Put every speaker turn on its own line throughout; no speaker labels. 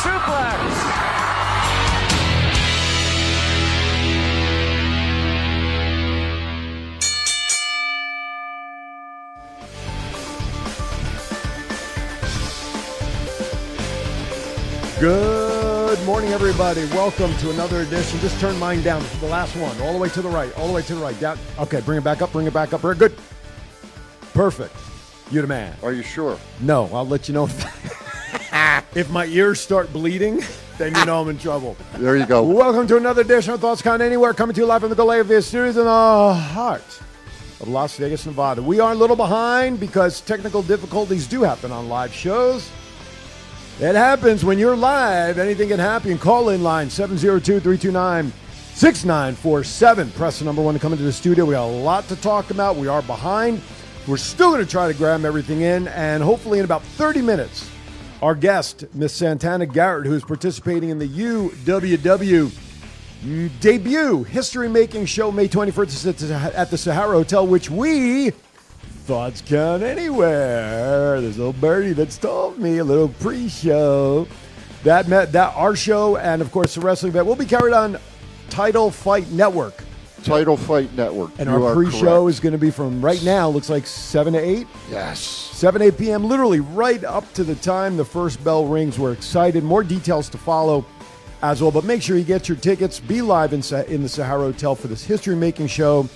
suplex.
Good morning, everybody. Welcome to another edition. Just turn mine down. The last one, all the way to the right, all the way to the right. Down. Okay, bring it back up. Bring it back up. Very good. Perfect. You're the man.
Are you sure?
No, I'll let you know if, if my ears start bleeding. Then you know I'm in trouble.
There you go.
Welcome to another edition of Thoughts Count Anywhere, coming to you live from the Galavia Studios in the heart of Las Vegas, Nevada. We are a little behind because technical difficulties do happen on live shows. It happens when you're live. Anything can happen. Call in line 702 329 6947. Press the number one to come into the studio. We got a lot to talk about. We are behind. We're still going to try to grab everything in. And hopefully, in about 30 minutes, our guest, Miss Santana Garrett, who's participating in the UWW debut history making show, May 21st at the- at the Sahara Hotel, which we Thoughts count anywhere. There's a little birdie that's told me a little pre-show that met that our show and of course the wrestling event will be carried on Title Fight Network.
Title Fight Network.
And
You
our
are
pre-show
correct.
is going to be from right now. Looks like seven to eight,
yes.
seven to eight p.m. Literally right up to the time the first bell rings. We're excited. More details to follow as well. But make sure you get your tickets. Be live in, Sa- in the Sahara Hotel for this history-making show.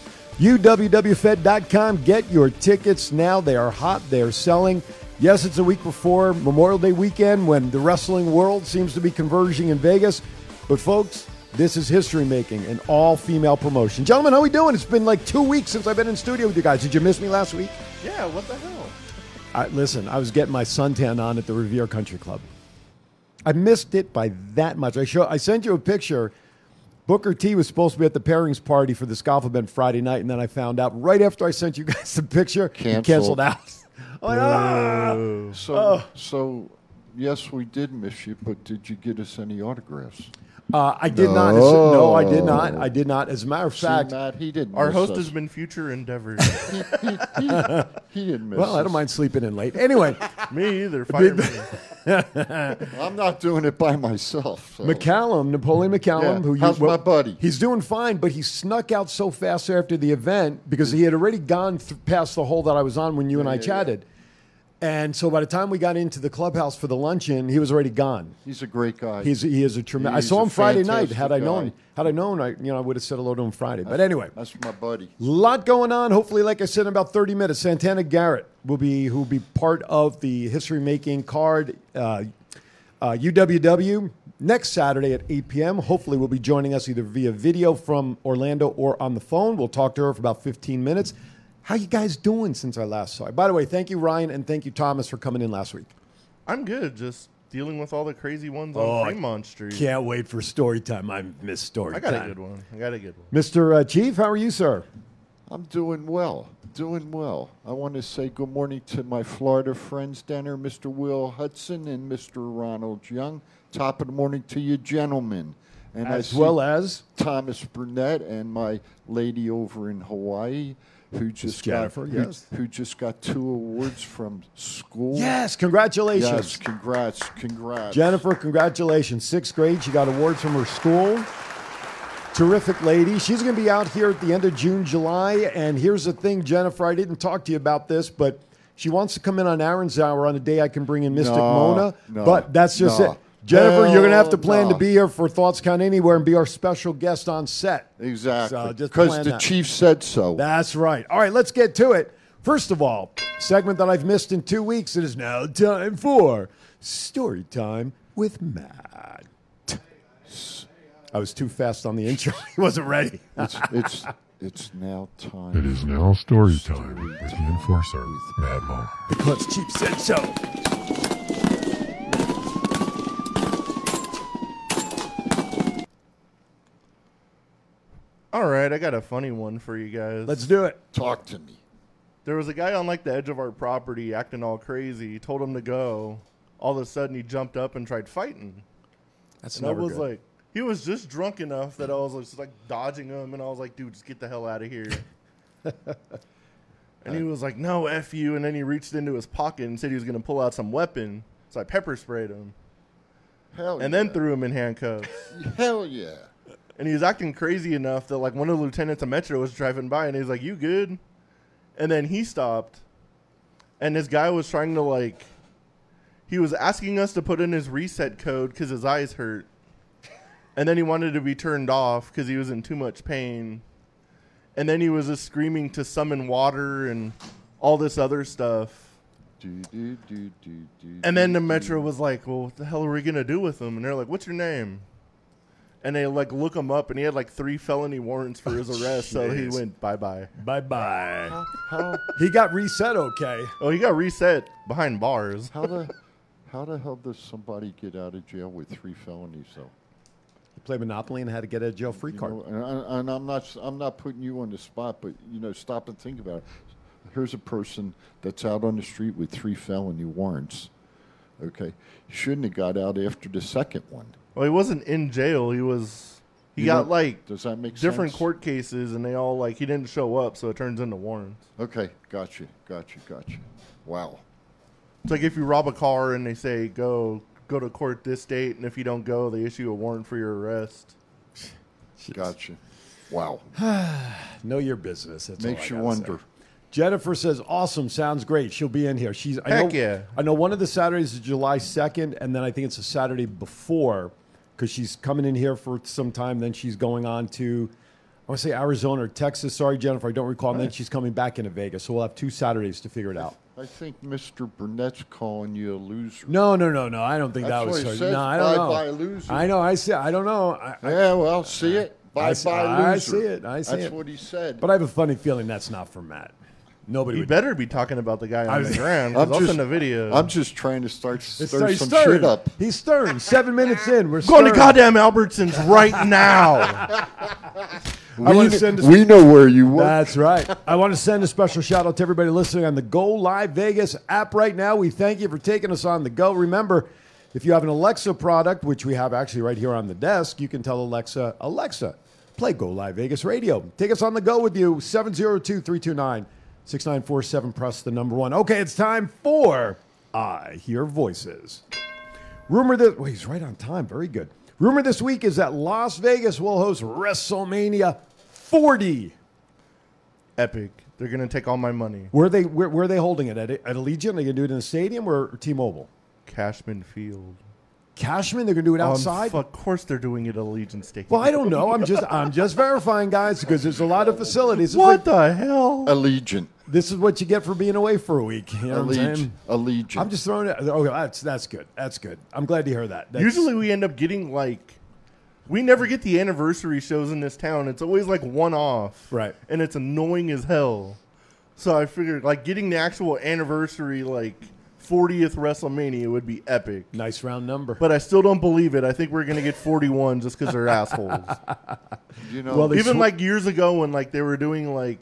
uwwfed.com. Get your tickets now. They are hot. They are selling. Yes, it's a week before Memorial Day weekend when the wrestling world seems to be converging in Vegas. But folks, this is history making, an all-female promotion. Gentlemen, how we doing? It's been like two weeks since I've been in studio with you guys. Did you miss me last week?
Yeah, what the hell?
I, listen, I was getting my suntan on at the Revere Country Club. I missed it by that much. I show, I sent you a picture. Booker T was supposed to be at the pairings party for this golf event Friday night, and then I found out right after I sent you guys the picture, he
Canceled.
canceled out. I'm like, "Ah."
So, so yes, we did miss you, but did you get us any autographs?
Uh, I did not. No, I did not. I did not. As a matter of
See,
fact,
Matt, he didn't.
Our
miss
host
us.
has been future endeavors.
He, he didn't miss.
well, I
us.
don't mind sleeping in late. Anyway,
me either. Fire me.
I'm not doing it by myself. so.
McCallum, Napoleon McCallum,
Yeah.
who you,
How's my buddy?
He's doing fine, but he snuck out so fast after the event because he had already gone th- past the hole that I was on when you and I
yeah, yeah.
chatted. And so by the time we got into the clubhouse for the luncheon, he was already gone.
He's a great guy.
He's he is a tremendous. I
He's
saw
a
him Friday night.
fantastic
Had I known,
guy.
had I known, I you know I would have said hello to him Friday. But anyway,
that's my buddy.
lot going on. Hopefully, like I said, in about 30 minutes, Santana Garrett will be who will be part of the history making card uh, uh, UWW next Saturday at 8 p.m. Hopefully, will be joining us either via video from Orlando or on the phone. We'll talk to her for about 15 minutes. How you guys doing since I last saw you? By the way, thank you Ryan and thank you Thomas for coming in last week.
I'm good. Just dealing with all the crazy ones on
Oh, I
Fremont Street.
Can't wait for story time. I miss story
I got a good one. I got a good one.
Mr. Uh, Chief, how are you, sir?
I'm doing well. Doing well. I want to say good morning to my Florida friends down there, Mr. Will Hudson and Mr. Ronald Young. Top of the morning to you, gentlemen. And I
As
see
well as
Thomas Burnett and my lady over in Hawaii, who just
Jennifer,
got who-
yes.
who, just got two awards from school.
yes,
Yes,
congratulations.
Congrats! Congrats!
Jennifer, congratulations. Sixth grade. She got awards from her school. Terrific lady. She's going to be out here at the end of June, July. And here's the thing, Jennifer, I didn't talk to you about this, but she wants to come in on Aaron's Hour on a day I can bring in Mystic
No,
Mona.
no,
but that's just
no.
it. Jennifer, you're going to have
Hell
to plan
no.
to be here for Thoughts Count Anywhere and be our special guest on set.
Exactly.
So uh, just
Because
plan
the
that.
chief said so.
That's right. All right, let's get to it. First of all, segment that I've missed in two weeks. It is now time for story time with Matt. I was too fast on the intro. he wasn't ready.
it's it's it's now
It
time.
is now story time with the enforcer, Mad Mo.
Because Chief said so.
All right, I got a funny one for you guys.
Let's do it.
Talk to me.
There was a guy on like the edge of our property acting all crazy. Told him to go. All of a sudden, he jumped up and tried fighting.
That's
And I was like, he was just drunk enough that I was just like dodging him, and I was like, dude, just get the hell out of here. and he was like, no, F you. And then he reached into his pocket and said he was going to pull out some weapon. So I pepper sprayed him.
Hell
and
yeah.
then threw him in handcuffs.
Hell yeah.
and he was acting crazy enough that like one of the lieutenants of Metro was driving by and he's like, "You good?" And then he stopped, and this guy was trying to like, he was asking us to put in his reset code because his eyes hurt, and then he wanted to be turned off because he was in too much pain, and then he was just screaming to summon water and all this other stuff.
Do, do, do, do, do,
And then
do,
the
do.
Metro was like, "Well, what the hell are we gonna do with him?" And they're like, "What's your name?" And they like look him up, and he had like three felony warrants for his arrest, so he
jeez.
went bye bye.
Bye bye.
How,
He got reset okay.
Oh, he got reset behind bars.
how, the, how the hell does somebody get out of jail with three felonies, though?
He played Monopoly and had to get a jail free
You
card.
know, and, I- and I'm not I'm not putting you on the spot, but you know, stop and think about it. Here's a person that's out on the street with three felony warrants. Okay, shouldn't have got out after the second one.
Well, he wasn't in jail. He was. He
You
got
don't-
like
Does that make
different
sense?
court cases, and they all like he didn't show up, so it turns into warrants.
Okay, gotcha, gotcha, gotcha. Wow.
It's like if you rob a car and they say go go to court this date, and if you don't go, they issue a warrant for your arrest.
Gotcha. Wow.
Know your business. That's all I
Makes you
gotta
wonder.
say. Jennifer says, "Awesome, sounds great. She'll be in here. She's I
Heck
know,
yeah.
I know one of the Saturdays is July second, and then I think it's a Saturday before because she's coming in here for some time. Then she's going on to I want to say Arizona or Texas. Sorry, Jennifer, I don't recall. And then she's coming back into Vegas, so we'll have two Saturdays to figure it out.
I think Mr. Burnett's calling you a loser.
No, no, no, no. I don't think
That's
that was
what it
her.
says,
No, I don't
bye-bye
know.
loser.
I know. I see. I don't know. I, I-
Yeah, well, see it. Bye
I see-
bye,
I
loser.
see it, I see
That's
it.
what he said.
but I have a funny feeling that's not for Matt. Nobody
You
would.
better be talking about the guy on
was-
the ground. 'cause I'll send a video.
I'm just trying to start stir
It's- he's
some
stirring.
shit up.
He's stirring. Seven minutes in, we're
Going to
stirring.
goddamn Albertsons right now.
I
we,
want
kn-
to send a
we know where you work.
That's right. I want to send a special shout out to everybody listening on the Go Live Vegas app right now. We thank you for taking us on the go. Remember, if you have an Alexa product, which we have actually right here on the desk, you can tell Alexa, Alexa, play Go Live Vegas radio. Take us on the go with you, 702 329 6947. Press the number one. Okay, it's time for I Hear Voices. Rumor that well, he's right on time. Very good. Rumor this week is that Las Vegas will host WrestleMania 40.
Epic. They're going to take all my money.
Where are they where, where are they holding it at at Allegiant? They gonna do it in the stadium or T-Mobile?
Cashman Field.
Cashman, they're gonna do it
Um,
outside.
of course they're doing it at Allegiant Stadium.
well, I don't know. I'm just I'm just verifying, guys, because there's a lot of facilities. It's
What
like- uh,
the hell?
Allegiant.
this is what you get for being away for a week. You know what I'm
Allegiant.
saying?
Allegiant.
I'm just throwing it. Okay, that's that's good. That's good. I'm glad to hear that. That's,
Usually we end up getting like. We never get the anniversary shows in this town. It's always like one off.
Right.
And it's annoying as hell. So I figured like getting the actual anniversary, like 40th WrestleMania would be epic.
nice round number.
But I still don't believe it. I think we're going to get 41 just because they're assholes.
you know,
Well, they-
even
sw-
like years ago when like they were doing like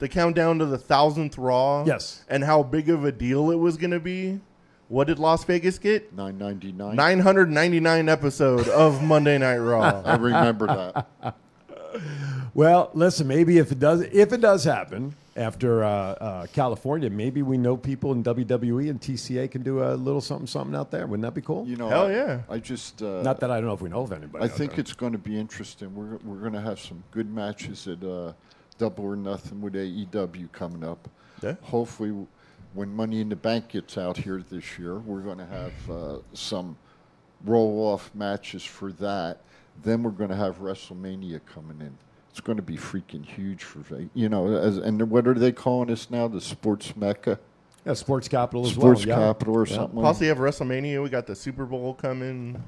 the countdown to the thousandth Raw.
Yes.
And how big of a deal it was going to be. What did Las Vegas get?
999.
999 episode of Monday Night Raw.
I remember that.
Well, listen, maybe if it does, if it does happen after uh, uh, California, maybe we know people in WWE and TCA can do a little something something out there. Wouldn't that be cool?
You know,
Hell
I-
yeah.
I just. Uh,
Not that I don't know if we know of anybody.
I
out
think
there.
it's going to be interesting. We're, we're going to have some good matches at uh, Double or Nothing with AEW coming up.
Yeah.
Hopefully, w- when Money in the Bank gets out here this year, we're going to have uh, some roll off matches for that. Then we're going to have WrestleMania coming in. It's going to be freaking huge for Ve- you know. As, and what are they calling us now? The sports mecca,
yeah, sports capital as
sports
well. yeah.
capital, or something. like-
Possibly have WrestleMania. We got the Super Bowl coming.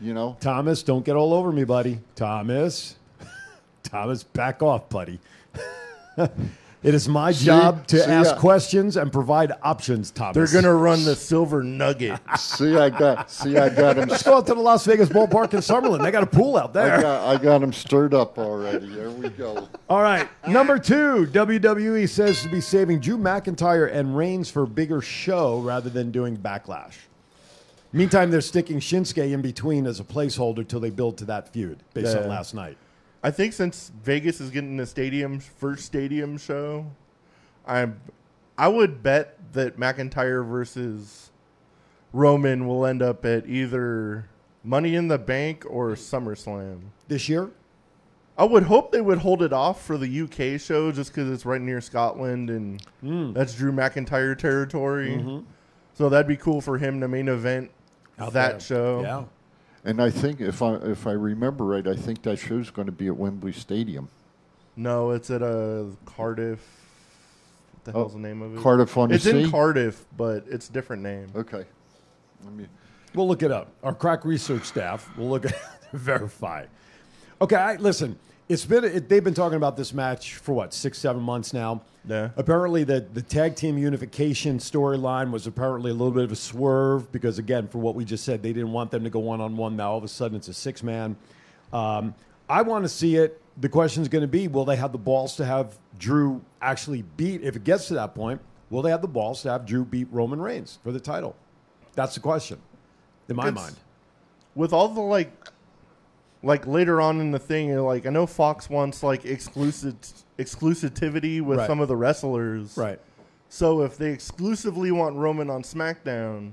You know,
Thomas, don't get all over me, buddy. Thomas, Thomas, back off, buddy. it is my
See?
job to
See
ask
ya.
questions and provide options, Thomas.
They're going to run the Silver Nugget.
see, I got, see, I got him.
Let's go out to the Las Vegas ballpark in Summerlin. They got a pool out there.
I got, I got him stirred up already. There we go.
All right. Number two, WWE says to be saving Drew McIntyre and Reigns for a bigger show rather than doing backlash. Meantime, they're sticking Shinsuke in between as a placeholder till they build to that feud based on
Yeah.
last night.
I think since Vegas is getting the stadium first stadium show, I'm I would bet that McIntyre versus Roman will end up at either Money in the Bank or SummerSlam.
This year?
I would hope they would hold it off for the UK show just because it's right near Scotland and that's Drew McIntyre territory. So that'd be cool for him to main event that show.
Yeah.
And I think if I if I remember right, I think that show's going to be at Wembley Stadium,
No, it's at uh, Cardiff. What the
Oh,
hell's the name of it?
Cardiff on
It's
the
in
Sea?
Cardiff, but it's a different name.
Okay. Let me-
We'll look it up. Our crack research staff will look at verify. Okay, I, listen. It's been it, they've been talking about this match for what six seven months now.
Yeah.
Apparently, the the tag team unification storyline was apparently a little bit of a swerve because again, for what we just said, they didn't want them to go one on one. Now all of a sudden, it's a six man. Um, I want to see it. The question is going to be: Will they have the balls to have Drew actually beat? If it gets to that point, will they have the balls to have Drew beat Roman Reigns for the title? That's the question in my
It's-
mind.
with all the like like later on in the thing you're like i know fox wants like exclusive exclusivity with
Right.
some of the wrestlers
Right.
so if they exclusively want roman on smackdown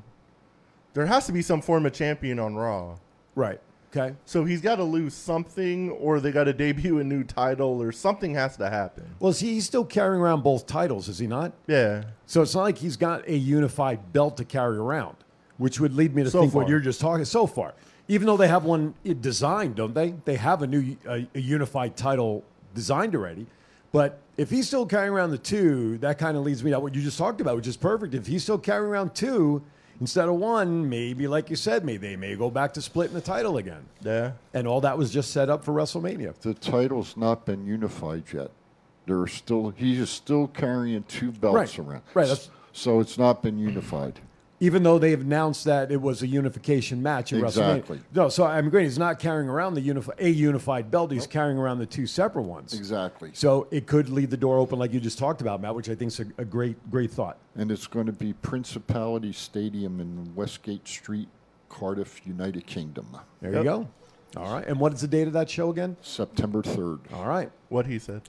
there has to be some form of champion on raw
Right. Okay.
so he's got to lose something or they got to debut a new title or something has to happen
Well, see, he's still carrying around both titles, is he not?
yeah
So it's not like he's got a unified belt to carry around, which would lead me to
So
think what
far.
you're just talking so far. Even though they have one i- designed, don't they? They have a new a, a unified title designed already. But if he's still carrying around the two, that kind of leads me to what you just talked about, which is perfect. If he's still carrying around two instead of one, maybe like you said, maybe they may go back to splitting the title again.
yeah
And all that was just set up for WrestleMania.
the title's not been unified yet. There are still he is still carrying two belts
Right.
around.
Right,
S-
that's-
So it's not been unified.
even though they have announced that it was a unification match in
Exactly.
WrestleMania. No, so I'm agreeing. He's not carrying around the unifi- a unified belt. He's carrying around the two separate ones.
Exactly.
So it could leave the door open, like you just talked about, Matt, which I think is a, a great, great thought.
And it's going to be Principality Stadium in Westgate Street, Cardiff, United Kingdom,
There
Yep.
you go. All right. And what is the date of that show again?
September 3rd.
All right.
what he said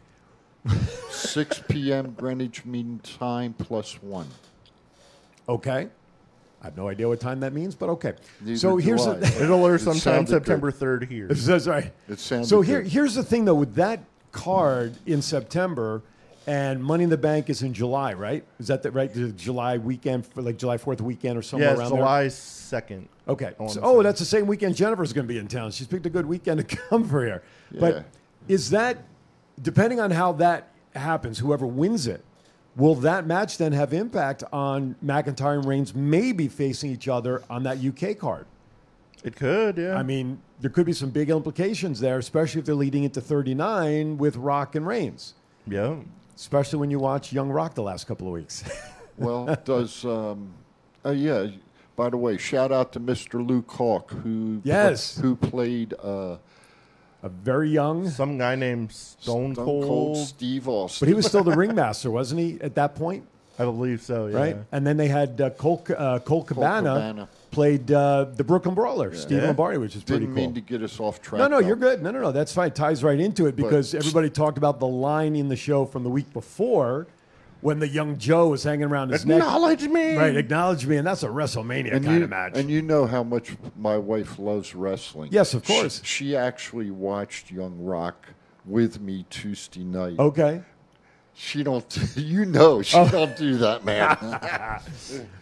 6 p.m. Greenwich Mean Time plus one.
Okay. I have no idea what time that means, but okay.
Neither
so
do
here's
I.
the,
it'll air
It
sometime
sounded good.
september 3rd here
That's right.
It sounded
so here,
good.
here's the thing though with that card in September, and Money in the Bank is in July, right? Is that the right the July weekend for like July Fourth weekend or somewhere
yeah it's
around
july 2nd
there? Okay.
I wanna
So- oh,
say.
that's the same weekend Jennifer's going to be in town. She's picked a good weekend to come for here.
Yeah.
But is that depending on how that happens, whoever wins it, will that match then have impact on McIntyre and Reigns maybe facing each other on that UK card?
it could yeah
I mean, there could be some big implications there, especially if they're leading into 39 with Rock and Reigns,
yeah
especially when you watch Young Rock the last couple of weeks.
Well, does um, uh, yeah. By the way, shout out to Mr. Luke Hawk who
Yes.
who played uh,
a very young,
some guy named Stone,
Stone
Cold.
Steve
but
Austin.
he was still the ringmaster, wasn't he, at that point?
I believe so. Yeah.
Right? And then they had uh, Cole, C- uh, Cole, Cabana
Cabana.
played uh, the Brooklyn Brawler, Steve
Yeah.
Lombardi, which is pretty
Didn't
cool.
mean to get us off track.
no, no,
though.
you're good. No, no, no. That's fine. It ties right into it because
But-
everybody talked about the line in the show from the week before when the young Joe was hanging around his neck.
Acknowledge me.
Right, acknowledge me, and that's a WrestleMania
And
kind
you,
of match.
and you know how much my wife loves wrestling.
Yes, of
She-
course.
She, actually watched Young Rock with me Tuesday night.
Okay. Oh.
She don't. You know she don't do that, man.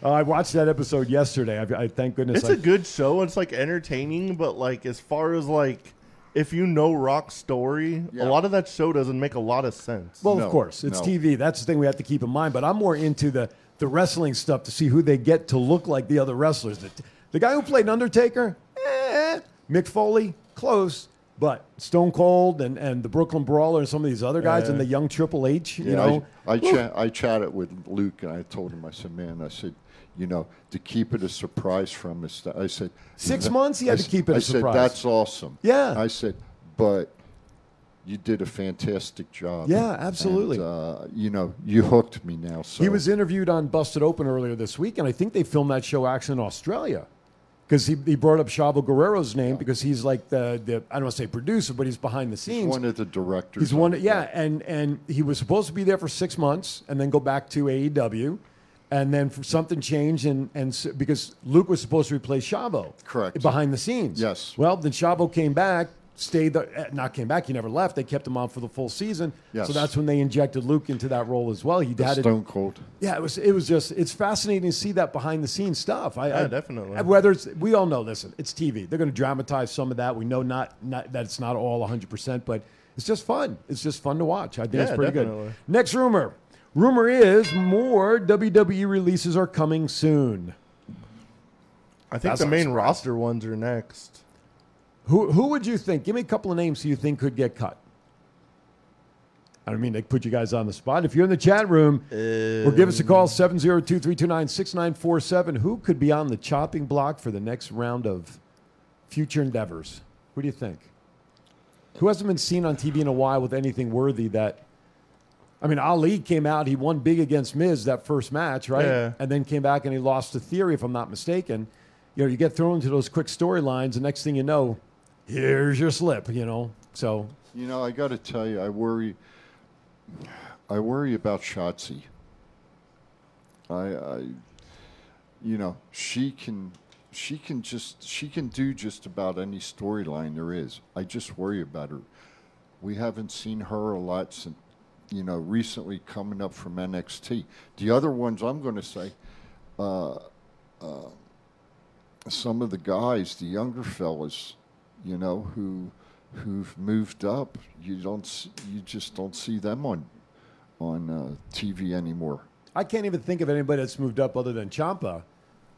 Uh, I watched that episode yesterday. I, I thank goodness.
It's
I,
a good show. It's like entertaining, but like as far as like if you know Rock's story,
Yeah.
a lot of that show doesn't make a lot of sense.
well,
No,
of course, it's
no.
TV. That's the thing we have to keep in mind. But I'm more into the the wrestling stuff to see who they get to look like the other wrestlers. The, the guy who played Undertaker, eh, Mick Foley, close, but Stone Cold and, and the Brooklyn Brawler and some of these other guys and the young Triple H. You
Yeah,
know,
I, I, cha- I chatted with Luke and I told him, I said, man, I said, you know, to keep it a surprise from us. I said,
Six
"Th-
months he had
I
to
s-
keep it
I
a
said,
surprise."
that's awesome.
Yeah.
I said, but you did a fantastic job.
Yeah, absolutely.
And, uh, you know, you hooked me now. So
He was interviewed on Busted Open earlier this week, and I think they filmed that show actually in Australia. Because he, he brought up Chavo Guerrero's name because he's like the, the I don't want to say producer, but he's behind the scenes.
he's one of the directors.
He's
of
one,
it.
yeah, and and he was supposed to be there for six months and then go back to AEW, E and then for something changed, and and s- because Luke was supposed to replace Shabo,
Correct.
behind the scenes.
Yes.
Well, then Shabo came back, stayed the eh, not came back. He never left. They kept him on for the full season.
Yes.
So that's when they injected Luke into that role as well. He had it.
Stone Cold.
Yeah, it was. It was just. It's fascinating to see that behind the scenes stuff. I,
Yeah,
I-
definitely.
Whether it's we all know. Listen, it's TV. They're going to dramatize some of that. We know not, not that it's not all 100, percent but it's just fun. It's just fun to watch. I think it's
Yeah,
pretty
definitely.
good. Next rumor. Rumor is more WWE releases are coming soon.
I think
That's
the
not
main
surprising.
roster ones are next.
Who who would you think? Give me a couple of names who you think could get cut. I don't mean to put you guys on the spot. If you're in the chat room, or give us a call 702-329-6947. Who could be on the chopping block for the next round of future endeavors? Who do you think? Who hasn't been seen on TV in a while with anything worthy that I mean, Ali came out, he won big against Miz that first match, right?
Yeah.
And then came back and he lost to Theory, if I'm not mistaken. You know, you get thrown into those quick storylines, and next thing you know, here's your slip, you know? So,
You know, I got to tell you, I worry. I worry about Shotzi. I, I, you know, she can, she can just, she can do just about any storyline there is. I just worry about her. We haven't seen her a lot since, you know, recently coming up from NXT. The other ones I'm going to say, some of the guys, the younger fellas, you know, who who've moved up, you don't s- you just don't see them on on uh, TV anymore.
I can't even think of anybody that's moved up other than Champa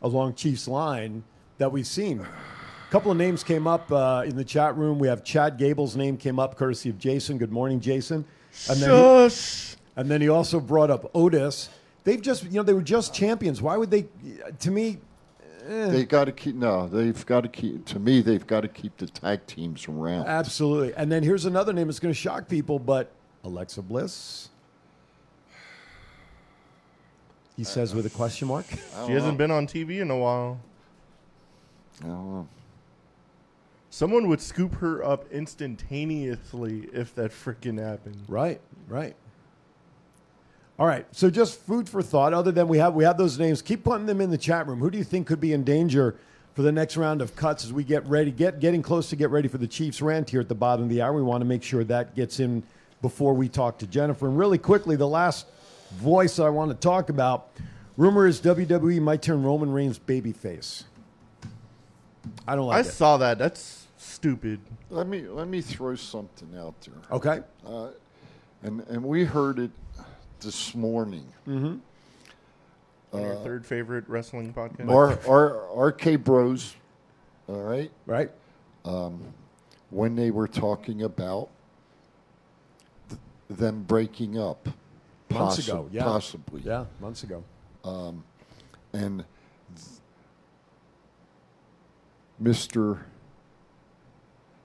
along Chiefs line that we've seen. A couple of names came up uh, in the chat room. We have Chad Gable's name came up courtesy of Jason. Good morning, Jason. And then he-
Shush.
And then he also brought up Otis. They've just, you know, they were just champions. Why would they? To me,
They got to keep no, they've got to keep. To me, they've got to keep the tag teams around.
absolutely. And then here's another name that's going to shock people, but Alexa Bliss. He says with a question mark.
She hasn't been on TV in a while.
I don't know.
Someone would scoop her up instantaneously if that freaking happened.
Right, right. All right. So just food for thought. Other than we have we have those names. Keep putting them in the chat room. Who do you think could be in danger for the next round of cuts as we get ready? Get getting close to get ready for the Chiefs rant here at the bottom of the hour. We want to make sure that gets in before we talk to Jennifer. And really quickly, the last voice I want to talk about. Rumor is WWE might turn Roman Reigns babyface. I don't
I
like it.
saw that. That's stupid.
Let me let me throw something out there.
Okay.
And and we heard it this morning.
On your third favorite wrestling podcast.
Our our RK Bros, all right.
Right.
when they were talking about th- them breaking up.
Months
Possi-
ago. Yeah.
Possibly.
Yeah. Months ago.
And th- Mr.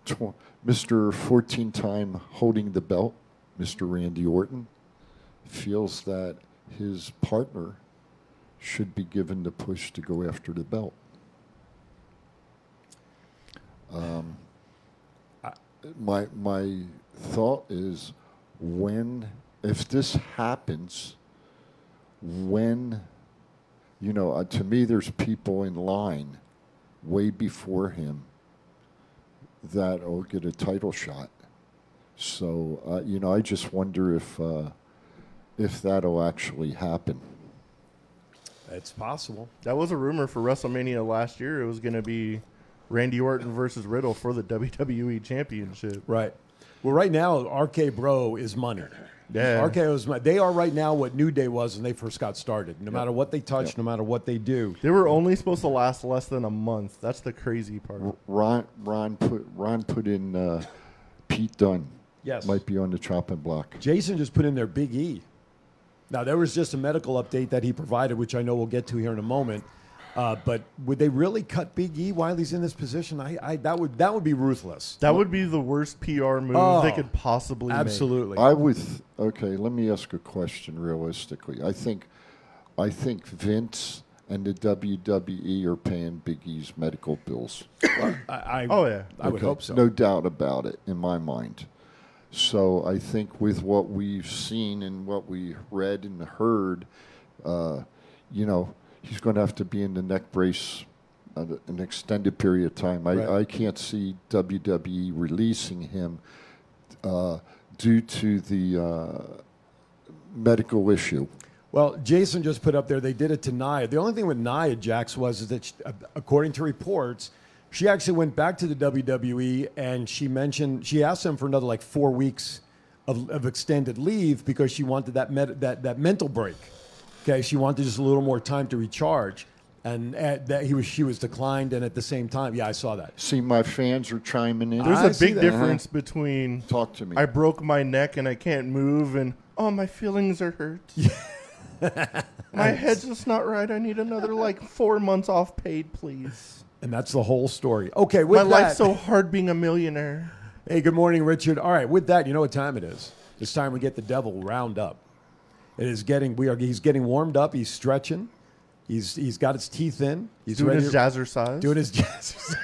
Tw- Mr. 14 time holding the belt, Mr. Randy Orton, feels that his partner should be given the push to go after the belt. Um, my my thought is when if this happens, when you know uh, to me there's people in line way before him that will get a title shot. So uh, you know I just wonder if uh, if that'll actually happen.
It's possible.
That was a rumor for WrestleMania last year. It was going to be Randy Orton versus Riddle for the WWE Championship.
Right. Well, right now, RK Bro is money.
Yeah.
RK is money. They are right now what New Day was when they first got started. No matter what they touch, no matter what they do.
They were only supposed to last less than a month. That's the crazy part.
Ron Ron put Ron put in uh, Pete Dunn.
Yes.
might be on the chopping block.
Jason just put in there Big E. Now, there was just a medical update that he provided, which I know we'll get to here in a moment. Uh, but would they really cut Big E while he's in this position? I, I that would that would be ruthless.
That would be the worst PR move
Oh,
they could possibly
Absolutely.
I would. th- Okay, let me ask a question realistically. I think, I think Vince and the WWE are paying Big E's medical bills.
I, I,
Oh, yeah.
I would
Okay,
hope so.
No doubt about it in my mind. So I think with what we've seen and what we read and heard, uh, you know, he's going to have to be in the neck brace uh, an extended period of time. I,
Right.
I can't see WWE releasing him uh, due to the uh, medical issue.
Well, Jason just put up there they did it to Nia. The only thing with Nia Jax was is that, she, uh, according to reports, she actually went back to the WWE and she mentioned she asked them for another like four weeks of, of extended leave because she wanted that, med, that that mental break. Okay, she wanted just a little more time to recharge, and uh that he was she was declined. And at the same time, yeah, I saw that.
See, my fans are chiming in.
There's
I
a
see
big
that.
difference between
Talk to me.
I broke my neck and I can't move and oh my feelings are hurt. my head's just not right. I need another like four months off paid, please.
And that's the whole story. Okay, with
My
that,
life's so hard being a millionaire.
Hey, good morning, Richard. All right, with that, you know what time it is. It's time we get the devil round up. It is getting. We are. He's getting warmed up. He's stretching. He's he's got his teeth in. He's
Doing
ready
his
to-
jazzercise.
Doing his jazz.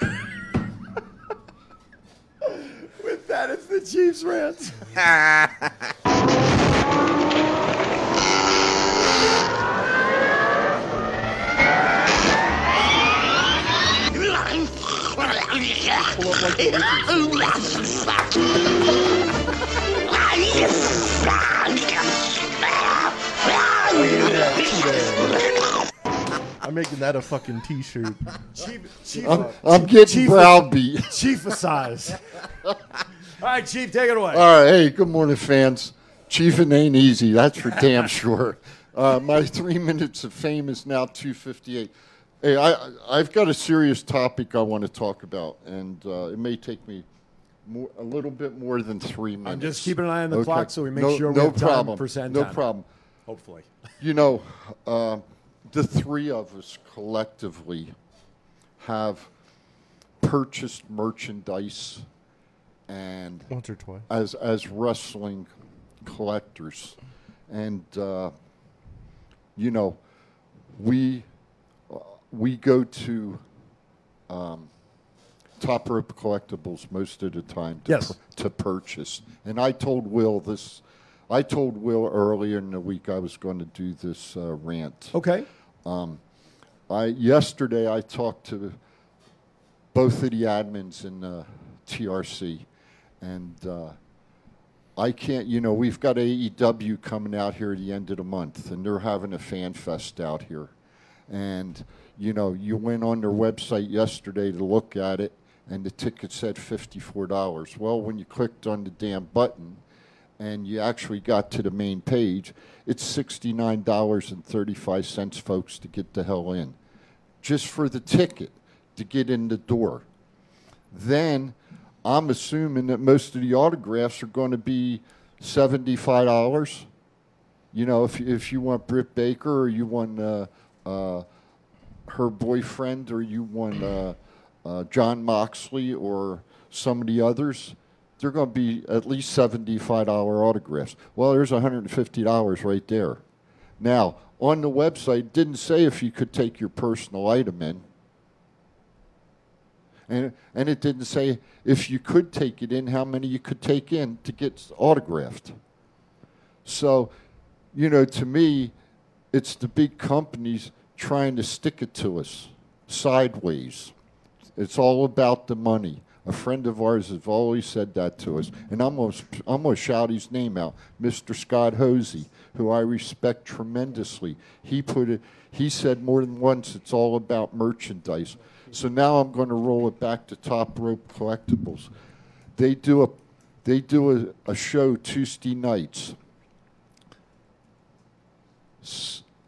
with that, it's the Chiefs rants.
I'm making that a fucking t-shirt.
Chief, chief,
I'm, I'm getting
Chief-
browbeat.
chief of size. All right, chief, take it away.
All right, hey, good morning, fans. Chiefing ain't easy, that's for damn sure. Uh, my three minutes of fame is now 258. Hey, I, I've got a serious topic I want to talk about, and uh, it may take me more, a little bit more than three minutes.
just keeping an eye on the clock so we make sure we
no
have time
problem.
for sand
No
time.
problem
Hopefully.
you know, uh, the three of us collectively have purchased merchandise and
Once or twice.
as as wrestling collectors, and uh, you know, we uh, we go to um, top rope collectibles most of the time to,
Yes.
pur- to purchase. And I told Will this. I told Will earlier in the week I was going to do this uh, rant.
Okay.
I yesterday I talked to both of the admins in uh, TRC, and uh, I can't. You know, we've got AEW coming out here at the end of the month, and they're having a fan fest out here. And you know, you went on their website yesterday to look at it, and the ticket said fifty-four dollars. Well, when you clicked on the damn button. And you actually got to the main page. It's sixty-nine dollars and thirty-five cents, folks, to get the hell in just for the ticket to get in the door. Then I'm assuming that most of the autographs are going to be seventy-five dollars. You know, if if you want Britt Baker or you want uh, uh, her boyfriend or you want uh, uh, John Moxley or some of the others, they're going to be at least seventy-five dollar autographs. Well, there's one hundred and fifty dollars right there. Now, on the website, it didn't say if you could take your personal item in, and and it didn't say if you could take it in, how many you could take in to get autographed. So, you know, to me, it's the big companies trying to stick it to us sideways. It's all about the money. A friend of ours has always said that to us, and I'm going to shout his name out, Mr. Scott Hosey, who I respect tremendously. He put it. He said more than once, it's all about merchandise. So now I'm going to roll it back to Top Rope Collectibles. They do a, they do a, a show Tuesday nights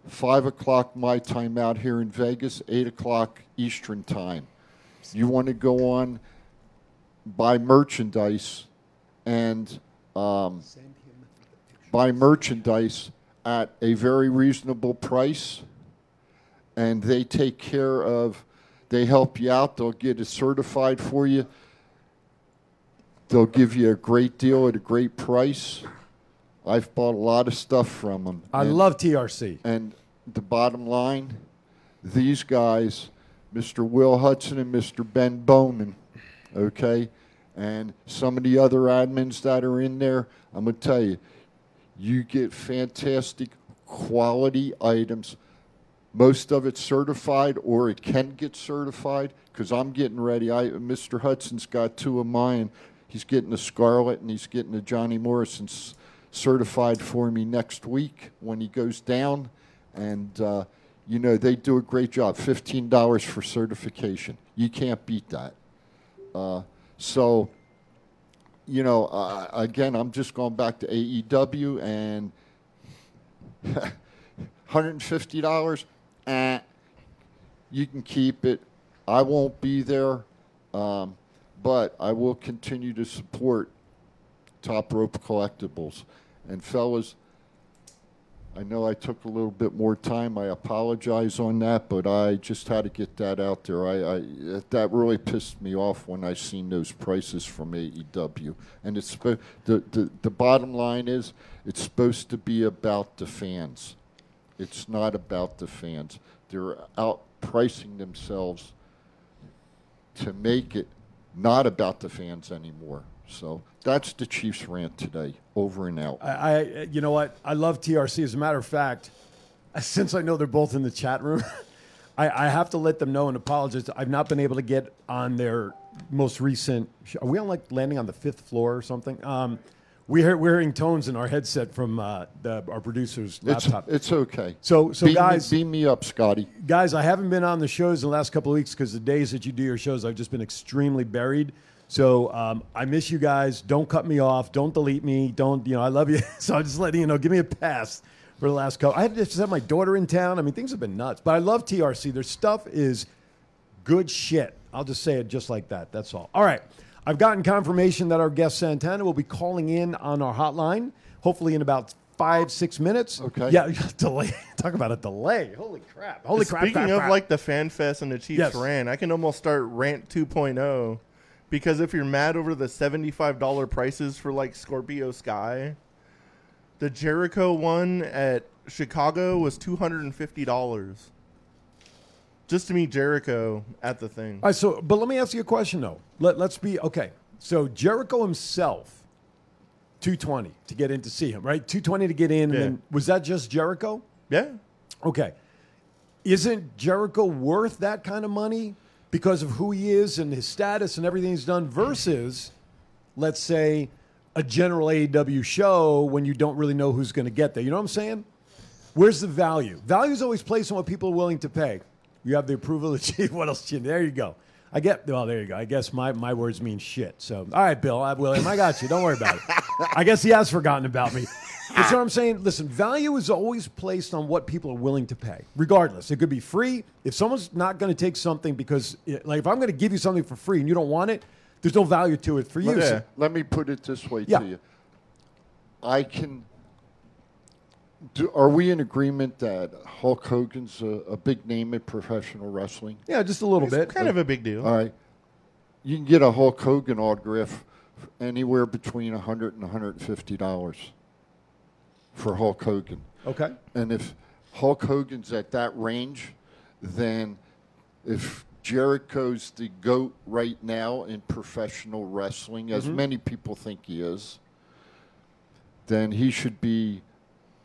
five o'clock my time out here in Vegas, eight o'clock Eastern time. You want to go on, buy merchandise, and um, buy merchandise at a very reasonable price, and they take care of. They help you out. They'll get it certified for you. They'll give you a great deal at a great price. I've bought a lot of stuff from them.
I love TRC.
And the bottom line, these guys, Mr. Will Hudson and Mr. Ben Bowman, okay, and some of the other admins that are in there, I'm going to tell you, you get fantastic quality items. Most of it's certified or it can get certified because I'm getting ready. I, Mr. Hudson's got two of mine. He's getting a Scarlet and he's getting a Johnny Morrison s- certified for me next week when he goes down. And, uh, you know, they do a great job $15 for certification. You can't beat that. Uh, so, you know, uh, again, I'm just going back to AEW and $150, eh, you can keep it. I won't be there, um, but I will continue to support Top Rope Collectibles. And, fellas, I know I took a little bit more time. I apologize on that, but I just had to get that out there. I, I that really pissed me off when I seen those prices from AEW. And it's spo- the, the the bottom line is it's supposed to be about the fans. It's not about the fans. They're outpricing themselves to make it not about the fans anymore. So that's the Chiefs rant today. Over and out.
I, I, you know what? I love TRC. As a matter of fact, since I know they're both in the chat room, I, I have to let them know and apologize. I've not been able to get on their most recent. Are we on like landing on the fifth floor or something? Um, we hear, we're hearing tones in our headset from uh, the, our producer's
It's,
laptop.
it's okay.
So- so
beam
guys-
me, beam me up, Scotty.
guys, I haven't been on the shows in the last couple of weeks because the days that you do your shows, I've just been extremely buried. So um, I miss you guys. Don't cut me off. Don't delete me. Don't you know? I love you. so I'm just letting you know. Give me a pass for the last couple. I had to just have my daughter in town. I mean, things have been nuts. But I love TRC. Their stuff is good shit. I'll just say it just like that. That's all. All right. I've gotten confirmation that our guest Santana will be calling in on our hotline, hopefully in about five, six minutes.
Okay.
Yeah, delay. Talk about a delay. Holy crap. Holy crap.
Speaking
crap,
of
crap.
like the fan fest and the Chiefs
Yes.
rant, I can almost start rant 2.0 because if you're mad over the $75 prices for like Scorpio Sky, the Jericho one at Chicago was $250 just to meet Jericho at the thing.
All right, so, but let me ask you a question though. Let, let's be okay. So Jericho himself, two twenty to get in to see him, right? Two twenty to get in,
Yeah.
and then, was that just Jericho?
yeah.
Okay, isn't Jericho worth that kind of money because of who he is and his status and everything he's done? Versus, let's say, a general AEW show when you don't really know who's going to get there. You know what I'm saying? Where's the value? Value is always placed on what people are willing to pay. You have the approval of the chief. What else? Chief? There you go. I get. Well, there you go. I guess my, my words mean shit. So, all right, Bill, I, William, I got you. Don't worry about it. I guess he has forgotten about me. That's what I'm saying. Listen, value is always placed on what people are willing to pay, regardless. It could be free. If someone's not going to take something because, it, like, if I'm going to give you something for free and you don't want it, there's no value to it for you.
Yeah.
So-
Let me put it this way
Yeah.
to you. I can. Do, are we in agreement that Hulk Hogan's a, a big name in professional wrestling?
yeah, just a little bit.
It's kind of a big deal.
All right. You can get a Hulk Hogan autograph anywhere between 100 and 150 dollars for Hulk Hogan.
okay.
And if Hulk Hogan's at that range, then if Jericho's the GOAT right now in professional wrestling, as many people think he is, then he should be,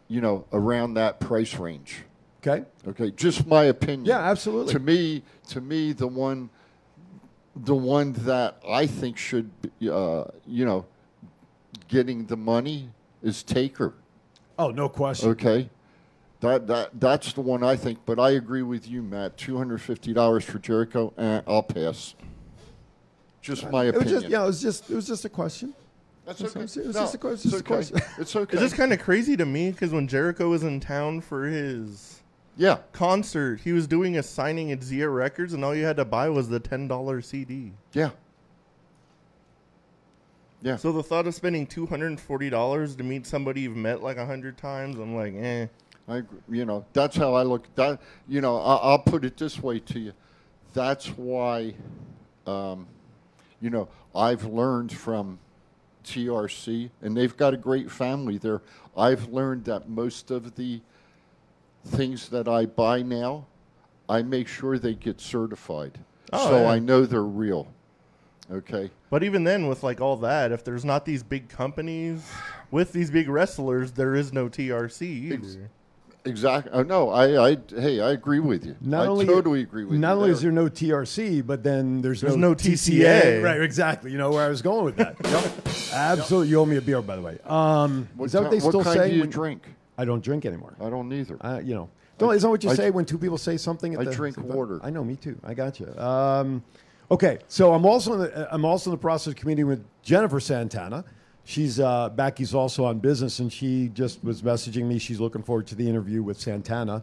you know, around that price range.
Okay.
Okay, just my opinion.
Yeah, absolutely.
To me, to me, the one, the one that I think should, be, uh, you know, getting the money is Taker.
Oh, no question.
Okay. That, that that's the one I think, but I agree with you, Matt. Two hundred fifty dollars for Jericho, eh, I'll pass. Just my
It was
opinion.
just, yeah, it was just, it was just a question.
that's
it's-
okay.
it's- it's
No,
just a question, it's
It's
a question.
okay. It's okay.
It's just kind of crazy to me because when Jericho was in town for his
yeah,
concert, he was doing a signing at Zia Records, and all you had to buy was the ten dollar CD.
yeah, yeah.
So the thought of spending two hundred and forty dollars to meet somebody you've met like a hundred times, I'm like, eh.
I, agree. you know, that's how I look. That you know, I, I'll put it this way to you. That's why, um, you know, I've learned from TRC, and they've got a great family there. I've learned that most of the things that I buy now, I make sure they get certified,
Oh,
so
yeah.
I know they're real. Okay.
But even then, with like all that, if there's not these big companies with these big wrestlers, there is no TRC either.
Exactly. Oh, no, I, I, hey, I agree with you.
Not
I
only
totally agree with you.
Not only
there.
is there no TRC, but then there's,
There's
no,
no TCA.
Right, exactly. You know where I was going with that. Absolutely. You owe me a beer, by the way. Um,
what
is that what they
ki- what
still
kind
say?
do you
when-
drink?
I don't drink anymore.
I don't either.
I, you know, don't, isn't that what you
I-
say when two people say something? At
I
the
drink
same time?
water.
I know, me too. I got you. Um, okay, so I'm also in the, uh, I'm also in the process of communicating with Jennifer Santana. She's uh, Becky's also on business, and she just was messaging me. She's looking forward to the interview with Santana.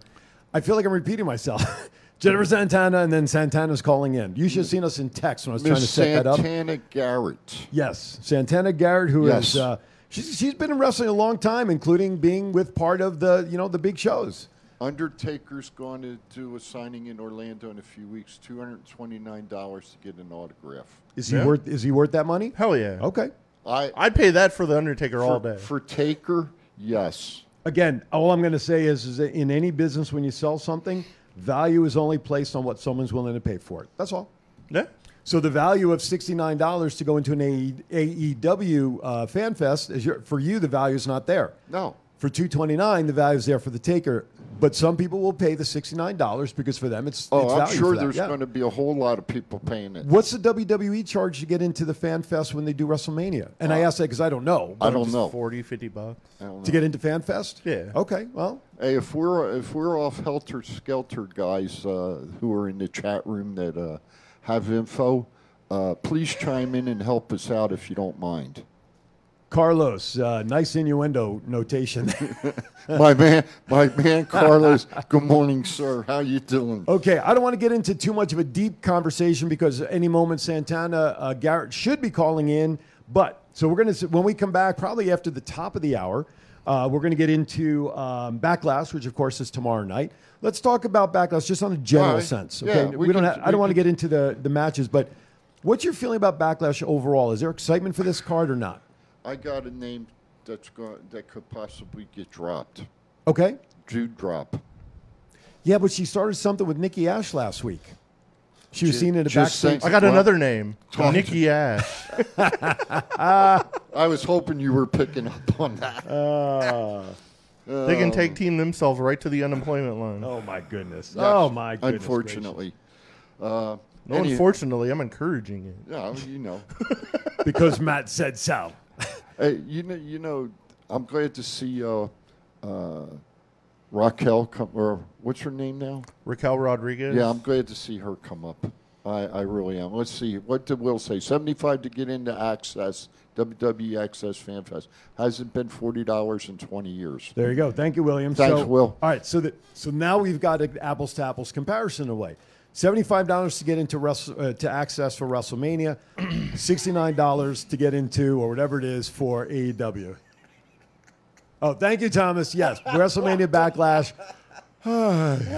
I feel like I'm repeating myself. Jennifer Santana, and then Santana's calling in. You should have seen us in text when I was trying to
Miss
set that up.
Santana Garrett.
Yes, Santana Garrett, who is
Yes.
uh, she's, she's been in wrestling a long time, including being with part of the you know the big shows.
Undertaker's going to do a signing in Orlando in a few weeks. Two hundred twenty-nine dollars to get an autograph.
Is he
Yeah.
worth? Is he worth that money?
Hell yeah.
Okay.
I
I'd pay that for the Undertaker all
Oh. for,
day.
for Taker, yes.
Again, all I'm going to say is, is that in any business, when you sell something, value is only placed on what someone's willing to pay for it. That's all.
yeah.
So the value of sixty-nine dollars to go into an E, AE AEW uh, fan fest is your, for you. The value is not there.
No.
For two twenty-nine, the value is there for the taker. But some people will pay the sixty-nine dollars because for them it's.
Oh,
it's
I'm
value
sure
for that.
there's
Yeah.
going to be a whole lot of people paying it.
What's the WWE charge to get into the fan fest when they do WrestleMania? And
Uh,
I ask that because I don't know.
I
but
don't
Just
know.
40, 50 bucks.
I don't
to
know.
get into fan fest.
Yeah.
Okay. Well,
Hey, if we're if we're off helter skelter, guys uh, who are in the chat room that uh, have info, uh, please chime in and help us out if you don't mind.
Carlos, uh, nice innuendo notation.
my man, my man, Carlos. Good morning, sir. How you doing?
Oh.
okay, I don't want to get into too much of a deep conversation because any moment Santana uh, Garrett should be calling in. But so we're going to when we come back, probably after the top of the hour, uh, we're going to get into um, backlash, which of course is tomorrow night. Let's talk about backlash just on a general
All right.
sense.
Yeah,
Okay, we,
we
don't.
can-
have, I
we
don't want to
can-
get into the the matches, but what's your feeling about backlash overall? Is there excitement for this card or not?
I got a name that's going that could possibly get dropped.
Okay.
Jude drop.
Yeah, but she started something with Nikki Ash last week. She was seen in a
just
backstage.
saying-
I got
Well,
another name.
talk to-
Nikki Ash.
I was hoping you were picking up on that.
they can
Um,
tag team themselves right to the unemployment line.
Oh my goodness!
Yes,
Oh my goodness!
Unfortunately, Uh,
no,
any-
unfortunately, I'm encouraging it.
yeah, you know.
gracious. because Matt said so.
Hey, you know, you know, I'm glad to see uh, uh, Raquel come. Or what's her name now?
Raquel Rodriguez.
Yeah, I'm glad to see her come up. I, I really am. Let's see. What did Will say? 75 to get into Access, WWE Access Fan Fest. Hasn't been $40 in 20 years.
There you go. Thank you, William.
Thanks,
so,
Will.
All right, so that so now we've got an apples to apples comparison away. Seventy-five dollars to get into wrestle, uh, to access for WrestleMania, sixty-nine dollars to get into or whatever it is for AEW. Oh, thank you, Thomas. Yes, WrestleMania Backlash.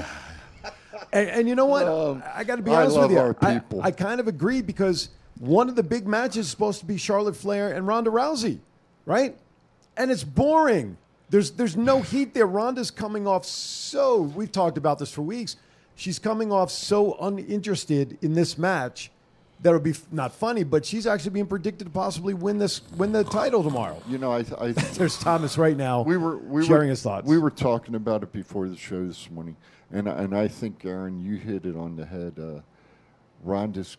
and, and you know what? I got to be
Um, I
honest
love
with you.
our
I-
people.
I kind of agree because one of the big matches is supposed to be Charlotte Flair and Ronda Rousey, right? And it's boring. There's there's no heat there. Ronda's coming off so we've talked about this for weeks. She's coming off so uninterested in this match that would be f- not funny, but she's actually being predicted to possibly win this win the title tomorrow.
You know, I, I
There's Thomas right now.
we were we
sharing
were,
his thoughts.
We were talking about it before the show this morning, and I- and I think Aaron, you hit it on the head. Uh, Rhonda's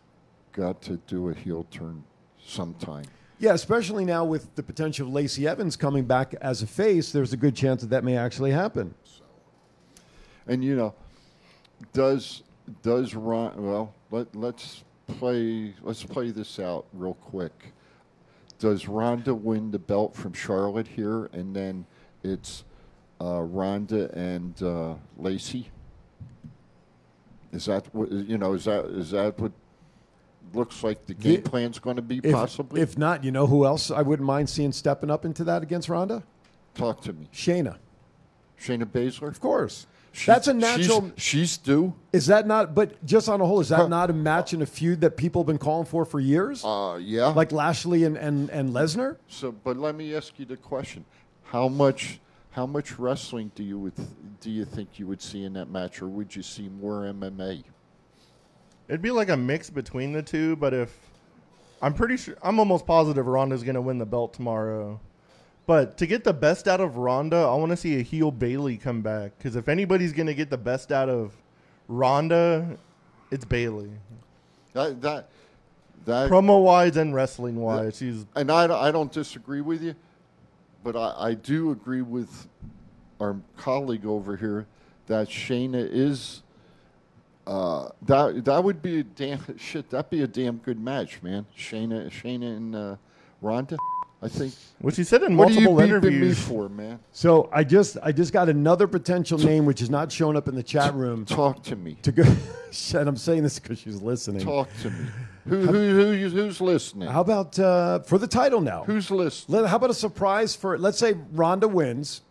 got to do a heel turn sometime.
Yeah, especially now with the potential of Lacey Evans coming back as a face, there's a good chance that that may actually happen.
And you know, does does Ron? Well, let let's play let's play this out real quick. Does Ronda win the belt from Charlotte here, and then it's uh, Ronda and uh, Lacey? Is that what you know? Is that is that what looks like the game
Yeah.
plan's going to be?
If,
possibly.
If not, you know who else I wouldn't mind seeing stepping up into that against Ronda?
Talk to me,
Shayna.
Shayna Baszler.
Of course.
She's-
That's a
she's-
natural.
She's, due.
is that not, but just on a whole, is that not a match and a feud that people have been calling for for years?
Uh, yeah.
like Lashley and, and, and Lesnar?
So, but let me ask you the question: How much, how much wrestling do you would, do you think you would see in that match, or would you see more MMA?
It'd be like a mix between the two, but if I'm pretty sure, I'm almost positive Ronda's going to win the belt tomorrow. But to get the best out of Ronda, I want to see a heel Bailey come back because if anybody's gonna get the best out of Ronda, it's Bailey.
That that that.
Promo wise and wrestling wise, she's
and I, I don't disagree with you, but I, I do agree with our colleague over here that Shayna is. Uh, that that would be a damn shit. That'd be a damn good match, man. Shayna, Shayna and uh, Ronda. I think.
what she said in
What are you
multiple
beeping me
interviews.
for, man?
So I just I just got another potential name which is not showing up in the chat room
Talk to me.
to go. Shit, I'm saying this because she's listening.
Talk to me. Who who who who's listening?
How about uh, for the title now?
who's listening?
Let- how about a surprise for? Let's say Ronda wins,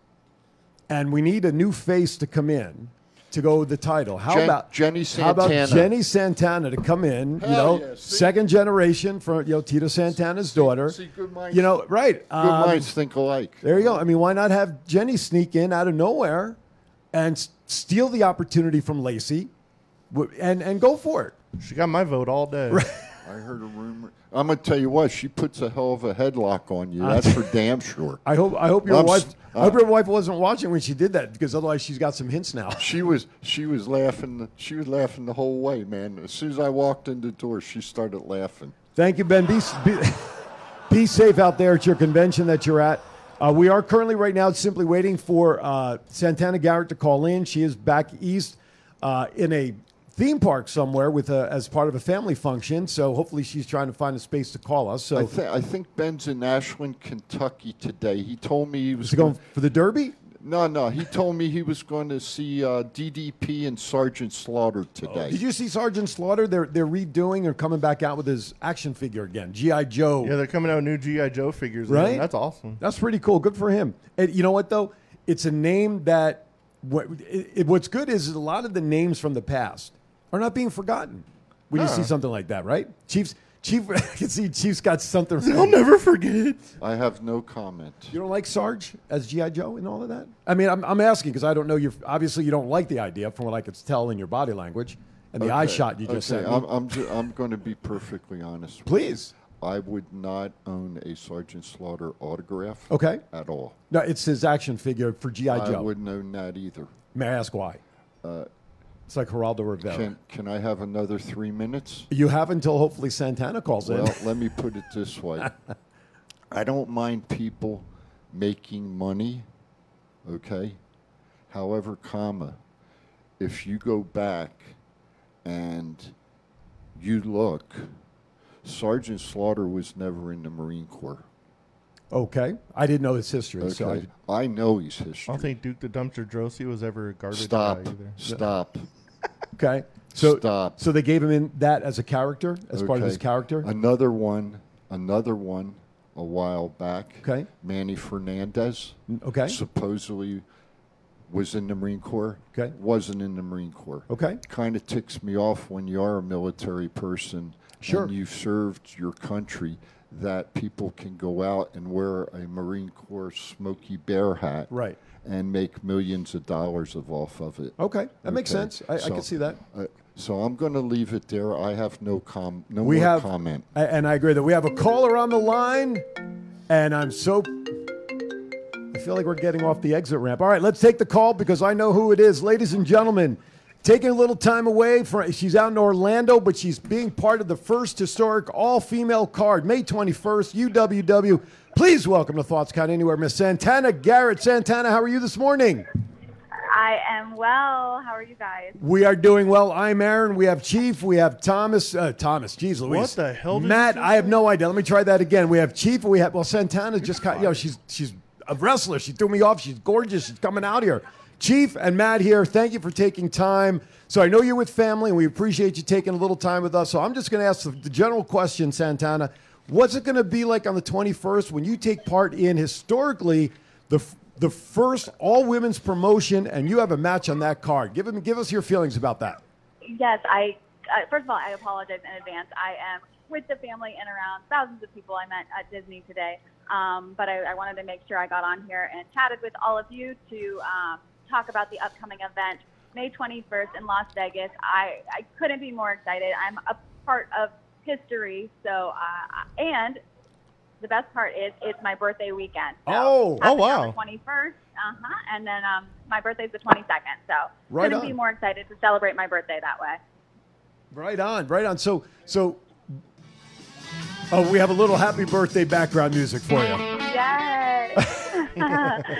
and we need a new face to come in to go with the title. How
Jen-
about
Jenny
How about
Santana.
Jenny Santana to come in? you
Hell
know,
yeah, see?
second generation from you know Tito Santana's daughter.
see, good minds-
you know, right?
Good
um,
minds think alike.
There you go. I mean, why not have Jenny sneak in out of nowhere and s- steal the opportunity from Lacey w- and, and go for it?
She got my vote all day.
I heard a rumor. I'm gonna tell you what. She puts a hell of a headlock on you. That's for damn sure.
I hope I hope your
I'm
wife
s- uh
I hope your wife wasn't watching when she did that because otherwise she's got some hints now.
She was she was laughing. the- She was laughing the whole way, man. As soon as I walked in the door, she started laughing.
Thank you, Ben. Be, s- be, be safe out there at your convention that you're at. Uh, we are currently right now simply waiting for uh, Santana Garrett to call in. She is back east uh, in a theme park somewhere with a, as part of a family function. So hopefully she's trying to find a space to call us. So
I, th- I think Ben's in Ashland, Kentucky today. He told me he was
Is it going
gonna-
for the Derby?
No, no. He told me he was going to see uh, DDP and Sergeant Slaughter today.
Did you see Sergeant Slaughter? They're they're redoing or coming back out with his action figure again, GI Joe.
Yeah, they're coming out with new GI Joe figures. man.
right?
that's awesome.
That's pretty cool. Good for him. And you know what though? It's a name that what it, it- what's good is a lot of the names from the past are not being forgotten when you
Huh.
see something like that, right? Chiefs, Chief, I can see Chief's got something.
I'll never forget.
I have no comment.
You don't like Sarge as GI Joe and all of that? I mean, I'm, I'm asking because I don't know. You obviously you don't like the idea from what I could tell in your body language and the eye
Okay,
shot you just
okay,
said.
I'm, I'm, ju- I'm going to be perfectly honest. with
Please.
you. I would not own a Sergeant Slaughter autograph.
Okay.
At all.
No, it's his action figure for GI
I Uh,
Joe.
wouldn't own that either.
May I ask why? it's like Geraldo Rivera.
Can Can I have another three minutes?
you have until hopefully Santana calls
Well,
in.
let me put it this way. I don't mind people making money, okay? However, comma, if you go back and you look, Sergeant Slaughter was never in the Marine Corps.
Okay, I didn't know his history.
Okay,
So I,
I know his
I
history.
don't think Duke the Dumpster Drosy was ever a garbage
stop,
guy either.
stop,
okay, so
stop.
so they gave him in that as a character, as part of
Okay.
his character.
Another one, another one, a while back.
Okay.
Manny Fernandez.
okay,
supposedly was in the Marine Corps.
Okay.
Wasn't in the Marine Corps.
okay,
Kind of ticks me off when you are a military person
Sure.
and you've served your country that people can go out and wear a Marine Corps smoky bear hat
Right.
and make millions of dollars of off of it.
okay. That makes
Okay,
sense. I, I
so-
can see that.
Uh, so I'm going to leave it there. I have no com no
We
more
have,
comment.
a- and I agree that we have a caller on the line, and I'm so. I feel like we're getting off the exit ramp. All right, let's take the call because I know who it is, ladies and gentlemen. Taking a little time away from, she's out in Orlando, but she's being part of the first historic all-female card, May 21st, UWW. Please welcome to Thoughts Count Anywhere, Miss Santana Garrett. Santana, how are you this morning?
I am well. How are you guys?
We are doing well. I'm Aaron. We have Chief. We have Thomas. Uh, Thomas. Jeez Louise.
What the hell did
Matt,
you
I have no idea. Let me try that again. We have Chief. We have well Santana just kind. Yo, she's she's a wrestler. She threw me off. She's gorgeous. She's coming out here. Chief and Matt here. Thank you for taking time. So I know you're with family, and we appreciate you taking a little time with us. So I'm just going to ask the, the general question, Santana. What's it going to be like on the 21st when you take part in historically the f- the first all women's promotion, and you have a match on that card? Give him, give us your feelings about that.
Yes, I. Uh, first of all, I apologize in advance. I am with the family and around thousands of people I met at Disney today. Um, but I, I wanted to make sure I got on here and chatted with all of you to um, talk about the upcoming event, May 21st in Las Vegas. I, I couldn't be more excited. I'm a part of history, so uh, and the best part is it's my birthday weekend. So
Oh,
oh,
happening on
wow.
The twenty first, uh huh, and then um, my birthday's the twenty second. So
Right
couldn't be
on.
more excited to celebrate my birthday that way.
Right on, right on. So, so oh, we have a little happy birthday background music for you.
Yes.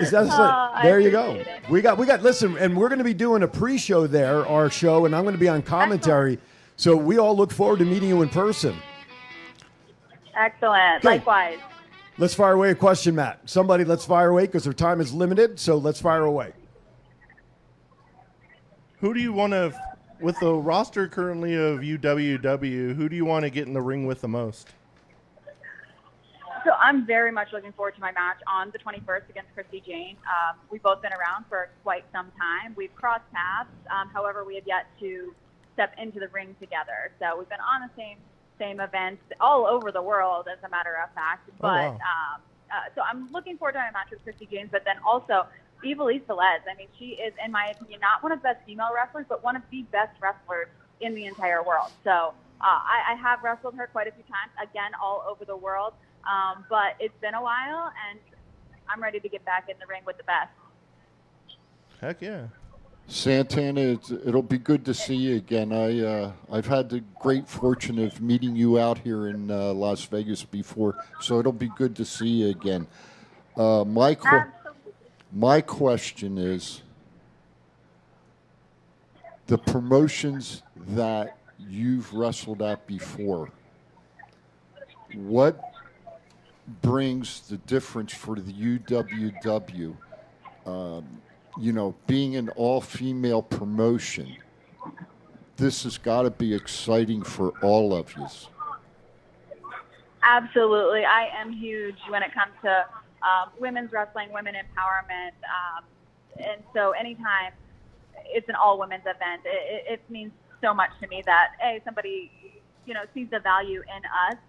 Is that-
Oh, I
there you go.
appreciate it.
We got, we got. Listen, and we're going to be doing a pre-show there, our show, and I'm going to be on commentary. So we all look forward to meeting you in person.
Excellent.
Good.
Likewise.
Let's fire away a question, Matt. Somebody, let's fire away because their time is limited. So let's fire away.
Who do you want to, with the roster currently of UWW, who do you want to get in the ring with the most?
So I'm very much looking forward to my match on the 21st against Christy Jane. Um, we've both been around for quite some time. We've crossed paths. Um, however, we have yet to step into the ring together. So we've been on the same same events all over the world, as a matter of
Oh,
fact. But
wow.
um, uh, so I'm looking forward to my match with Christy James, but then also Evelise Velez. I mean, she is, in my opinion, not one of the best female wrestlers, but one of the best wrestlers in the entire world. So uh, I, I have wrestled her quite a few times, again, all over the world. Um, but it's been a while, and I'm ready to get back in the ring with the best.
Heck yeah.
Santana, it's, it'll be good to see you again. I uh, I've had the great fortune of meeting you out here in uh, Las Vegas before, so it'll be good to see you again. Uh, my que-
Absolutely.
my question is the promotions that you've wrestled at before. What brings the difference for the UWW? um, you know, being an all female promotion, this has got to be exciting for all of you.
Absolutely. I am huge when it comes to um, women's wrestling, women empowerment. Um, and so anytime it's an all women's event, it, it, it means so much to me that, A, somebody, you know, sees the value in us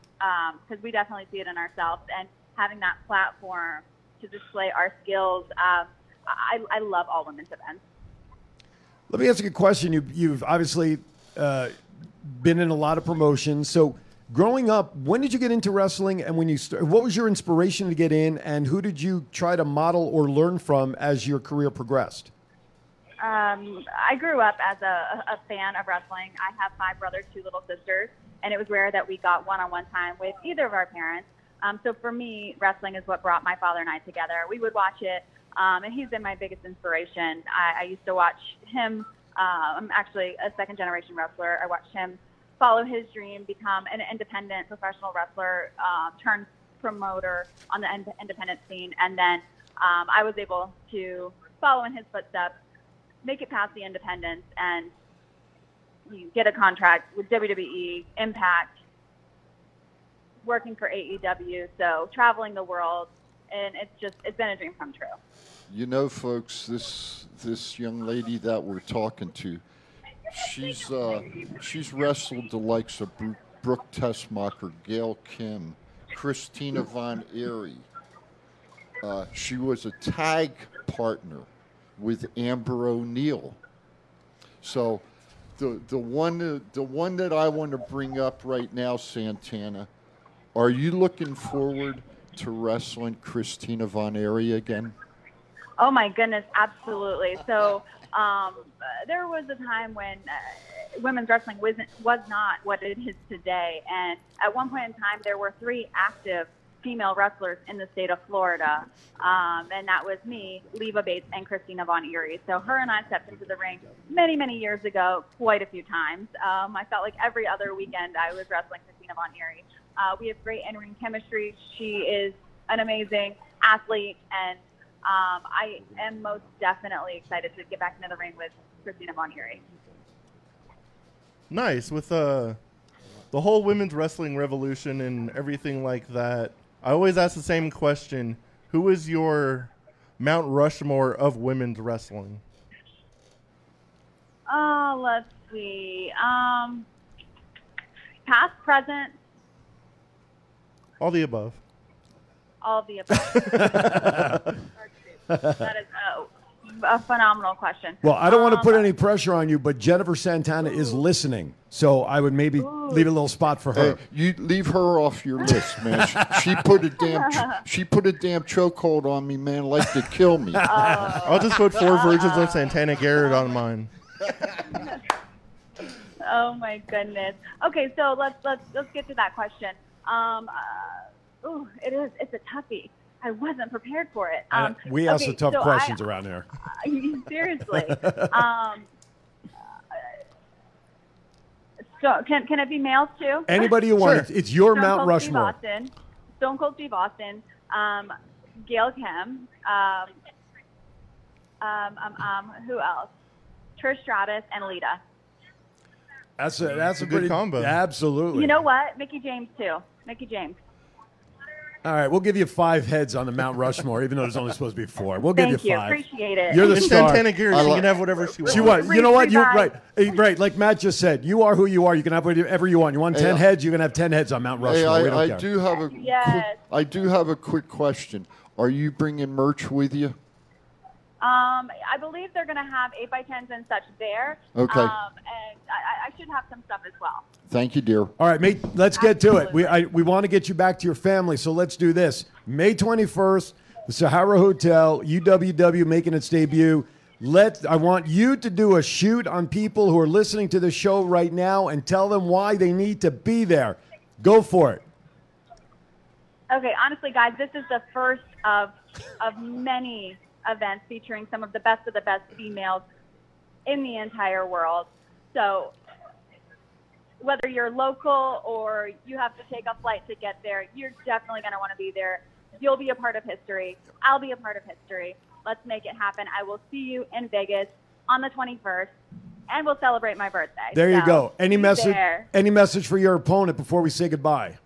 because we definitely see it in ourselves and having that platform to display our skills. Um, I, I love all women's events.
Let me ask you a question. You, you've obviously uh, been in a lot of promotions. So, growing up, when did you get into wrestling, and when you st- what was your inspiration to get in, and who did you try to model or learn from as your career progressed?
um, I grew up as a, a fan of wrestling. I have five brothers, two little sisters, and it was rare that we got one-on-one time with either of our parents. Um, so for me, wrestling is what brought my father and I together. We would watch it, um, and he's been my biggest inspiration. I, I used to watch him. Uh, I'm actually a second-generation wrestler. I watched him follow his dream, become an independent professional wrestler, uh, turn promoter on the ind- independent scene, and then um, I was able to follow in his footsteps make it past the independence and you get a contract with WWE, Impact, working for AEW, so traveling the world, and it's just it's been a dream come true.
You know, folks, this this young lady that we're talking to, she's uh, she's wrestled the likes of Bru- Brooke Tessmacher, Gail Kim, Christina Von Erie. Uh, she was a tag partner with Amber O'Neill. So, the the one uh, the one that I want to bring up right now, Santana, are you looking forward to wrestling Christina Von Erie again?
Oh my goodness, absolutely. So um, uh, there was a time when uh, women's wrestling wasn't was not what it is today, and at one point in time, there were three active female wrestlers in the state of Florida, um, and that was me, Leva Bates, and Christina Von Erie. So her and I stepped into the ring many, many years ago, quite a few times. Um, I felt like every other weekend I was wrestling Christina Von Erie. Uh, we have great in-ring chemistry. She is an amazing athlete and um, I am most definitely excited to get back into the ring with Christina Von Erie.
Nice. With uh, the whole women's wrestling revolution and everything like that, I always ask the same question Who is your Mount Rushmore of women's wrestling?
Oh, let's see. Um, past, present,
All the above.
all of the above. that is uh, a phenomenal question.
Well, I don't want to
Um,
put any pressure on you, but Jennifer Santana is listening, so I would maybe leave a little spot for her.
Hey, you leave her off your list, man. She, she put a damn ch- she put a damn chokehold on me, man, like to kill me.
I'll just put four versions of Santana Garrett on mine.
Oh my goodness. Okay, so let's let's let's get to that question. Um, uh, ooh, it is. It's a toughie. I wasn't prepared for it. Um,
Uh, we ask
okay,
the tough
so I-
questions around here.
seriously. um, so can can it be males too?
Anybody you want, it's, it's your
Stone
Mount
Cold
Rushmore.
Steve Austin, Stone Cold Steve Austin, um, Gail Kim, um, um, um, um, who else? Trish Stratus and Lita.
That's a that's a,
good
pretty,
combo.
Absolutely.
You know what? Mickey James too. Mickey James.
All right, we'll give you five heads on the Mount Rushmore, even though there's only supposed to be four. We'll give
Thank
you
you.
5
Appreciate it.
You're the
It's
star.
Santana Garrett.
I
She
like-
can have whatever she wants.
She what? You know what? You
Revive.
right, Eh, right. Like Matt just said, you are who you are. You can have whatever you want. You want ten
I-
heads, you can have ten heads on Mount
Hey,
Rushmore. we don't
I, I
care.
do have a quick-
Yes.
I do have a quick question. Are you bringing merch with you?
Um, I believe they're going to have eight by tens and such there.
Okay.
Um, and I, I- I should have some stuff as well.
Thank you, dear.
All right, May, let's get to it. We, I, we want to get you back to your family, so let's do this. May 21st, the Sahara Hotel, UWW making its debut. Let I want you to do a shoot on people who are listening to the show right now and tell them why they need to be there. Go for it.
Okay, honestly, guys, this is the first of of many events featuring some of the best of the best females in the entire world. So, whether you're local or you have to take a flight to get there, you're definitely going to want to be there. You'll be a part of history. I'll be a part of history. Let's make it happen. I will see you in Vegas on the 21st, and we'll celebrate my birthday.
There you
So,
go. Any
be
message?
there.
Any message for your opponent before we say goodbye?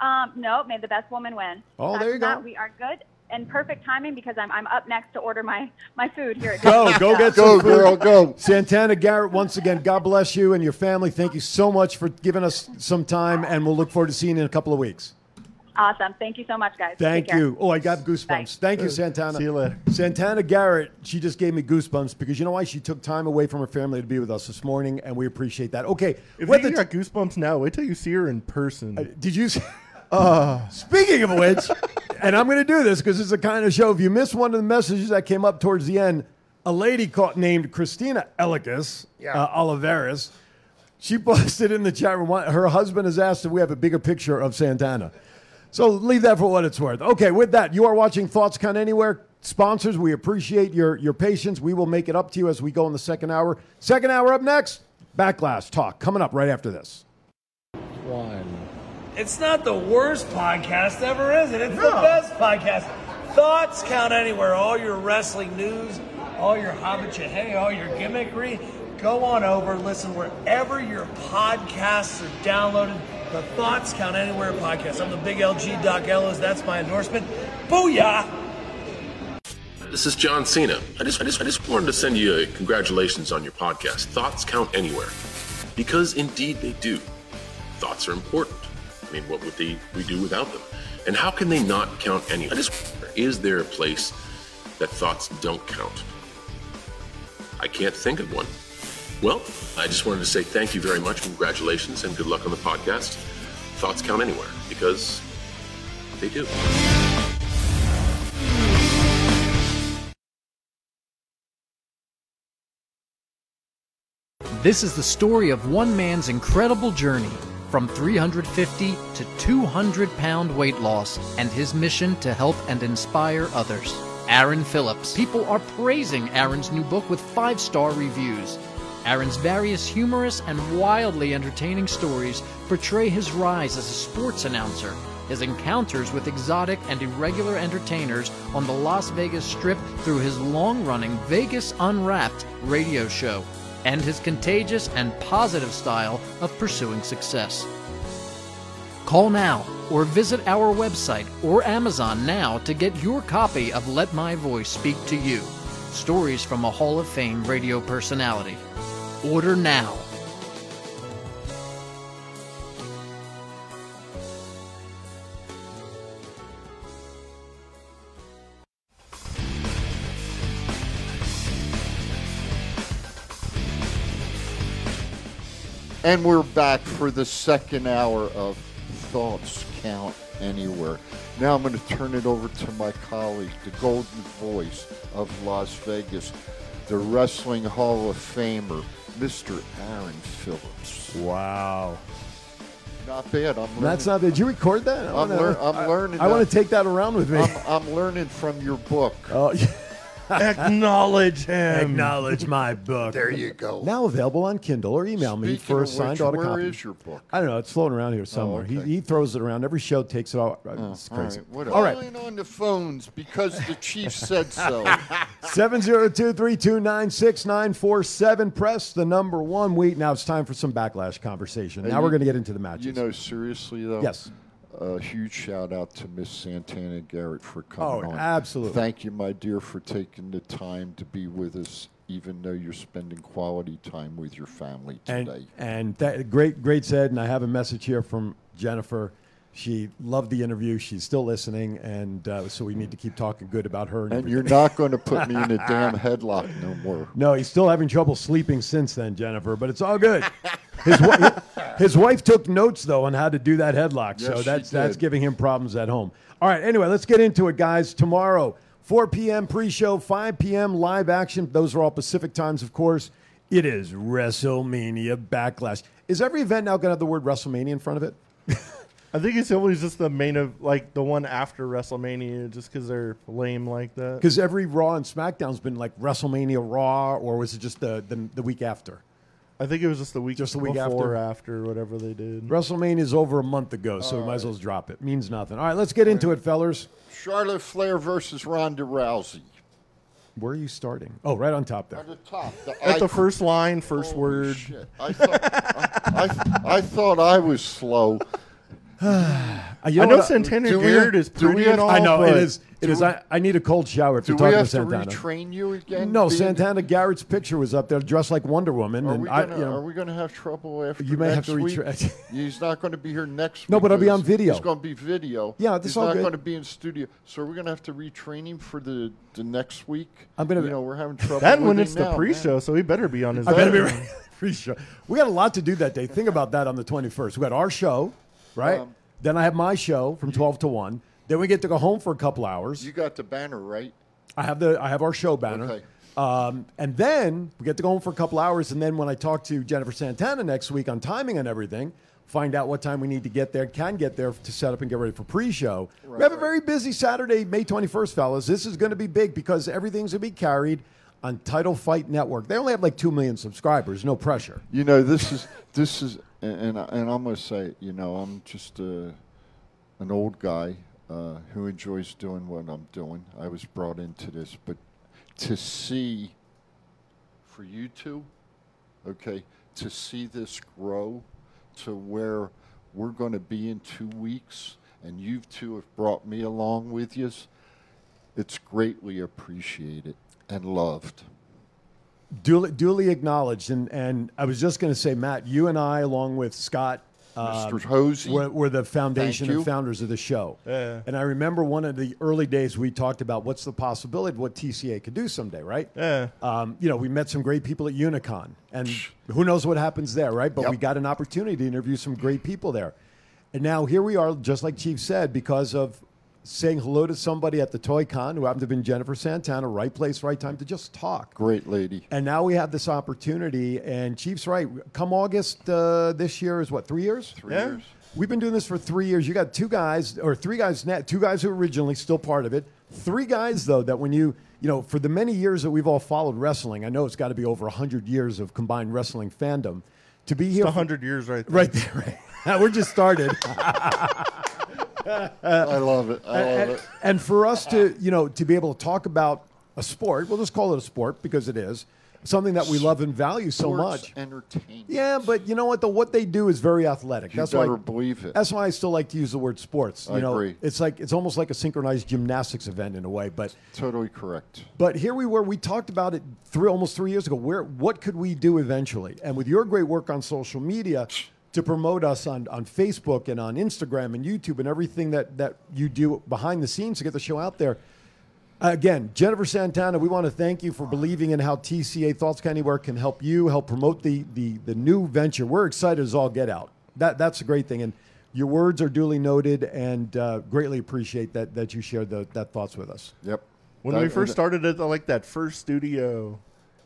Um, no, may the best woman win.
Oh,
That's
there you go.
not- We are good and perfect timing because I'm, I'm up next to order my, my food here at
Go, go get
Go,
some food.
girl, go.
Santana Garrett, once again, God bless you and your family. Thank you so much for giving us some time, and we'll look forward to seeing you in a couple of weeks.
Awesome. Thank you so much, guys.
Thank
Take care.
you. Oh, I got goosebumps.
Bye.
Thank you, Santana.
See you later.
Santana Garrett, she just gave me goosebumps because you know why? She took time away from her family to be with us this morning, and we appreciate that. Okay.
If
with
you
the-
got goosebumps now, wait till you see her in person.
did you? s- Speaking of which, and I'm going to do this because it's the kind of show. If you missed one of the messages that came up towards the end, a lady caught, named Christina Elikas uh, Oliveras. She posted in the chat room. "Why- Her husband has asked if we have a bigger picture of Santana. So leave that for what it's worth. Okay, with that, you are watching Thoughts Count Anywhere. Sponsors, we appreciate your, your patience. We will make it up to you as we go in the second hour. Second hour up next, Backlash Talk coming up right after this.
It's not the worst podcast ever, is it? It's the best podcast. Thoughts count anywhere. All your wrestling news, all your hobbitcha hey, all your gimmickry. Go on over, listen wherever your podcasts are downloaded. The Thoughts Count Anywhere podcast. I'm the big LG Doc Ellis. That's my endorsement. Booyah!
This is John Cena. I just, I just, I just wanted to send you a congratulations on your podcast. Thoughts count anywhere, because indeed they do. Thoughts are important. I mean, what would they we do without them? And how can they not count anywhere? I just wonder, is there a place that thoughts don't count? I can't think of one. Well, I just wanted to say thank you very much, congratulations, and good luck on the podcast. Thoughts count anywhere because they do.
This is the story of one man's incredible journey from 350 to 200 pound weight loss and his mission to help and inspire others. Aaron Phillips. People are praising Aaron's new book with five star reviews. Aaron's various humorous and wildly entertaining stories portray his rise as a sports announcer, his encounters with exotic and irregular entertainers on the Las Vegas Strip through his long running Vegas Unwrapped radio show and his contagious and positive style of pursuing success. Call now or visit our website or Amazon now to get your copy of Let My Voice Speak to You Stories from a Hall of Fame radio personality. Order now.
And we're back for the second hour of Thoughts Count Anywhere. Now I'm going to turn it over to my colleague, the golden voice of Las Vegas, the Wrestling Hall of Famer, Mr. Aaron Phillips.
Wow.
Not bad. I'm learning,
That's not. Did you record that? I
I'm, lear- I'm learning.
I want to take that around with me.
I'm, I'm learning from your book.
oh, yeah.
Acknowledge him.
Acknowledge my book.
there you go.
now available on Kindle or email me
Speaking
for a
of
signed
which,
autocopy.
Where is your book?
I don't know. It's floating around here somewhere.
okay. Oh,
he, he throws it around. Every show takes it out. It's crazy.
All right,
All
all
right.
right. on the phones because the chief said so.
702-329-6947. Press the number one week. Now it's time for some backlash conversation. Now
you-
we're going to get into the matches.
you know, seriously though.
Yes.
A huge shout out to Miss Santana Garrett for coming
Oh,
on.
absolutely.
Thank you, my dear, for taking the time to be with us, even though you're spending quality time with your family
and
today.
and that, great, great said. And I have a message here from Jennifer. She loved the interview. She's still listening, and uh, so we need to keep talking good about her.
And,
everything.
you're not going to put me in a damn headlock no more.
No, he's still having trouble sleeping since then, Jennifer, but it's all good. His, wi- his wife took notes, though, on how to do that headlock,
Yes,
so
she
that's, that's
did.
giving him problems at home. All right, anyway, let's get into it, guys. Tomorrow, 4 p.m. pre show, 5 p.m. live action. Those are all Pacific times, of course. It is WrestleMania Backlash. Is every event now going to have the word WrestleMania in front of it?
I think it's always just the main of like the one after WrestleMania, just because they're lame like that.
Because every Raw and SmackDown's been like WrestleMania Raw, or was it just the, the, the week after?
I think it was just the week
Just the week
before, after, whatever they did.
WrestleMania is over a month ago, so we might as well just drop it. Means nothing. All right, let's get into it, fellas.
Charlotte Flair versus Ronda Rousey.
Where are you starting? Oh, right on top there.
At the top, the
At the
icon.
first line, first
Holy
word.
shit. I, thought, I, I, I thought I was slow.
Uh, you
I know
what?
Santana
do we-
Garrett is
do we
pretty and
have-
all.
I know it
but
is. It is. I, I need a cold shower if
Do
you're talking
we
to
have to
Santana.
retrain you again?
no,
Being-
Santana Garrett's picture was up there, dressed like Wonder Woman,
Are
and
we,
I,
gonna,
you know,
are we gonna have trouble after
You may have
next
to
week?
retract.
He's not going to be here next
No,
week.
but it'll be on
because
video.
It's going to be video.
Yeah, this is
He's
all
not
good.
going to be in studio. So we're going to have to retrain him for the, the next week.
I'm gonna-
You know, we're having trouble.
That one,
with
it's
him
the
now,
pre-show, so he better be on his.
I
own.
better be ready. Free show. We got a lot to do that day. Think about that on the 21st. We got our show, right?
Um,
then I have my show from 12 to 1. Then we get to go home for a couple hours.
Man. You got the banner right.
I have the I have our show banner.
Okay.
Um, and then we get to go home for a couple hours, and then when I talk to Jennifer Santana next week on timing and everything, find out what time we need to get there, can get there to set up and get ready for pre-show. we have a very busy Saturday, May 21st, fellas. This is going to be big because everything's going to be carried on Title Fight Network. They only have like two million subscribers. No pressure.
You know, this is this is, and and, I- and I'm going to say, it, you know, I'm just uh an old guy uh, who enjoys doing what I'm doing. I was brought into this, but to see for you two, okay, to see this grow to where we're going to be in two weeks, and you two have brought me along with you. It's greatly appreciated and loved.
duly, duly acknowledged. And, and I was just going to say, Matt, you and I, along with Scott, uh,
Mr. Hosey.
were, were the foundation
Thank you.
and founders of the show. And I remember one of the early days we talked about what's the possibility of what TCA could do someday, right?
Yeah.
Um, you know, we met some great people at Unicon, and who knows what happens there, right? But we got an opportunity to interview some great people there. And now here we are, just like Chief said, because of saying hello to somebody at the Toy Con who happened to have been Jennifer Santana, right place, right time, to just talk.
Great lady.
And now we have this opportunity. And Chief's right. Come August uh, this year is what three years?
Three
Yeah.
years.
We've been doing this for three years. You got two guys or three guys now, two guys who were originally still part of it. Three guys though that when you you know for the many years that we've all followed wrestling, I know it's got to be over hundred years of combined wrestling fandom. To be here,
It's hundred years right there.
right there. Right. We're just started.
I love it. I love
and,
it.
and for us to you know to be able to talk about a sport, we'll just call it a sport because it is something that we love and value so
Sports
much.
entertainment.
Yeah, but you know what? The what they do is very athletic.
You
that's
better
why.
believe it.
That's why I still like to use the word sports. You
I
know,
agree.
it's like it's almost like a synchronized gymnastics event in a way. But
Totally correct.
but here we were. We talked about it three almost three years ago. Where what could we do eventually? And with your great work on social media to promote us on, on Facebook and on Instagram and YouTube and everything that that you do behind the scenes to get the show out there. Again, Jennifer Santana, we want to thank you for believing in how TCA Thoughts Can Anywhere can help you, help promote the, the, the new venture. We're excited as all get out. That, that's a great thing. And your words are duly noted and uh, greatly appreciate that, that you shared the, that thoughts with us.
Yep.
When
That-
we first started at the, like that first studio,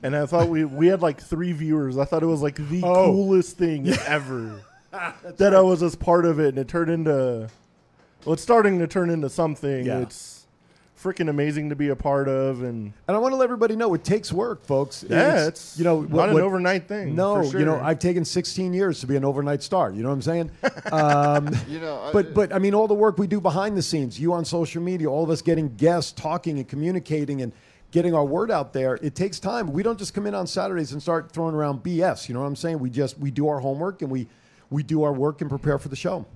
and I thought we we had like three viewers. I thought it was like the
Oh.
coolest thing ever that I was as part of it, and it turned into well, it's starting to turn into something.
Yeah.
It's freaking amazing to be a part of, and
And I want to let everybody know it takes work, folks.
yeah, it's,
you know
not
what-
an
what-
overnight thing.
No,
for sure.
you know I've taken 16 years to be an overnight star. You know what I'm saying?
You know, I-
but but I mean, all the work we do behind the scenes, you on social media, all of us getting guests, talking and communicating and getting our word out there. It takes time. We don't just come in on Saturdays and start throwing around BS. You know what I'm saying? We just we do our homework and we we do our work and prepare for the show.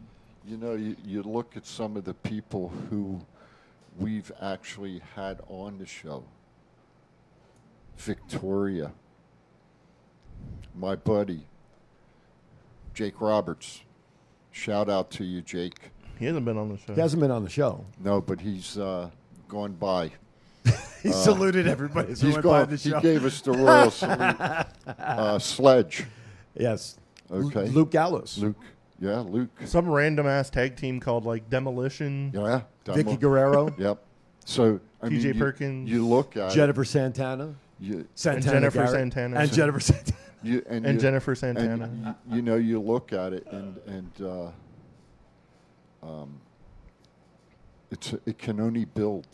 You know, you, you look at some of the people who we've actually had on the show. Victoria, my buddy, Jake Roberts. Shout out to you, Jake.
he hasn't been on the show.
He hasn't been on the show.
No, but he's uh, gone by.
He
Uh,
saluted everybody. So
He's
went by
gone.
the
He
show.
gave us the royal salute. Uh, Sledge.
Yes.
Okay.
Luke Gallows.
Luke. Yeah, Luke.
Some random ass tag team called like Demolition.
Yeah.
Vicky
Demo-
Guerrero.
Yep. So I
T.J.
mean, you-
Perkins.
You, look at it.
Jennifer Santana.
You,
Santana
Jennifer
Garrett,
Santana.
And Jennifer Santana.
you, and,
And
you-
Jennifer
and
Santana.
you, you know, you look at it, and and uh, um, it's it can only build.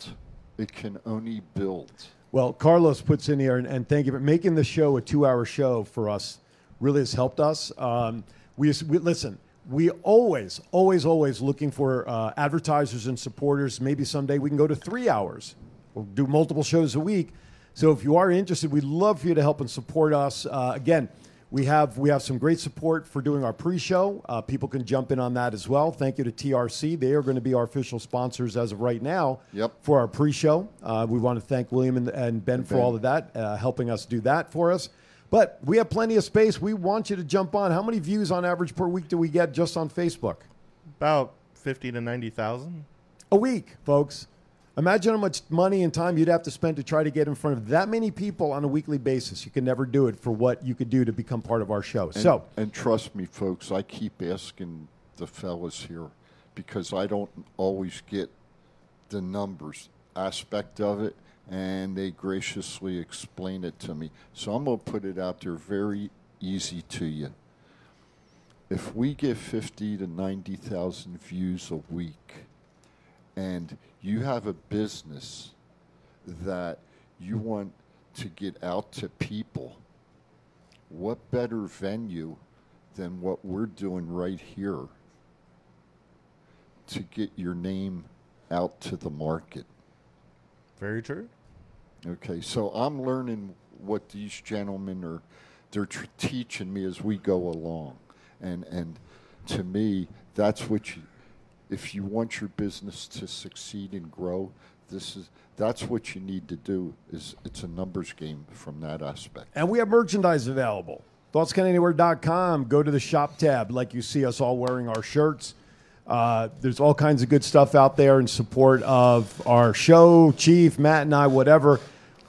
It can only build.
Well, Carlos puts in here, and, and thank you for making the show a two-hour show for us. Really has helped us. Um, we, we listen. We always, always, always looking for uh, advertisers and supporters. Maybe someday we can go to three hours. We'll do multiple shows a week. So if you are interested, we'd love for you to help and support us. Uh, again, we have we have some great support for doing our pre-show. Uh, people can jump in on that as well. Thank you to TRC. They are going to be our official sponsors as of right now
Yep.
for our pre-show. Uh, we want to thank William and, and ben, for all of that, uh, helping us do that for us. But we have plenty of space. We want you to jump on. How many views on average per week do we get just on Facebook?
About fifty to ninety thousand.
A week, folks. Imagine how much money and time you'd have to spend to try to get in front of that many people on a weekly basis. You can never do it for what you could do to become part of our show.
And,
so,
and trust me, folks, I keep asking the fellas here because I don't always get the numbers aspect of it, and they graciously explain it to me. So I'm going to put it out there very easy to you. If we get 50 to 90,000 views a week, and you have a business that you want to get out to people, what better venue than what we're doing right here to get your name out to the market?
Very true.
Okay, so I'm learning what these gentlemen are they're tr- teaching me as we go along. And and to me, that's what you if you want your business to succeed and grow, this is that's what you need to do is it's a numbers game from that aspect.
and we have merchandise available. ThoughtsCanAnywhere.com. Go to the shop tab, like you see us all wearing our shirts. Uh, there's all kinds of good stuff out there in support of our show, Chief, Matt, and I, whatever.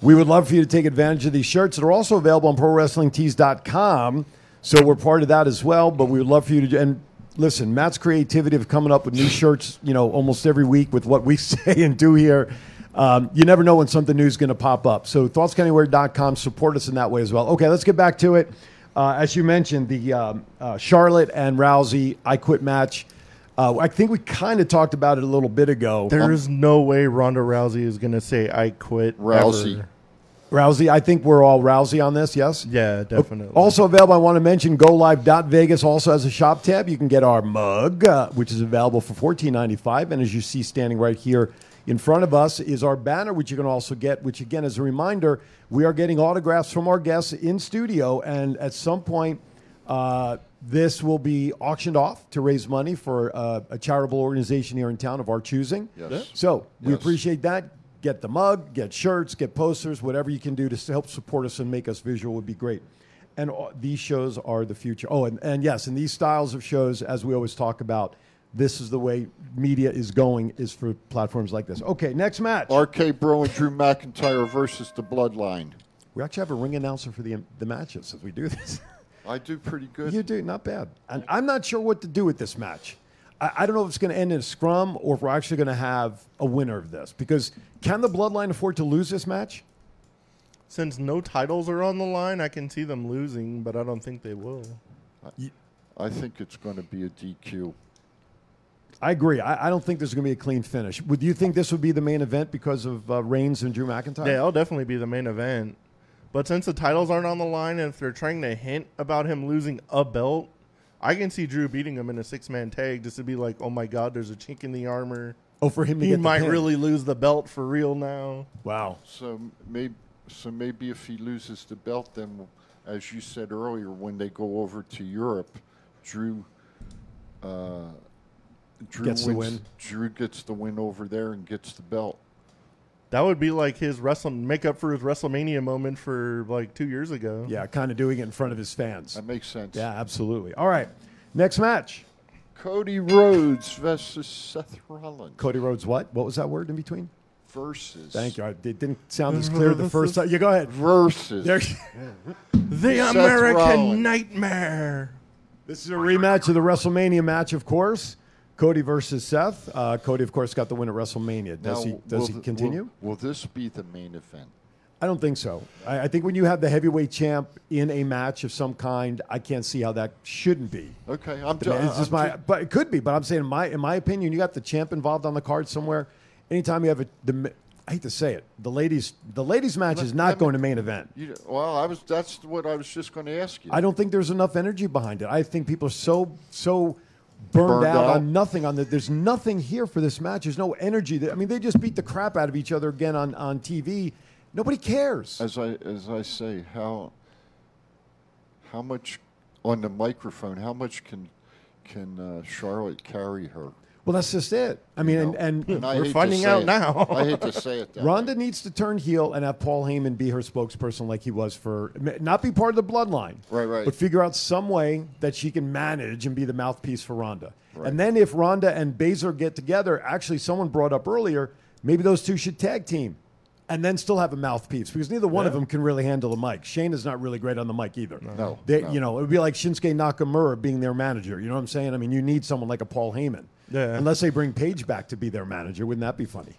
We would love for you to take advantage of these shirts. They're also available on ProWrestlingTees.com. So we're part of that as well. But we would love for you to. And listen, Matt's creativity of coming up with new shirts, you know, almost every week with what we say and do here. Um, you never know when something new is going to pop up. So thoughtscanywhere.com, support us in that way as well. Okay, let's get back to it. Uh, as you mentioned, the um, uh, Charlotte and Rousey I Quit match. Uh, I think we kind of talked about it a little bit ago.
There is no way Ronda Rousey is going to say I quit.
Rousey.
ever.
Rousey, I think we're all Rousey on this, yes?
Yeah, definitely.
Also available, I want to mention GoLive.Vegas also has a shop tab. You can get our mug, uh, which is available for fourteen ninety five. And as you see standing right here in front of us is our banner, which you can also get, which again is a reminder, we are getting autographs from our guests in studio. And at some point, uh, this will be auctioned off to raise money for uh, a charitable organization here in town of our choosing.
Yes.
So we
Yes.
appreciate that. Get the mug, get shirts, get posters, whatever you can do to s- help support us and make us visual would be great. And all, these shows are the future. Oh, and, and yes, and these styles of shows, as we always talk about, this is the way media is going is for platforms like this. Okay, next match.
RK Bro and Drew McIntyre versus the Bloodline.
We actually have a ring announcer for the the matches if we do this.
I do pretty good.
You do, not bad. And I'm not sure what to do with this match. I, I don't know if it's going to end in a scrum or if we're actually going to have a winner of this. Because can the Bloodline afford to lose this match?
Since no titles are on the line, I can see them losing, but I don't think they will.
I think it's going to be a DQ.
I agree. I, I don't think there's going to be a clean finish. Would you think this would be the main event because of uh, Reigns and Drew McIntyre?
Yeah, I'll definitely be the main event. But since the titles aren't on the line, and if they're trying to hint about him losing a belt, I can see Drew beating him in a six man tag just to be like, oh my God, there's a chink in the armor.
Oh, for him to
He
get the
might
pin.
really lose the belt for real now.
Wow.
So maybe, so maybe if he loses the belt, then as you said earlier, when they go over to Europe, Drew, uh, Drew
Gets the
wins-
win.
Drew gets the win over there and gets the belt.
That would be like his wrestling make up for his WrestleMania moment for like two years ago.
Yeah, kind of doing it in front of his fans.
That makes sense.
Yeah, absolutely. All right. Next match.
Cody Rhodes versus Seth Rollins
Cody Rhodes, what? What was that word in between?
versus.
Thank you. I- It didn't sound as clear the first time. You go ahead.
Versus.
There-
The
Seth
American
Rollins.
Nightmare.
this is a rematch of the WrestleMania match, of course. Cody versus Seth. Uh, Cody, of course, got the win at WrestleMania. Does
Now,
he? Does
will
he
th-
continue?
Will, will this be the main event?
I don't think so. I, I think when you have the heavyweight champ in a match of some kind, I can't see how that shouldn't be.
Okay, Uh, I'm
I mean,
done.
it's just my, but it could be. But I'm saying, in my in my opinion, you got the champ involved on the card somewhere. Anytime you have a, the, ma- I hate to say it, the ladies, the ladies match is not
let me-
going to main event.
You, well, I was. That's what I was just going to ask you.
I don't think there's enough energy behind it. I think people are so so burned,
Burned
out,
out.
on nothing on that. There's nothing here for this match. There's no energy. That, I mean, they just beat the crap out of each other again on on TV. Nobody cares.
as I as I say, how how much on the microphone? How much can can uh, Charlotte carry her?
Well, that's just it. I mean, and, and
And I
We're
hate to
finding
say
out
it.
now.
I hate to say it. That way.
Rhonda needs to turn heel and have Paul Heyman be her spokesperson, like he was for not be part of the bloodline,
Right, right.
But figure out some way that she can manage and be the mouthpiece for Rhonda. And then if Rhonda and Baszler get together, actually, someone brought up earlier, maybe those two should tag team, and then still have a mouthpiece because neither one of them can really handle the mic. Shane is not really great on the mic either.
No,
they,
no.
you know, it would be like Shinsuke Nakamura being their manager. You know what I'm saying? I mean, you need someone like a Paul Heyman.
Yeah.
Unless they bring Paige back to be their manager, wouldn't that be funny?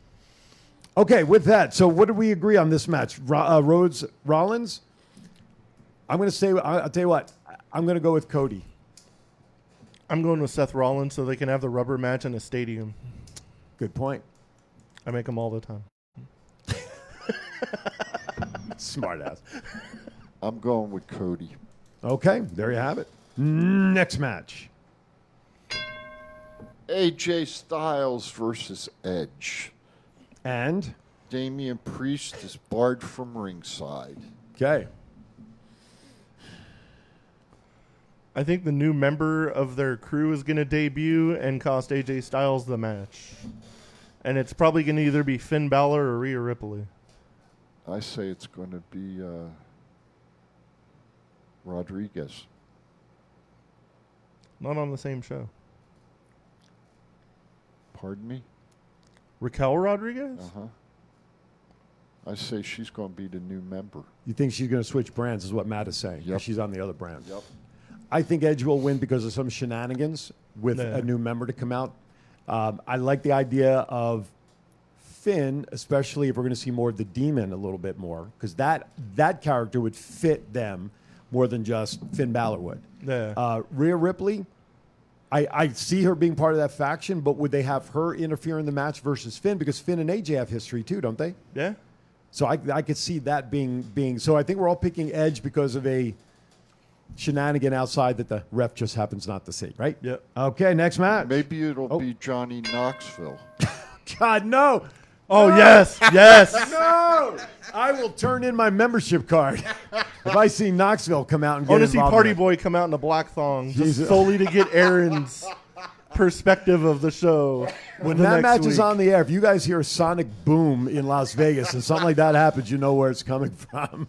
Okay, with that, so what did we agree on this match? Ro- uh, Rhodes Rollins. I'm going to say. I- I'll tell you what. I- I'm going to go with Cody.
I'm going with Seth Rollins so they can have the rubber match in a stadium.
Good point.
I make them all the time.
Smart ass.
I'm going with Cody.
Okay, there you have it. Next match.
AJ Styles versus Edge.
And
Damian Priest is barred from ringside.
okay,
I think the new member of their crew is going to debut and cost AJ Styles the match. And it's probably going to either be Finn Balor or Rhea Ripley.
I say it's going to be uh, Rodriguez.
Not on the same show.
Pardon me.
Raquel Rodriguez?
Uh-huh.
Uh huh. I say she's going to be the new member.
you think she's going to switch brands? Is what Matt is saying. 'cause
Yep.
She's on the other brand.
Yep.
I think Edge will win because of some shenanigans with
Yeah.
a new member to come out. Um, I like the idea of Finn, especially if we're going to see more of the demon a little bit more, because that that character would fit them more than just Finn Balor would.
Yeah.
Uh, Rhea Ripley, I, I see her being part of that faction, but would they have her interfere in the match versus Finn? Because Finn and AJ have history too, don't they?
yeah.
So I, I could see that being being. So I think we're all picking Edge because of a shenanigan outside that the ref just happens not to see, right?
Yep.
Okay, next match.
Maybe it'll
Oh.
be Johnny Knoxville.
God no,
Oh, yes. Yes.
no! I will turn in my membership card if I see Knoxville come out and
I
get
want Oh, to see
involved in
Party
it.
Boy come out in a black thong just
Jesus.
solely to get Aaron's perspective of the show.
When
the
that
next
match is
week.
on the air, if you guys hear a sonic boom in Las Vegas and something like that happens, you know where it's coming from.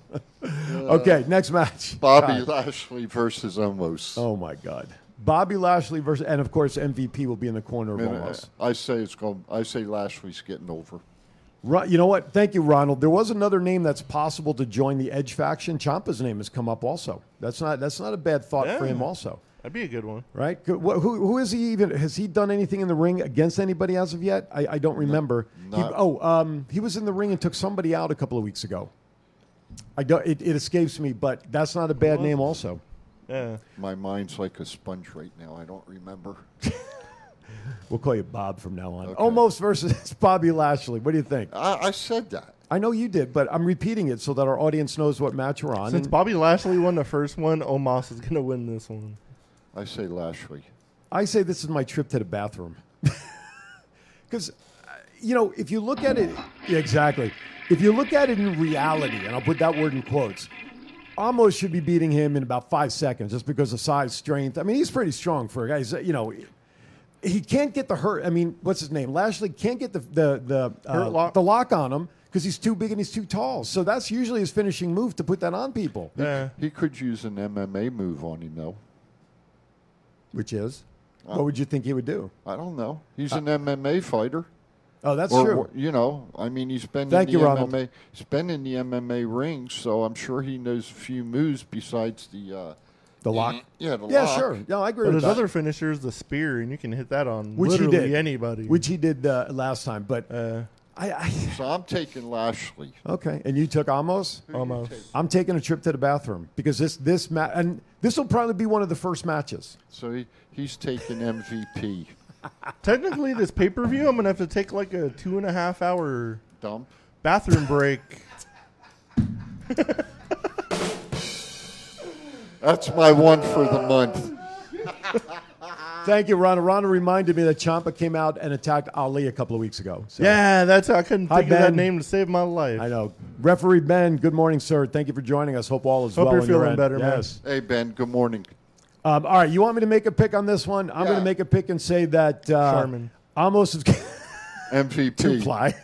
okay, next match.
Uh, Bobby
God.
Lashley versus Omos.
Oh my God. Bobby Lashley versus, and of course, MVP will be in the corner of
And I,
Omos.
Uh, I say it's going. I say Lashley's getting over.
Ro- you know what? Thank you, Ronald. There was another name that's possible to join the Edge faction. Champa's name has come up also. That's not that's not a bad thought for him
Yeah.
also,
That'd be a good one.
right? Good. Wh- Who, who is he even? Has he done anything in the ring against anybody as of yet? I, I don't remember. He,
not-
oh, um, he was in the ring and took somebody out a couple of weeks ago. I don't. It, it escapes me, but that's not a bad name also.
Yeah.
My mind's like a sponge right now. I don't remember.
We'll call you Bob from now on. Almost versus Bobby Lashley. What do you think?
I, I said that.
I know you did, but I'm repeating it so that our audience knows what match we're on.
Since
and-
Bobby Lashley won the first one, Omos is gonna win this one.
I say Lashley.
I say this is my trip to the bathroom. Because, you know, if you look at it, yeah, exactly. If you look at it in reality, and I'll put that word in quotes, Amos should be beating him in about five seconds just because of size, strength. I mean, he's pretty strong for a guy. He's, uh, you know, he can't get the hurt. I mean, what's his name? Lashley can't get the the the, uh,
Hurt lock.
the lock on him because he's too big and he's too tall. So that's usually his finishing move to put that on people,
Yeah.
He could use an MMA move on him though.
which is what would you think he would do?
I don't know.
Uh,
He's an MMA fighter.
Oh, that's
or
true.
wh- you know, I mean, he's been
Thank
in the
you,
MMA,
Ronald.
he's been in the MMA ring, so I'm sure he knows a few moves besides the uh,
the lock.
yeah, the
Yeah,
lock.
sure. No, I agree
But his
with that.
other finisher is the spear, and you can hit that on
which
literally
he did.
anybody.
which he did uh, last time. But
uh,
I, I
So I'm taking Lashley.
okay, and you took Amos.
almost.
I'm taking a trip to the bathroom because this this ma- and this will probably be one of the first matches.
So he, he's taking MVP
Technically, this pay per view, I'm gonna have to take like a two and a half hour
dump.
bathroom break.
That's my one for the month.
Thank you, Ronda. Ronda reminded me that Champa came out and attacked Ali a couple of weeks ago. So.
yeah, that's I couldn't
Hi,
think of that
Ben.
name to save my life.
I know. Referee Ben, good morning, sir. Thank you for joining us. Hope all is
Hope
well.
you're
on your
feeling
end.
better, man.
yes.
Hey Ben, good morning.
Um, all right, you want me to make a pick on this one? I'm going to
Yeah.
make a pick and say that uh,
Charmin.
Amos is. to
MVP.
apply.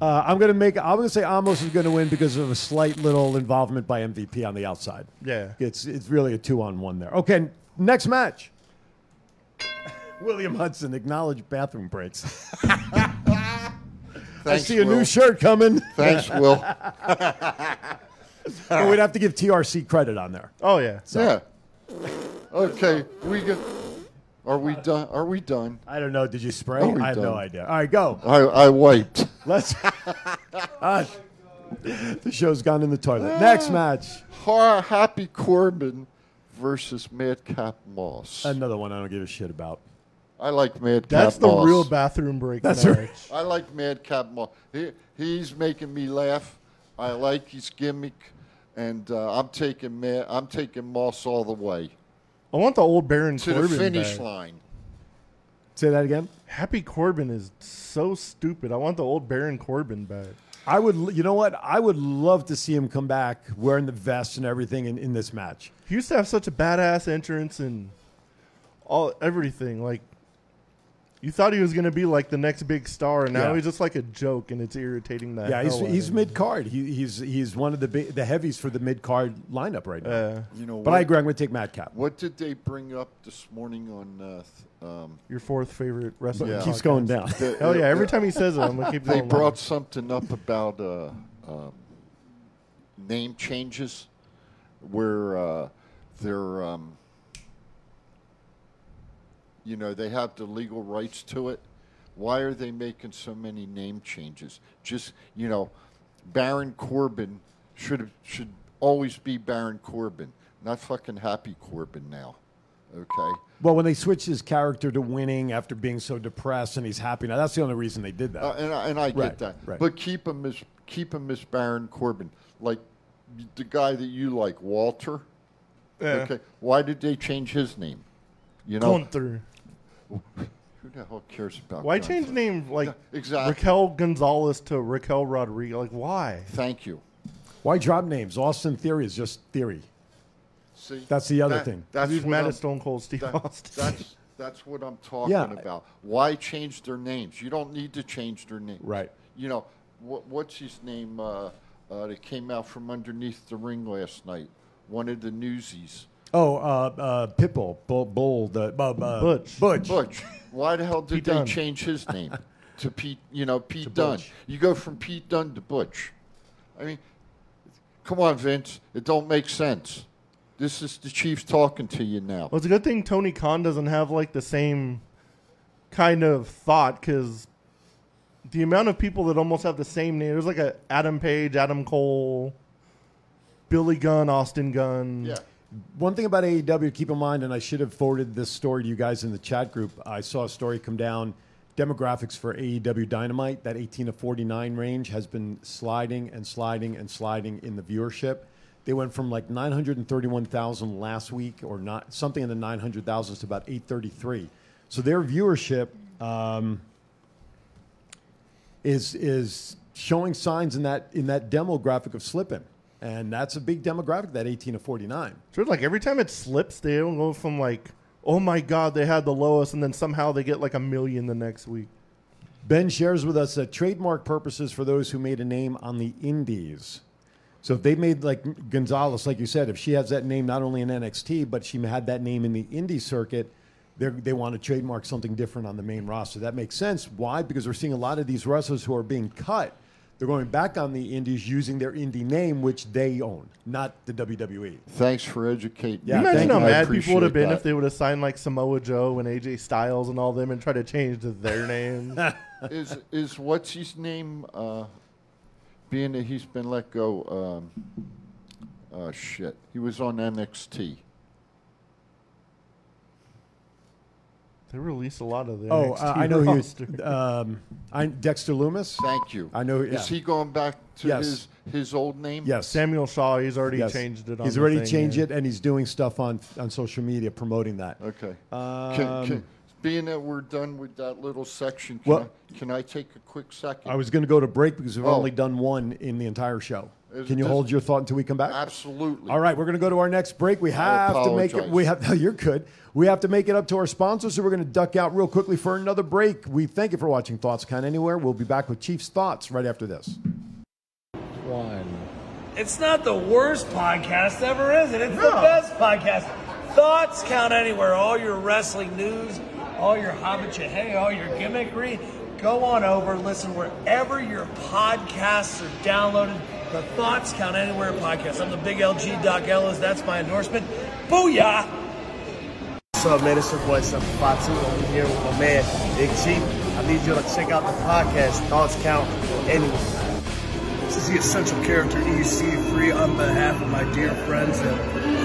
Uh, I'm going to make. I'm going to say Amos is going to win because of a slight little involvement by MVP on the outside.
Yeah.
it's it's really a two on one there. Okay, next match. William Hudson acknowledged bathroom breaks. I
Thanks,
see a
Will.
new shirt coming.
Thanks, Will.
But we'd have to give TRC credit on there.
Oh yeah.
Yeah. Okay, we go. Are we done? Are we done?
I don't know. Did you spray?
Oh, we
I have no
don't.
idea. All right, go.
I, I wiped.
Let's. Uh, the show's gone in the toilet. Next match.
Har- Happy Corbin versus Madcap Moss.
Another one I don't give a shit about.
I like Madcap
That's the
Moss.
real bathroom break.
That's
match.
right.
I like Madcap Moss. He, he's making me laugh. I like his gimmick, and uh, I'm taking Ma- I'm taking Moss all the way
I want the old Baron
to
Corbin
the finish
back.
line.
Say that again.
Happy Corbin is so stupid. I want the old Baron Corbin back.
I would, you know what? I would love to see him come back wearing the vest and everything in, in this match.
He used to have such a badass entrance and all everything. Like you thought he was gonna be like the next big star, and now
Yeah.
he's just like a joke, and it's irritating that.
yeah, he's he's mid card. He, he's he's one of the big, the heavies for the mid card lineup right now.
You know,
but
what,
I agree. I'm going to take Madcap.
What did they bring up this morning on? Uh, th- um,
your fourth favorite wrestler.
Yeah.
Keeps going down.
the-
Hell yeah!
uh,
Every time he says it, I'm gonna keep
they
going.
brought something up about uh, um, name changes where uh, they're um, you know they have the legal rights to it why are they making so many name changes just you know baron corbin should should always be baron corbin not fucking happy corbin now okay
well, when they switched his character to winning after being so depressed and he's happy now, that's the only reason they did that.
Uh, and I, and I get
Right,
that,
right.
but keep him as keep him as Baron Corbin, like the guy that you like, Walter. Okay, why did they change his name? You know,
Gunther.
who the hell cares about?
Why
Gunther?
change name like
exactly.
Raquel Gonzalez to Raquel Rodriguez? Like why?
Thank you.
Why drop names? Austin Theory is just theory.
See,
That's the other thing.
That's
He's
what
mad
I'm-
at Stone Cold Steve
that-
Austin.
That's that's what I'm talking
Yeah.
about. Why change their names? You don't need to change their names.
Right.
You know what, what's his name uh, uh, that came out from underneath the ring last night? One of the newsies.
Oh, uh, uh, Pitbull, Bull, Bull the uh, uh,
Butch.
Butch.
Butch. Why the hell did
Pete
they
Dunne.
change his name to Pete? You know, Pete Dunn.
Butch.
You go from Pete Dunn to Butch. I mean, come on, Vince. It don't make sense. This is the Chiefs talking to you now.
Well, it's a good thing Tony Khan doesn't have like the same kind of thought because the amount of people that almost have the same name. There's like a Adam Page, Adam Cole, Billy Gunn, Austin Gunn.
Yeah.
One thing about AEW, keep in mind, and I should have forwarded this story to you guys in the chat group. I saw a story come down. Demographics for AEW Dynamite, that 18 to 49 range, has been sliding and sliding and sliding in the viewership. They went from like 931,000 last week, or not something in the 900,000s, to about 833. So their viewership um, is is showing signs in that in that demographic of slipping, and that's a big demographic, that 18 to 49.
So it's like every time it slips, they don't go from like, oh my god, they had the lowest, and then somehow they get like a million the next week.
Ben shares with us that trademark purposes for those who made a name on the indies. So if they made like Gonzalez, like you said, if she has that name not only in NXT but she had that name in the indie circuit, they're- they want to trademark something different on the main roster. That makes sense. Why? Because we're seeing a lot of these wrestlers who are being cut. They're going back on the indies using their indie name, which they own, not the E. WWE.
Thanks for educating.
Yeah,
me.
Imagine
thank
how
you.
I
mad people would have
appreciate
been if
that.
they would have signed like Samoa Joe and AJ Styles and all them and tried to change to their names.
is is what's his name? Uh, being that he's been let go. Um, uh, shit, he was on NXT.
they released a lot of them.
Oh, uh, I know who you. Um, I, Dexter Loomis.
Thank you.
I know-
Is
yeah.
he going back to
Yes.
his his old name?
Yes.
Samuel Shaw, he's already
Yes.
changed it. on
He's
the
already
thing,
changed
yeah.
it, and he's doing stuff on on social media promoting that.
Okay.
Um,
can, can, being that we're done with that little section, can,
Well-
I, can I take a quick second?
I was going to go to break because we've
Oh.
only done one in the entire show.
Is
Can you
this-
hold your thought until we come back?
Absolutely.
All right, we're going to go to our next break. We have to make it.
apologize.
We have. No, you're good. We have to make it up to our sponsors, so we're going to duck out real quickly for another break. We thank you for watching Thoughts Count Anywhere. We'll be back with Chief's thoughts right after this.
It's not the worst podcast ever, is it? It's the best podcast. Thoughts count anywhere. All your wrestling news, all your hobbitcha, all your gimmickry. Go on over, listen wherever your podcasts are downloaded. The Thoughts Count Anywhere podcast. I'm the big LG Doc Ellis. That's my endorsement. Booyah!
What's up, man? It's your boy, Seven Five Two. I'm here with my man, Big Chief. I need you to check out the podcast, Thoughts Count Anywhere.
This is the Essential Character EC free on behalf of my dear friends at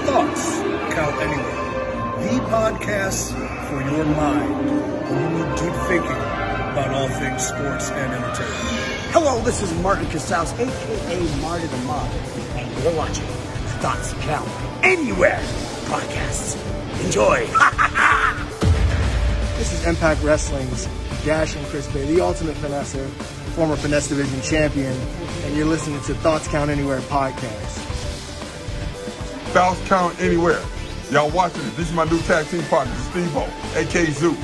Thoughts Count Anywhere, the podcast for your mind when you need deep thinking about all things sports and entertainment.
Hello, this is Martin Casals, aka Marty the Mob, and you're watching Thoughts Count Anywhere podcast. Enjoy. this is Impact Wrestling's Dash and Chris Bay, the ultimate finesser, former finesse division champion, and you're listening to Thoughts Count Anywhere podcast.
South Count anywhere. Y'all watching it. This is my new tag team partner, Steve-O, a.k.a. Zoo,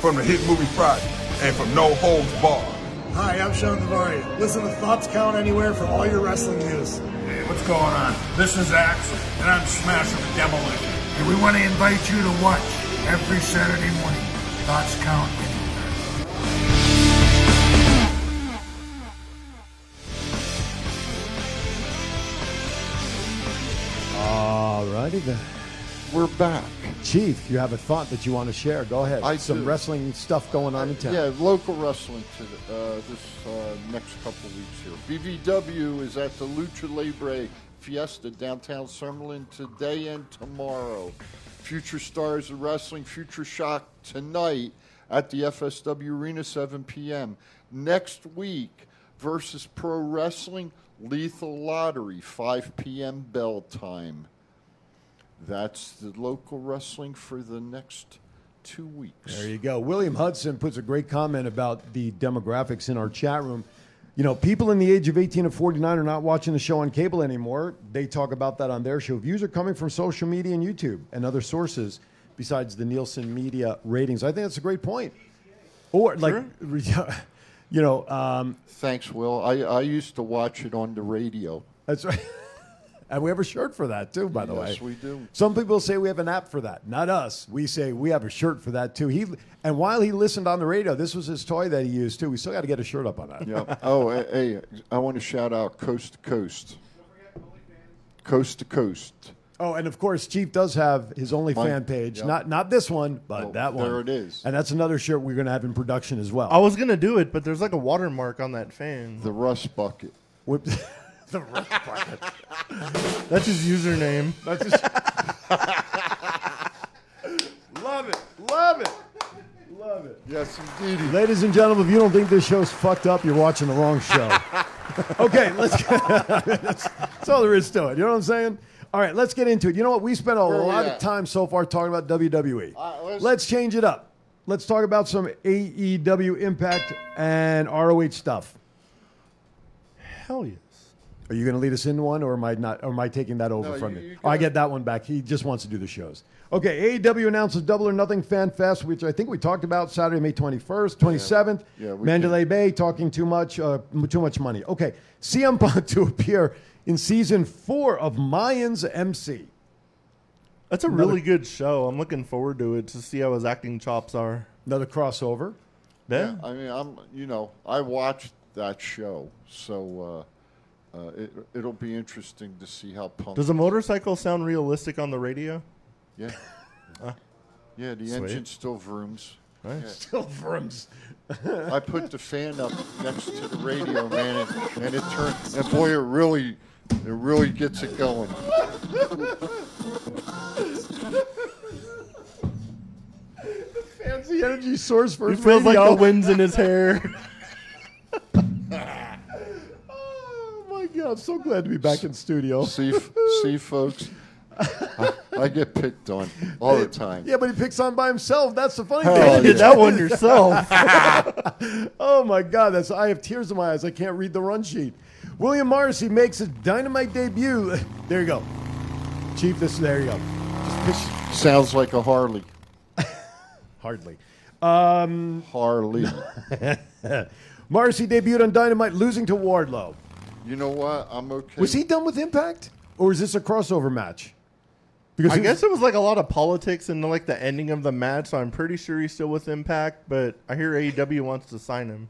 from the hit movie Friday and from No Holds Bar.
Hi, I'm Sean Devaria. Listen to Thoughts Count Anywhere for all your wrestling news.
Hey, what's going on? This is Axe, and I'm smashing the demolition. And we want to invite you to watch every Saturday morning. Thoughts count anywhere.
All righty then.
We're back.
Chief, you have a thought that you want to share. Go ahead.
I
Some
do.
wrestling stuff going on in town.
Yeah, local wrestling to the, uh, this uh, next couple of weeks here. BVW is at the Lucha Libre Fiesta downtown Summerlin today and tomorrow. Future Stars of Wrestling, Future Shock tonight at the FSW Arena, 7 p.m. Next week versus Pro Wrestling Lethal Lottery, 5 p.m. bell time. That's the local wrestling for the next two weeks.
There you go. William Hudson puts a great comment about the demographics in our chat room. You know, people in the age of 18 to 49 are not watching the show on cable anymore. They talk about that on their show. Views are coming from social media and YouTube and other sources besides the Nielsen media ratings. I think that's a great point. Or, like, you know, um,
Thanks, Will. I, I used to watch it on the radio.
that's right. And we have a shirt for that too, by the way.
Yes, we do.
Some people say we have an app for that. Not us. We say we have a shirt for that too. He and while he listened on the radio, this was his toy that he used too. We still got to get a shirt up on that.
Yeah. Oh, hey, hey, I want to shout out Coast to Coast. Coast to Coast.
Oh, and of course, Chief does have his
Mine,
OnlyFan page.
yeah.
Not not this one, but
Oh,
that one.
there it is.
And that's another shirt we're going to have in production as well.
I was gonna do it, but there's like a watermark on that fan.
The Rust Bucket.
Whip- the rough part.
That's his username.
That's just
Love it. Love it. Love it. Yes, indeedy.
Ladies and gentlemen, if you don't think this show's fucked up, you're watching the wrong show. okay, let's. Get, that's, that's all there is to it. You know what I'm saying? All right, let's get into it. You know what? We spent a
Where we
lot
at?
of time so far talking about WWE.
right,
Uh, let's,
let's-
change it up. Let's talk about some AEW Impact and ROH stuff.
Hell yes.
Are you going to lead us in one, or am I not? Or am I taking that over
No,
from
you-
you?
you
Oh, I
gotta-
get that one back. He just wants to do the shows. Okay, AEW announces Double or Nothing Fan Fest, which I think we talked about Saturday, May twenty first, twenty seventh.
Yeah, we
Mandalay Bay talking too much, uh, m- too much money. Okay, CM Punk to appear in season four of Mayans MC.
That's a really good show. I'm looking forward to it to see how his acting chops are.
Another crossover.
Yeah.
I mean, I'm you know I watched that show, so uh, uh, it, it'll be interesting to see how Punk.
Does a motorcycle sound realistic on the radio?
yeah, yeah, the engine still vrooms.
Nice.
Pilgrims.
I put the fan up next to the radio, man, and, and it turns. And boy, it really, it really gets it going.
Fancy energy source for
He feels like
radio.
the wind's in his hair.
Oh my god! I'm so glad to be back in studio.
See, f- see, folks, I, I get picked on all the time.
Yeah, but he picks on by himself. That's the funny
Hell
thing.
Did that one yourself.
Oh my God, that's I have tears in my eyes. I can't read the run sheet. William Morrissey makes his dynamite debut. There you go, Chief. This there you go. Just pitch-
Sounds like a Harley.
hardly.
Harley.
Morrissey debuted on Dynamite, losing to Wardlow.
You know what? I'm okay.
Was he done with Impact, or is this a crossover match? Because
I
he was-
guess it was like a lot of politics and like the ending of the match, so I'm pretty sure he's still with Impact, but I hear AEW wants to sign him.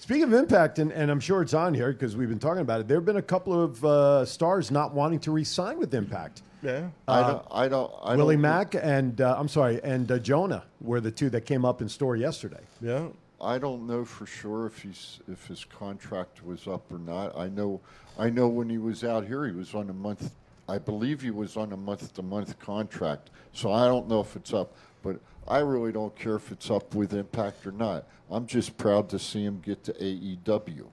Speaking of Impact, and, and I'm sure it's on here because we've been talking about it. There have been a couple of uh, stars not wanting to re-sign with Impact.
Yeah.
I don't. I don't. I
Willie
don't,
Mack and uh, I'm sorry, and uh, Jonah were the two that came up in store yesterday.
Yeah.
I don't know for sure if he's if his contract was up or not. I know I know when he was out here he was on a month I believe he was on a month to month contract. So I don't know if it's up, but I really don't care if it's up with impact or not. I'm just proud to see him get to E AEW.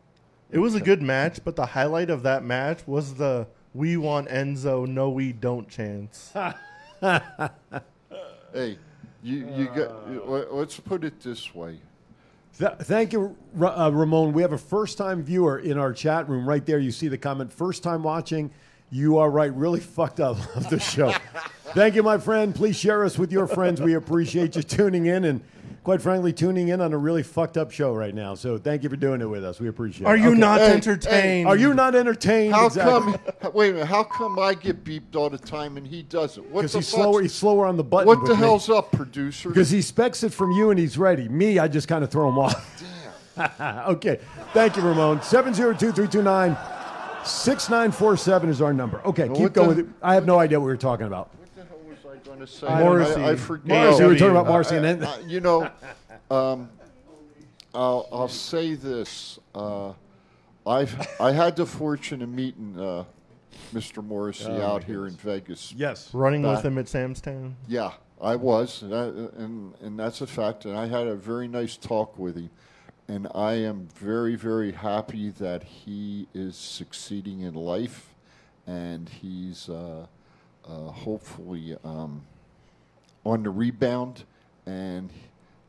It was a good match, but the highlight of that match was the we want Enzo, no we don't chance.
Hey, you you
Uh.
got let- let's put it this way.
Th- thank you, Ra- uh, Ramon. We have a first time viewer in our chat room right there. You see the comment, first time watching. You are right, really fucked up of the show. thank you, my friend. Please share us with your friends. We appreciate you tuning in and, quite frankly, tuning in on a really fucked up show right now. So thank you for doing it with us. We appreciate
Are
it.
you
Okay.
not
Hey, hey,
entertained?
Are you not entertained?
How
Exactly.
come wait a minute, how come I get beeped all the time and he doesn't? What
Because
the
he's slower. He's
fuck's-
slower on the button.
What
with
the
me.
hell's up, producer?
Because he specs it from you and he's ready. Me, I just kind of throw him off. Damn. okay. Thank you, Ramon. 702-329-6947 is our number. Okay, keep
what
going.
the-
with it. I have no idea what we were talking about.
What the hell was I going to say?
Morrissey.
I, I forget.
Morrissey, we were talking about
AEW.
Morrissey and then
Uh, you know, um, I'll, I'll say this. Uh, I've I had the fortune of meeting uh, Mr. Morrissey
Oh,
out here in Vegas.
Yes.
running with him at Sam's Town?
Yeah, I was, and, that, and and that's a fact. And I had a very nice talk with him, and I am very very happy that he is succeeding in life, and he's uh, uh, hopefully um, on the rebound, and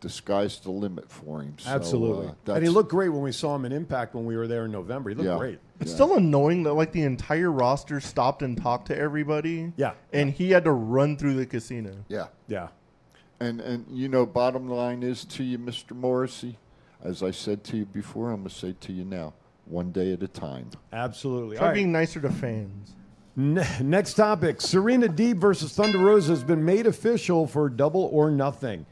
the sky's the limit for him. So, uh,
Absolutely. and he
that's-
looked great when we saw him in Impact when we were there in November. He looked
Yeah.
great.
It's still annoying that like the entire roster stopped and talked to everybody.
Yeah.
And he had to run through the casino.
Yeah.
Yeah.
And and you know, bottom line is to you, Mr. Morrissey, as I said to you before, I'm gonna say to you now, one day at a time.
Absolutely.
Try
All right.
being nicer to fans.
Ne- next topic Serena Deeb versus Thunder Rosa has been made official for double or nothing.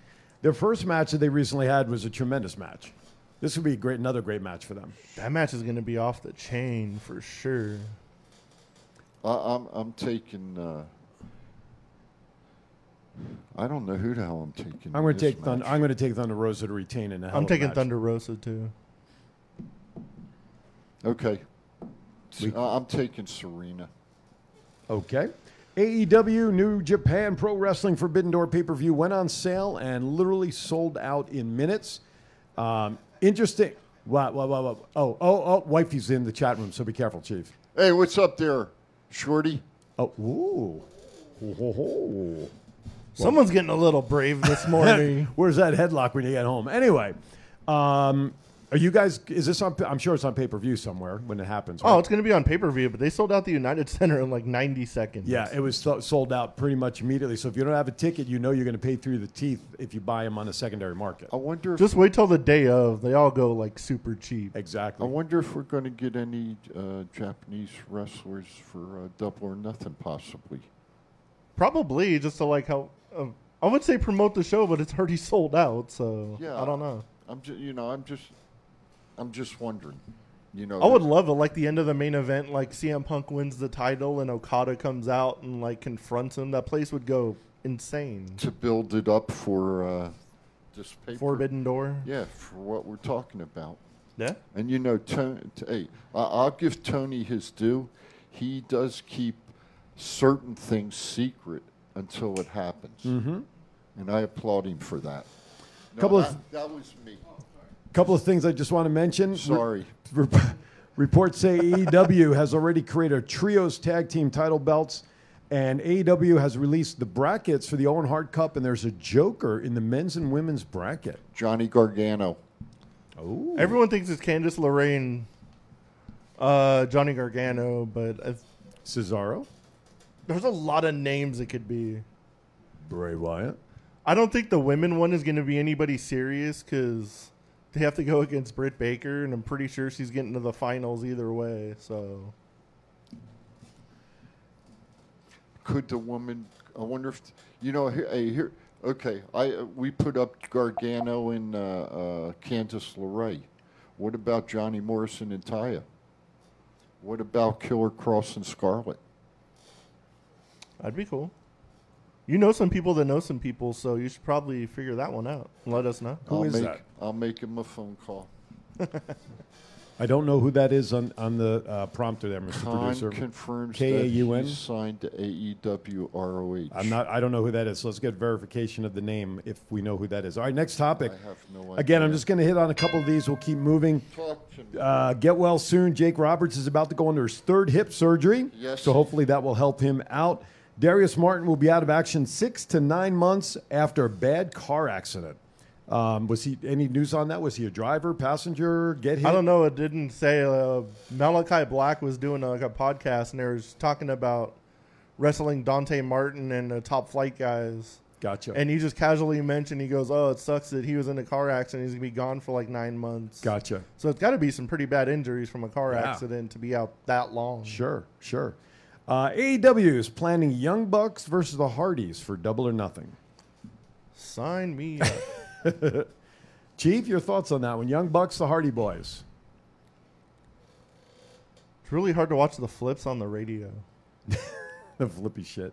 Their first match that they recently had was a tremendous match. This would be great, another great match for them.
That match is going to be off the chain for sure.
I, I'm I'm taking. Uh, I don't know who the hell I'm taking.
I'm going
to
to take Thunder. I'm going to take Thunder Rosa to retain in a hell
I'm
of a
taking
match.
Thunder Rosa too.
Okay. Uh, I'm taking Serena.
Okay. AEW New Japan Pro Wrestling Forbidden Door pay per view went on sale and literally sold out in minutes. Um, interesting. Wow, wow, wow, wow. Oh, oh, oh, wifey's in the chat room, so be careful, Chief.
Hey, what's up there, Shorty?
Oh, ooh. Ho, ho, ho.
Someone's getting a little brave this morning.
Where's that headlock when you get home? Anyway, um, are you guys, is this on, I'm sure it's on pay per view somewhere when it happens. right?
oh, it's going to be on pay per view, but they sold out the United Center in like 90 seconds.
Yeah, it was so- sold out pretty much immediately. So if you don't have a ticket, you know you're going to pay through the teeth if you buy them on the secondary market.
I wonder. If,
Just wait till the day of. They all go like super cheap.
I
Exactly.
wonder if we're going to get any uh, Japanese wrestlers for uh, Double or Nothing, possibly.
Probably just to like how uh, I would say promote the show, but it's already sold out. So
Yeah.
I don't know.
I'm just, you know, I'm just, I'm just wondering. You know,
I would love it. Like the end of the main event, like CM Punk wins the title and Okada comes out and like confronts him. That place would go insane.
to build it up for uh, this paper.
Forbidden Door.
Yeah, for what we're talking about.
Yeah.
And you know, Tony, hey, I- I'll give Tony his due. He does keep certain things secret until it happens, mm-hmm. and I applaud him for that. No,
Couple of-
that, that was me.
couple of things I just want to mention. Re-
Sorry.
re- reports say AEW has already created a trios tag team title belts, and AEW has released the brackets for the Owen Hart Cup, and there's a Joker in the men's and women's bracket.
Johnny Gargano.
Everyone thinks it's Candice LeRae, uh, Johnny Gargano, but I,
Cesaro,
there's a lot of names it could be.
Bray Wyatt.
I don't think the women one is going to be anybody serious because they have to go against Britt Baker, and I'm pretty sure she's getting to the finals either way. So
Could the woman? I wonder if you know. Here, hey, here. Okay, I uh, we put up Gargano and uh, uh, Candice LeRae. What about Johnny Morrison and Taya? What about Killer Cross and Scarlet?
that'd be cool. You know some people that know some people, so you should probably figure that one out and let us know.
Who
I'll
is
make,
that?
I'll make him a phone call.
I don't know who that is on, on the uh, prompter there, Mr.
Khan
Producer.
confirms
K-A-U-N?
that he signed to E AEW ROH.
I'm not. I don't know who that is. So let's get verification of the name if we know who that is. All right, next topic.
I have no
Again, I'm
idea.
just going to hit on a couple of these. We'll keep moving.
Talk to me.
Uh, get well soon. Jake Roberts is about to go under his third hip surgery.
Yes.
So hopefully that will help him out. Darius Martin will be out of action six to nine months after a bad car accident. Um, was he any news on that? Was he a driver, passenger, get hit?
I don't know. It didn't say. Uh, Malachi Black was doing uh, like a podcast, and they was talking about wrestling Dante Martin and the Top Flight guys.
Gotcha.
And he just casually mentioned, he goes, "Oh, it sucks that he was in a car accident. He's gonna be gone for like nine months."
gotcha.
So it's got to be some pretty bad injuries from a car
Yeah.
accident to be out that long.
Sure, sure. Uh, AEW is planning Young Bucks versus the Hardys for double or nothing.
Sign me up.
Chief, your thoughts on that one? Young Bucks, the Hardy Boys.
it's really hard to watch the flips on the radio.
The flippy shit.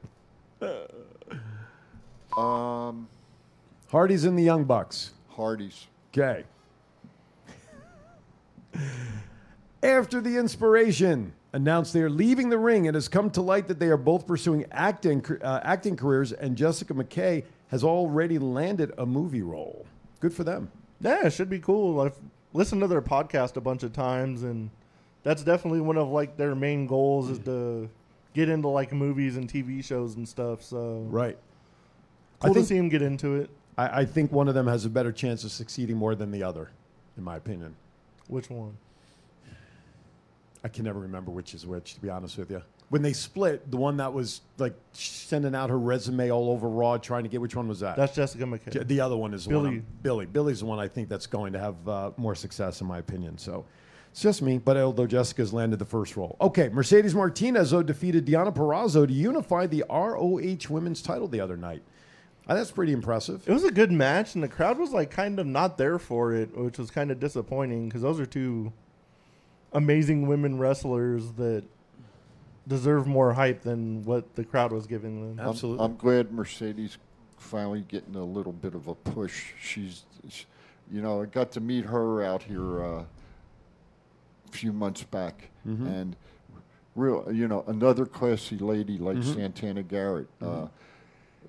Um,
Hardy's in the Young Bucks.
Hardy's.
Okay. After the inspiration announced they are leaving the ring, it has come to light that they are both pursuing acting uh, acting careers, and Jessica McKay has already landed a movie role. Good for them.
Yeah, it should be cool. I've listened to their podcast a bunch of times, and that's definitely one of like their main goals is to get into like movies and TV shows and stuff. So
Right.
cool
I think-
to see him get into it.
I, I think one of them has a better chance of succeeding more than the other, in my opinion.
Which one?
I can never remember which is which, to be honest with you. When they split, the one that was like sending out her resume all over Raw, trying to get which one was that?
That's Jessica McKay.
J- The other one is the one
Billy.
I'm- Billy. Billy's the one I think that's going to have uh, more success, in my opinion. So, It's just me, but although Jessica's landed the first role. Okay, Mercedes Martinez though, defeated Diana Perrazzo to unify the ROH women's title the other night. Uh, that's pretty impressive.
It was a good match, and the crowd was like kind of not there for it, which was kind of disappointing because those are two amazing women wrestlers that deserve more hype than what the crowd was giving them.
I'm- I'm, glad Mercedes finally getting a little bit of a push. She's, sh you know, I got to meet her out here uh, a few months back,
Mm-hmm.
Mhm.
and real, you know, another classy lady like
Mm-hmm.
Mhm.
Santana Garrett, uh,
Mhm.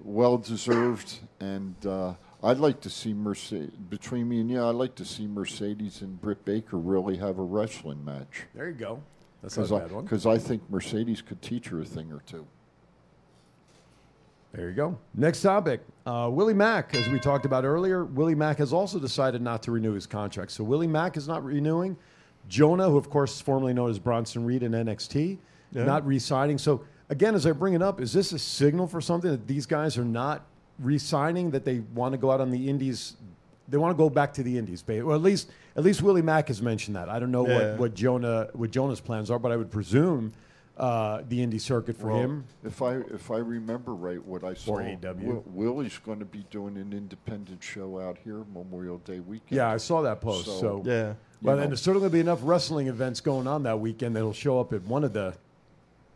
well deserved, and. Uh, I'd like to see Mercedes between me and you. I'd like to see Mercedes and Britt Baker really have a wrestling match.
There you go. That's not
Because
a
I,
bad one.
'cause I think Mercedes could teach her a thing or two.
There you go. Next topic. Uh, Willie Mack, as we talked about earlier, Willie Mack has also decided not to renew his contract. So Willie Mack is not renewing. Jonah, who of course is formerly known as Bronson Reed in NXT,
Yeah.
not re-signing. So again, as I bring it up, is this a signal for something that these guys are not re-signing? That they want to go out on the Indies? They want to go back to the Indies, ba- or at least at least Willie Mack has mentioned that. I don't know
Yeah.
what, what Jonah what Jonah's plans are, but I would presume uh, the Indie circuit for
Well,
him.
If I if I remember right, what I saw,
AEW.
Wi- Willie's going to be doing an independent show out here Memorial Day weekend.
Yeah, I saw that post. So,
you
well,
know,
and there's certainly going to be enough wrestling events going on that weekend that'll show up at one of the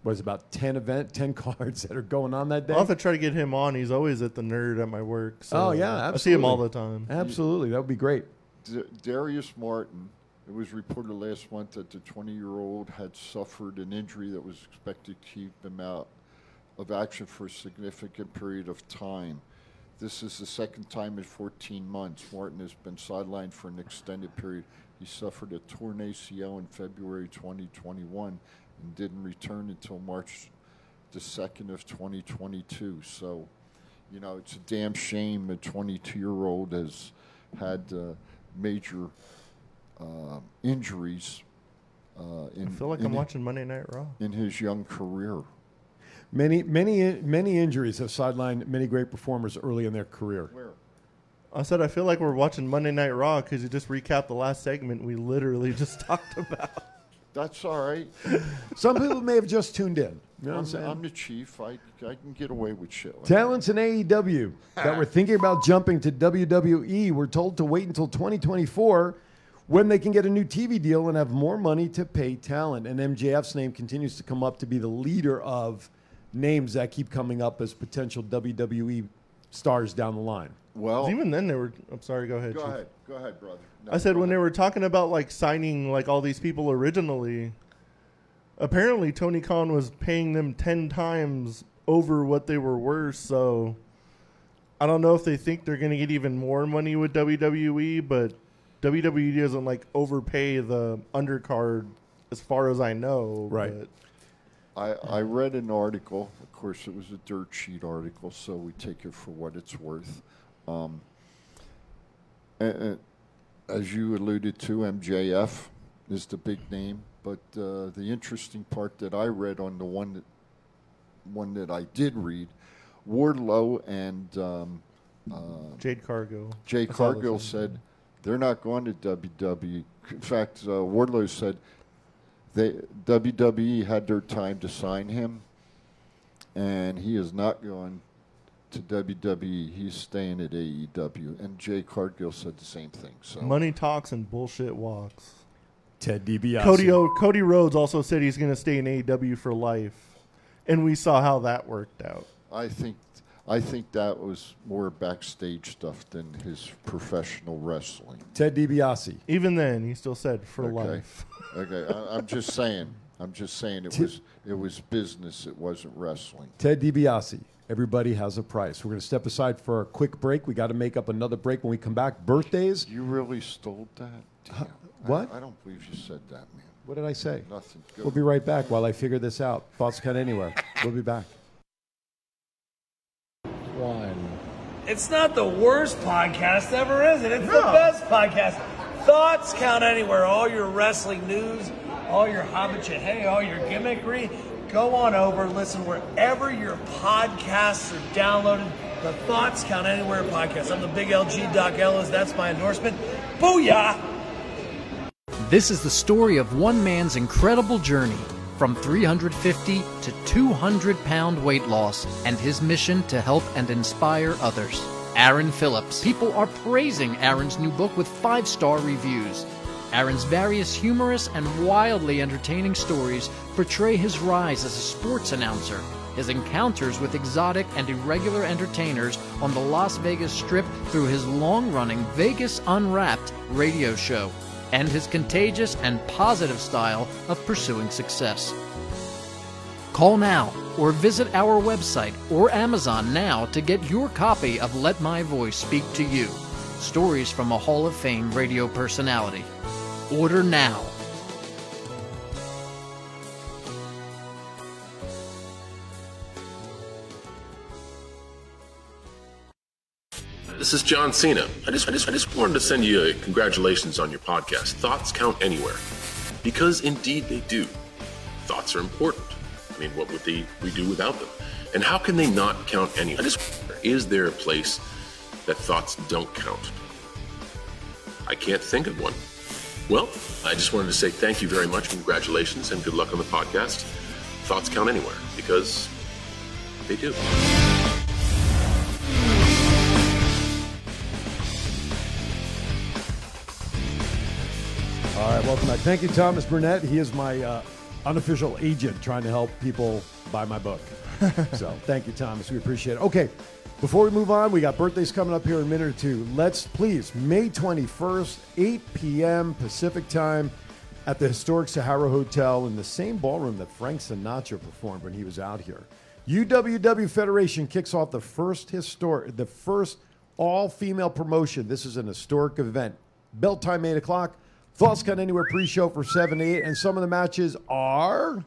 was about ten event, ten cards that are going on that day.
I'll have to try to get him on. He's always at the nerd at my work. So
oh yeah,
uh,
absolutely.
I see him all the time.
Absolutely, that would be great.
D- Darius Martin. It was reported last month that the 20 year old had suffered an injury that was expected to keep him out of action for a significant period of time. This is the second time in 14 months. Martin has been sidelined for an extended period. He suffered a torn ACL in February 2021 and didn't return until March the 2nd of 2022. So, you know, it's a damn shame a 22 year old has had uh, major uh, injuries. Uh, in,
I feel like
in
I'm
Mm-hmm.
hi-
watching Monday Night Raw.
in his young career.
Many, many, many injuries have sidelined many great performers early in their career.
I said I feel like we're watching Monday Night Raw because you just recapped the last segment we literally just talked about.
That's all right.
Some people may have just tuned in. You know what I'm
I'm,
saying?
I'm the chief. I, I can get away with shit. like
Talents in AEW that were thinking about jumping to WWE were told to wait until 2024 when they can get a new TV deal and have more money to pay talent. And MJF's name continues to come up to be the leader of names that keep coming up as potential WWE stars down the line.
Well,
even then they were. I'm sorry. Go ahead.
Go
Chief.
ahead. Go ahead, brother. No,
I said
go
when
ahead.
they were talking about like signing like all these people originally, apparently Tony Khan was paying them ten times over what they were worth. So I don't know if they think they're going to get even more money with WWE, but WWE doesn't like overpay the undercard, as far as I know. Right.
I, I read an article. Of course, it was a dirt sheet article, so we take it for what it's worth. Um, a- a- as you alluded to, MJF is the big name, but uh, the interesting part that I read on the one that one that I did read, Wardlow and um, uh,
Jade Cargill.
Jay
I saw this
Cargill
one.
said they're not going to WWE. In fact, uh, Wardlow said they WWE had their time to sign him, and he is not going to WWE. He's staying at AEW. And Jay Cargill said the same thing. So
money talks and bullshit walks.
Ted DiBiase.
Cody o- Cody Rhodes also said he's going to stay in AEW for life, and we saw how that worked out.
I think I think that was more backstage stuff than his professional wrestling.
Ted DiBiase.
Even then, he still said for
okay.
life.
okay, I, I'm just saying. I'm just saying it was it was business. It wasn't wrestling.
Ted DiBiase. Everybody has a price. We're going to step aside for a quick break. We got to make up another break when we come back. Birthdays.
You really stole that? Damn.
What?
I, I don't believe you said that, man.
What did I say?
Nothing. Go.
We'll be right back while I figure this out. Thoughts count anywhere. We'll be back.
One. It's not the worst podcast ever, is it? It's the best podcast. Thoughts count anywhere. All your wrestling news, all your hobbitcha hey, all your gimmickry. Go on over, listen wherever your podcasts are downloaded. The Thoughts Count Anywhere podcast. I'm the big LG Doc Ellis. That's my endorsement. Booyah!
This is the story of one man's incredible journey from 350 to 200 pound weight loss and his mission to help and inspire others. Aaron Phillips. People are praising Aaron's new book with five star reviews. Aaron's various humorous and wildly entertaining stories portray his rise as a sports announcer, his encounters with exotic and irregular entertainers on the Las Vegas Strip through his long running Vegas Unwrapped radio show, and his contagious and positive style of pursuing success. Call now or visit our website or Amazon now to get your copy of Let My Voice Speak to You Stories from a Hall of Fame radio personality. Order now.
This is John Cena. I just, I just, I just wanted to send you a congratulations on your podcast. Thoughts count anywhere, because indeed they do. Thoughts are important. I mean, what would they we do without them? And how can they not count anywhere? I just wonder, is there a place that thoughts don't count? I can't think of one. Well, I just wanted to say thank you very much, congratulations, and good luck on the podcast. Thoughts count anywhere because they do.
All right, welcome back. Thank you, Thomas Burnett. He is my uh, unofficial agent trying to help people buy my book. so thank you, Thomas. We appreciate it. Okay, before we move on, we got birthdays coming up here in a minute or two. Let's please, May 21st, 8 p.m. Pacific time at the historic Sahara Hotel in the same ballroom that Frank Sinatra performed when he was out here. UWW Federation kicks off the first historic, the first all-female promotion. This is an historic event. Bell time, 8 o'clock. Thoughts Count Anywhere pre-show for 7 to 8. And some of the matches are...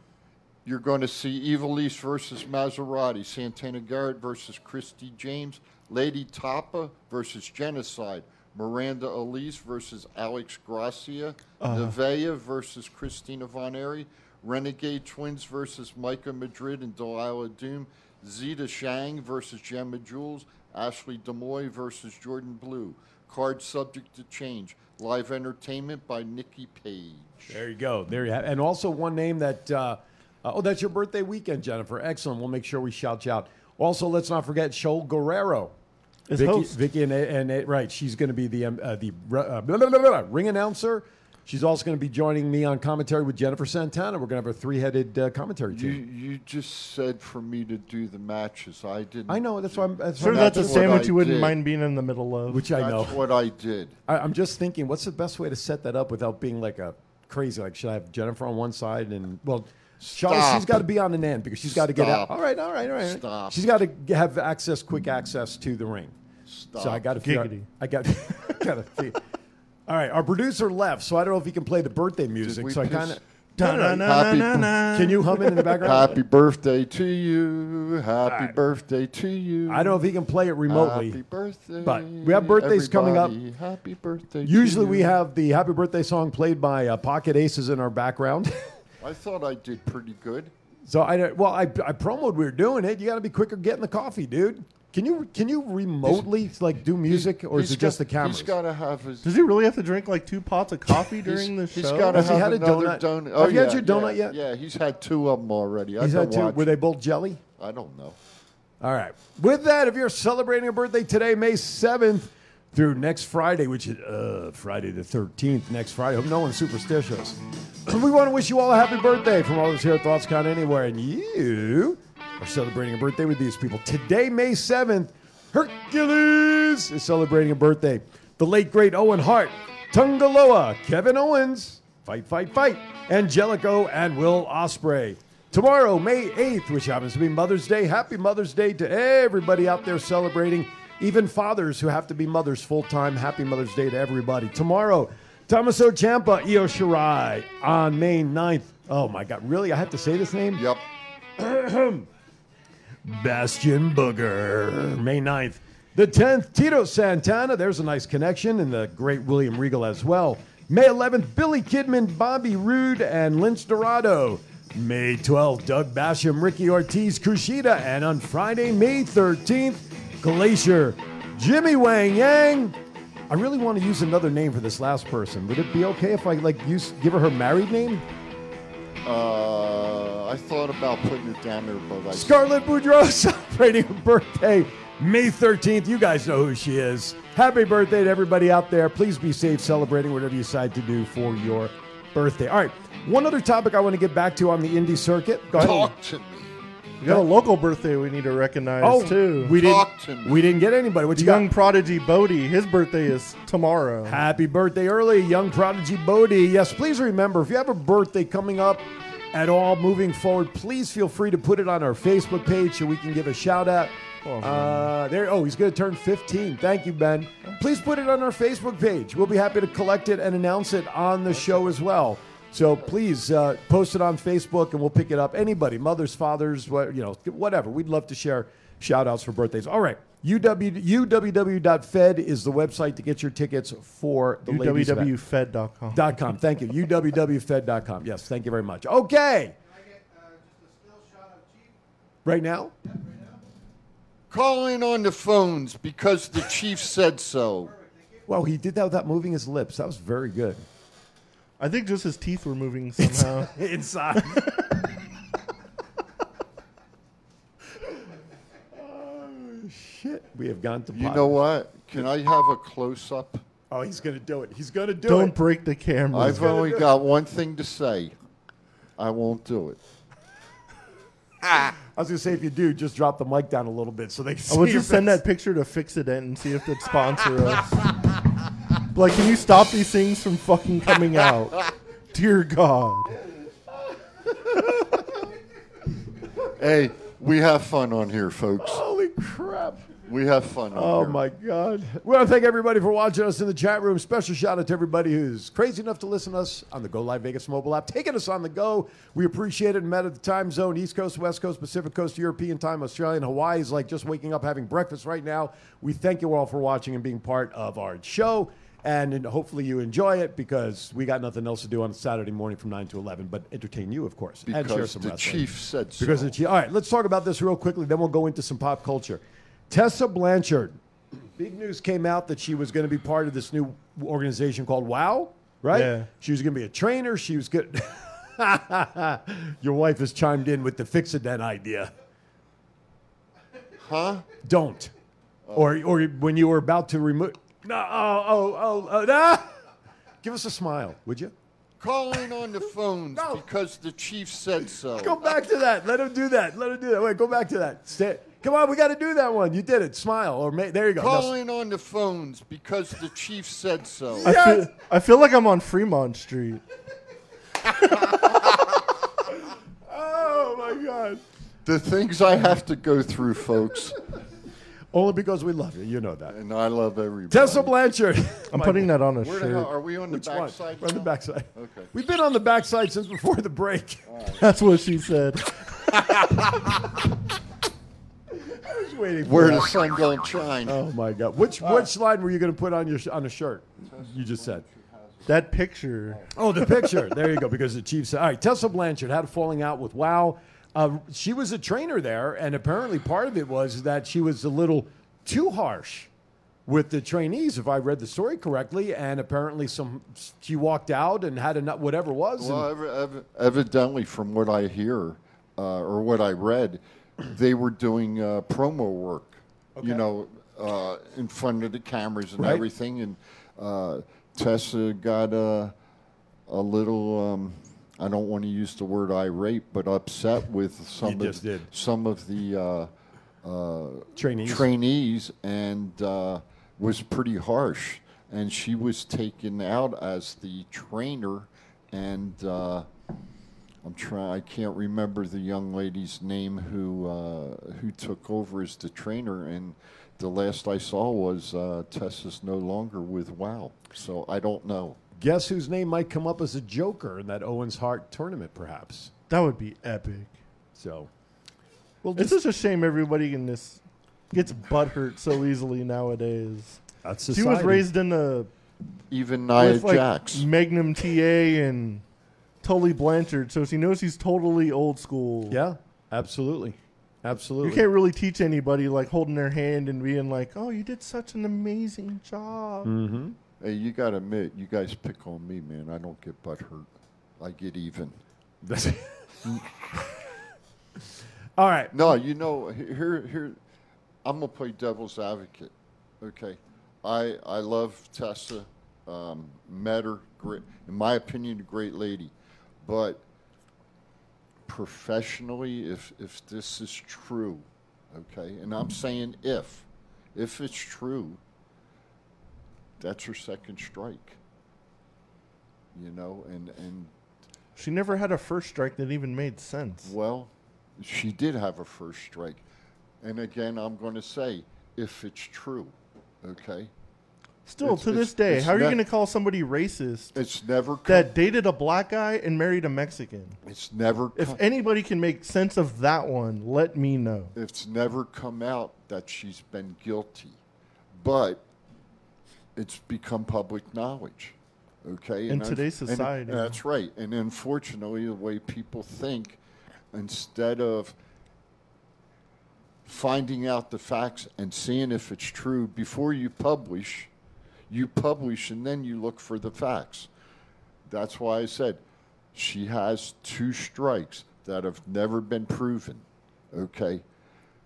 You're going to see Evil East versus Maserati, Santana Garrett versus Christy James, Lady Tapa versus Genocide, Miranda Elise versus Alex Gracia,
Uh.
Nevaeh versus Christina Von Eri, Renegade Twins versus Micah Madrid and Delilah Doom, Zeta Shang versus Gemma Jules, Ashley DeMoy versus Jordan Blue. Card subject to change. Live entertainment by Nikki Page.
There you go. There you have. And also one name that. Uh, uh, oh, that's your birthday weekend, Jennifer. Excellent. We'll make sure we shout you out. Also, let's not forget Shoal Guerrero.
Is
Vicky,
host.
Vicky and, and right, she's going to be the um, uh, the uh, blah, blah, blah, blah, ring announcer. She's also going to be joining me on commentary with Jennifer Santana. We're going to have a three headed uh, commentary
You,
team.
you just said for me to do the matches. I didn't.
I know. That's why I'm. That's
Sure,
why
that's a
I'm
sandwich you wouldn't mind being in the middle of.
Which I know.
That's what I did.
I, I'm just thinking, what's the best way to set that up without being like a crazy? Like, should I have Jennifer on one side and well, Charlotte,
Stop.
she's got to be on an end because she's got to get out.
Stop.
All right, all right, all right.
Stop.
She's got to have access, quick access to the ring. So I
Stop.
got to figure. out-
Giggity.
I got. got to. Figure. All right, our producer left, so I don't know if he can play the birthday music.
we
So I
piss-
kind of.
Happy-
Can you hum it in the background?
Happy birthday to you. Happy birthday to you.
I don't know if he can play it remotely.
Happy birthday.
But we have birthdays coming up.
everybody. Happy birthday. to
Usually we
you.
have the happy birthday song played by uh, Pocket Aces in our background.
I thought I did pretty good.
So I don't- well, I, I promoed we were doing it. You got to be quicker getting the coffee, dude. Can you can you remotely like do music, or is
He's
it just
got-
the cameras?
He's got to have his.
Does he really have to drink like two pots of coffee during the
he's-
show?
He's got to
Has he
have
had a
another
donut?
donut. Oh,
Have you
yeah,
had your donut
yeah,
yet?
Yeah, he's had two of them already.
He's
I've
had
been
two. Were
watching.
they both jelly?
I don't know.
All right. With that, if you're celebrating a birthday today, May seventh through next Friday, which is uh, Friday the thirteenth, next Friday. Hope no one's superstitious. we want to wish you all a happy birthday from all of us here at Thoughts Count Anywhere, and you are celebrating a birthday with these people today, May seventh. Hercules is celebrating a birthday. The late great Owen Hart, Tungaloa, Kevin Owens, Fight Fight Fight, Angelico, and Will Osprey. Tomorrow, May 8th, which happens to be Mother's Day, happy Mother's Day to everybody out there celebrating, even fathers who have to be mothers full time. Happy Mother's Day to everybody. Tomorrow, Thomas Ochampa, Io Shirai on May 9th. Oh my God, really? I have to say this name?
Yep.
Bastion Booger, May 9th. The 10th, Tito Santana. There's a nice connection. And the great William Regal as well. May 11th, Billy Kidman, Bobby Roode, and Lynch Dorado. May 12th, Doug Basham, Ricky Ortiz, Kushida. And on Friday, May 13th, Glacier, Jimmy Wang Yang, I really want to use another name for this last person. Would it be okay if I like use give her her married name?
Uh, I thought about putting it down there, but I
Scarlett Boudreaux celebrating her birthday May 13th. You guys know who she is. Happy birthday to everybody out there. Please be safe celebrating whatever you decide to do for your birthday. All right. One other topic I want to get back to on the indie circuit. Go ahead.
talk to me.
We got a local birthday we need to recognize
Oh,
too.
we didn't.
Talk to me.
We didn't get anybody. What you
Young
got?
prodigy Bodie, his birthday is tomorrow.
Happy birthday early, young prodigy Bodie. Yes, please remember if you have a birthday coming up at all moving forward, please feel free to put it on our Facebook page so we can give a shout out. uh, there. Oh, he's going to turn 15. Thank you, Ben. Please put it on our Facebook page. We'll be happy to collect it and announce it on the show as well. So please uh, post it on Facebook and we'll pick it up. Anybody, mothers, fathers, what, you know, whatever. We'd love to share shout outs for birthdays. All right. UW, uww.fed E is the website to get your tickets for the ladies event.
E www.fed.com.
Dot com. Thank you. uwwfed.com. Yes, thank you very much. Okay. Right now?
Call in on the phones because the chief said so.
Well, he did that without moving his lips. That was very good.
I think just his teeth were moving somehow.
Inside. Shit, we have gone to.
You
pot.
know what? Can I have a close up?
Oh, he's gonna do it. He's gonna do
Don't
it.
break the camera.
I've only got one thing to say. I won't do it.
I was gonna say if you do, just drop the mic down a little bit so they can see.
I would
your
just send
face.
that picture to Fix It and see if they'd sponsor us. like, can you stop these things from fucking coming out? Dear God.
Hey, we have fun on here, folks.
Holy crap!
We have fun. On
Oh
here.
my God! We want to thank everybody for watching us in the chat room. Special shout out to everybody who's crazy enough to listen to us on the Go Live Vegas mobile app, taking us on the go. We appreciate it. Met at the time zone, East Coast, West Coast, Pacific Coast, European time, Australia, and Hawaii is like just waking up, having breakfast right now. We thank you all for watching and being part of our show, and and hopefully you enjoy it because we got nothing else to do on Saturday morning from nine to eleven, but entertain you, of course, and share
Because
some
the
wrestling.
chief said so.
Because of the Chiefs. All right, let's talk about this real quickly. Then we'll go into some pop culture. Tessa Blanchard. Big news came out that she was going to be part of this new organization called WOW, right?
Yeah.
She was going to be a trainer. She was good. Your wife has chimed in with the fix it then idea.
huh?
Don't. Or, or when you were about to remove. No, oh, oh, oh, oh, no. Give us a smile, would you?
Call in on the phones
No.
because the chief said so.
Go back to that. Let him do that. Let him do that. Wait, go back to that. Stay. Come on, we got to do that one. You did it. Smile or ma- there you go.
Call
No,
in on the phones because the chief said so.
I, feel, I feel like I'm on Fremont Street.
Oh my God!
the things I have to go through, folks,
Only because we love you. You know that.
and I love everybody.
Tessa Blanchard.
I'm putting that on a
Where the hell
shirt.
are we on the
Which one?
backside?
We're on the
now?
backside.
Okay.
We've been on the backside since before the break.
That's what she said.
I was waiting. For
Where
that.
the sun don't shine.
Oh my God! Which which line were you going to put on your sh- on a shirt? You just said.
That picture.
Oh, the picture. there you go. Because the Chiefs. All right, Tessa Blanchard had a falling out with Wow. Uh, she was a trainer there, and apparently part of it was that she was a little too harsh with the trainees, if I read the story correctly. And apparently, some she walked out and had enough, whatever it was. and-
Well, ev- ev- evidently, from what I hear uh, or what I read, they were doing uh, promo work, you know, uh, in front of the cameras and
Right.
everything. And uh, Tessa got a, a little, um, I don't want to use the word irate, but upset with some,
just
of,
did.
some of the uh, uh,
Trainees.
trainees and uh, was pretty harsh. And she was taken out as the trainer, and uh, I'm trying. I can't remember the young lady's name who uh, who took over as the trainer. And the last I saw was uh, Tessa's no longer with WoW, so I don't know.
Guess whose name might come up as a joker in that Owens Hart tournament, perhaps.
That would be epic.
So
it's such a shame everybody in this gets butthurt so easily nowadays.
that's
She was raised in a
Even Nia
with, like,
Jax.
Magnum TA and Tully Blanchard, so she knows he's totally old school.
Yeah, absolutely. Absolutely.
You can't really teach anybody like holding their hand and being like, "Oh, you did such an amazing job."
Mm-hmm.
Hey, you got to admit, you guys pick on me, man. I don't get butt hurt. I get even.
All right.
No, you know, he- here, here, I'm gonna play devil's advocate. Okay, I I love Tessa. Um, met her, great, in my opinion, a great lady, but professionally, if if this is true, okay, and I'm saying if, if it's true, that's her second strike. You know, and and
She never had a first strike that even made sense.
well, she did have a first strike. And again, I'm going to say, if it's true, okay?
Still,
It's-
to
it's-
this day,
it's
how are you
not-
going to call somebody racist
It's never co-
that dated a black guy and married a Mexican?
It's never
If
co-
anybody can make sense of that one, let me know.
it's never come out that she's been guilty, but it's become public knowledge. Okay,
In
unf-
today's society.
that's right. And unfortunately, the way people think, instead of finding out the facts and seeing if it's true before you publish, you publish and then you look for the facts. That's why I said she has two strikes that have never been proven. Okay.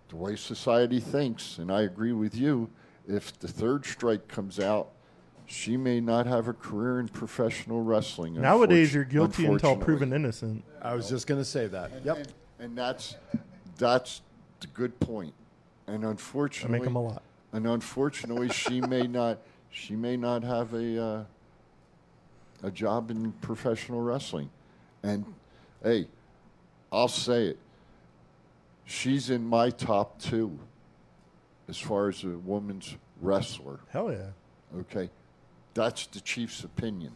The way society thinks, and I agree with you, if the third strike comes out, she may not have a career in professional wrestling.
Nowadays,
unfortun-
you're guilty until
unfortunately.
proven innocent.
I was just going to say that. Yep.
And, and that's that's the good point. And unfortunately,
'em a lot.
And unfortunately, she may not she may not have a uh, a job in professional wrestling. And hey, I'll say it. She's in my top two as far as a woman's wrestler.
Hell yeah.
Okay, that's the chief's opinion.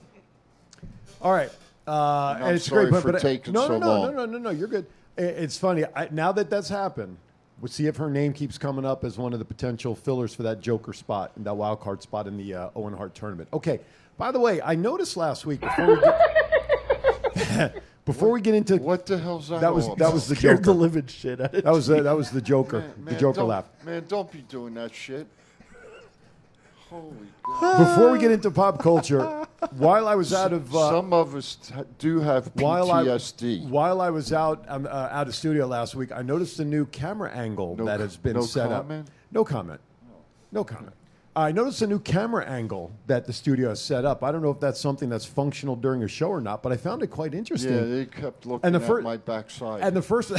All right. Uh,
I'm
and it's
sorry
great, but,
for
but I-
taking
no, no,
so
no,
long.
no, no, no, no. You're good. I- It's funny. I, now that that's happened, we'll see if her name keeps coming up as one of the potential fillers for that Joker spot, that wild card spot in the uh, Owen Hart tournament. Okay. By the way, I noticed last week before we get, before we get into
What the hell's that?
that was
all
that was the
about?
Scared the
Joker.
living shit out of
That was the, that was the Joker.
Man,
the
man,
Joker
don't-
laugh.
Man, don't be doing that shit. Holy God.
Before we get into pop culture, while I was out of uh,
Some of us t- do have
while I
PTSD.
while I was out um, uh, out of studio last week, I noticed a new camera angle
No
that
co-
has been
no
set
comment?
up. No comment. No comment. I noticed a new camera angle that the studio has set up. I don't know if that's something that's functional during a show or not, but I found it quite interesting.
yeah, they kept looking
And the
at
fir-
my backside.
and the first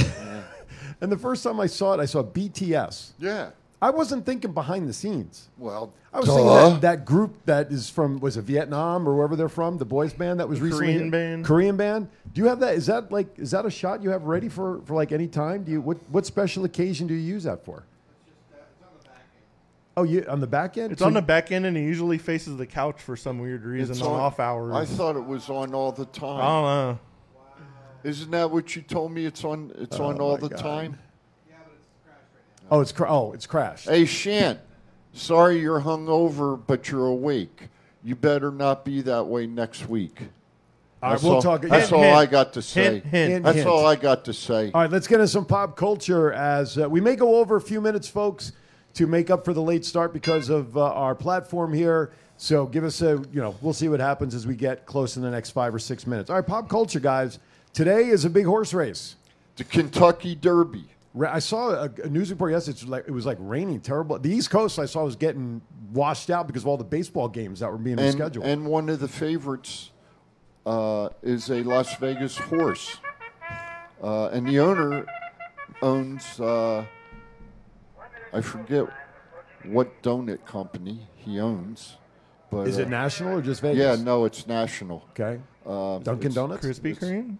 and the first time I saw it, I saw BTS.
yeah.
I wasn't thinking behind the scenes.
Well,
I was
duh.
thinking that, that group that is from was it Vietnam or wherever they're from, the boys band that was recently
Korean band.
Korean band. Do you have that? Is that like is that a shot you have ready for for like any time? Do you what what special occasion do you use that for? Oh, you on the back end?
It's
So
on the back end, and he usually faces the couch for some weird reason
It's
on,
on-
off hours.
I thought it was on all the time.
I
Oh.
don't know.
Isn't that what you told me? It's on. It's on all the time.
Oh, it's cra- oh, it's crashed.
Hey, Shant. Sorry you're hungover, but you're awake. You better not be that way next week.
all right,
That's
we'll
all-
talk.
That's
yeah.
all
hint.
I got to say.
Hint, hint.
That's
Hint.
all I got to say.
All right, let's get into some pop culture as uh, we may go over a few minutes, folks, to make up for the late start because of uh, our platform here. So give us a, you know, we'll see what happens as we get close in the next five or six minutes. All right, pop culture, guys. Today is a big horse race.
The Kentucky Derby.
Ra- I saw a, a news report yesterday. It's like, it was like raining, terrible. The East Coast I saw was getting washed out because of all the baseball games that were being
and,
rescheduled.
and one of the favorites uh, is a Las Vegas horse, uh, and the owner owns uh, I forget what donut company he owns, but
is it
uh,
national or just Vegas?
Yeah, no, it's national.
Okay.
Um,
Dunkin'
it's-
Donuts?
Krispy Kreme?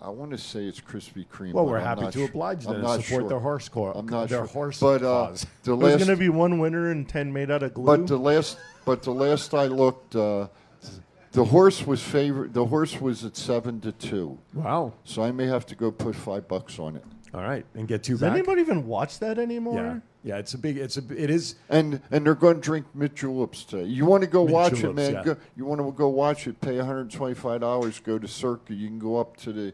I want to say it's Krispy Kreme.
Well,
but
we're
I'm
happy
not
to
su-
oblige them
I'm
and
not
support
sure.
their horse co-
I'm not
their
sure.
horse
but, uh,
cause.
the
There's
last
going to be one winner and 10 made out of glue.
But the last, but the last I looked, uh, the horse was favored. The horse was at seven to two,
wow.
so I may have to go put five bucks on it.
All right, and get two
Does
back.
anybody even watch that anymore?
Yeah, yeah. It's a big. It's a. It is.
And and they're going to drink mint juleps today. You want to go
Mint
watch it,
juleps,
man?
yeah.
Go, you want to go watch it? Pay one hundred twenty-five dollars. Go to Circa. You can go up to the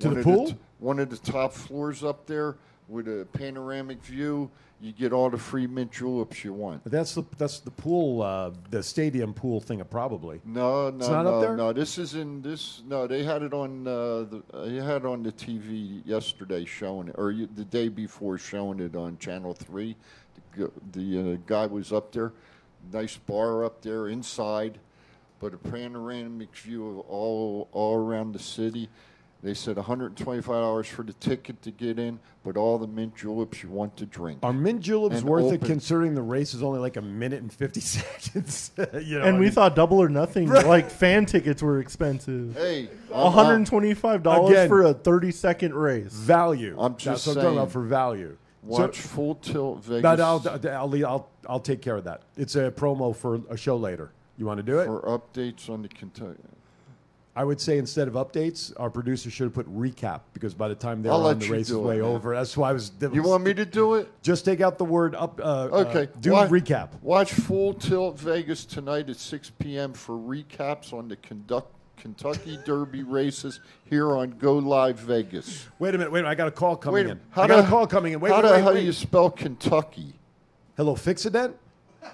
To
one
the
of
pool?
t- one of the top floors up there. with a panoramic view. You get all the free mint juleps you want.
But that's the that's the pool, uh, the stadium pool thing, uh, probably.
No, no,
It's not
no,
up there?
no. This is in this. No, they had it on. Uh, the, they had it on the TV yesterday, showing it, or y- the day before, showing it on Channel Three. The, g- the uh, guy was up there. Nice bar up there inside, but a panoramic view of all all around the city. They said $125 for the ticket to get in, but all the mint juleps you want to drink.
Are mint juleps
And
worth it
open.
considering the race is only like a minute and fifty seconds? you know,
and
I
we
mean-
thought double or nothing. Like fan tickets were expensive.
Hey,
one hundred and twenty-five dollars
Again,
for a thirty-second race.
Value.
I'm just
That's what I'm talking
saying.
about for value.
Watch Full Tilt Vegas.
But I'll, I'll, I'll, I'll, take care of that. It's a promo for a show later. You want to do it?
for updates on the Kentucky.
I would say instead of updates, our producer should have put recap because by the time they're
I'll
on,
let
the
you
race is
do it,
way
man.
over. That's why I was.
You want me to do it?
Just take out the word up. Uh,
Okay.
Uh, do
wa-
recap.
Watch Full Tilt Vegas tonight at 6 p.m. for recaps on the conduct, Kentucky Derby races here on Go Live Vegas.
Wait a minute. Wait a minute. I got a call coming
Wait,
in.
how
I got
the-
a call coming in. Wait,
how
wait,
the
wait,
hell
wait.
you spell Kentucky?
Hello, Fixident?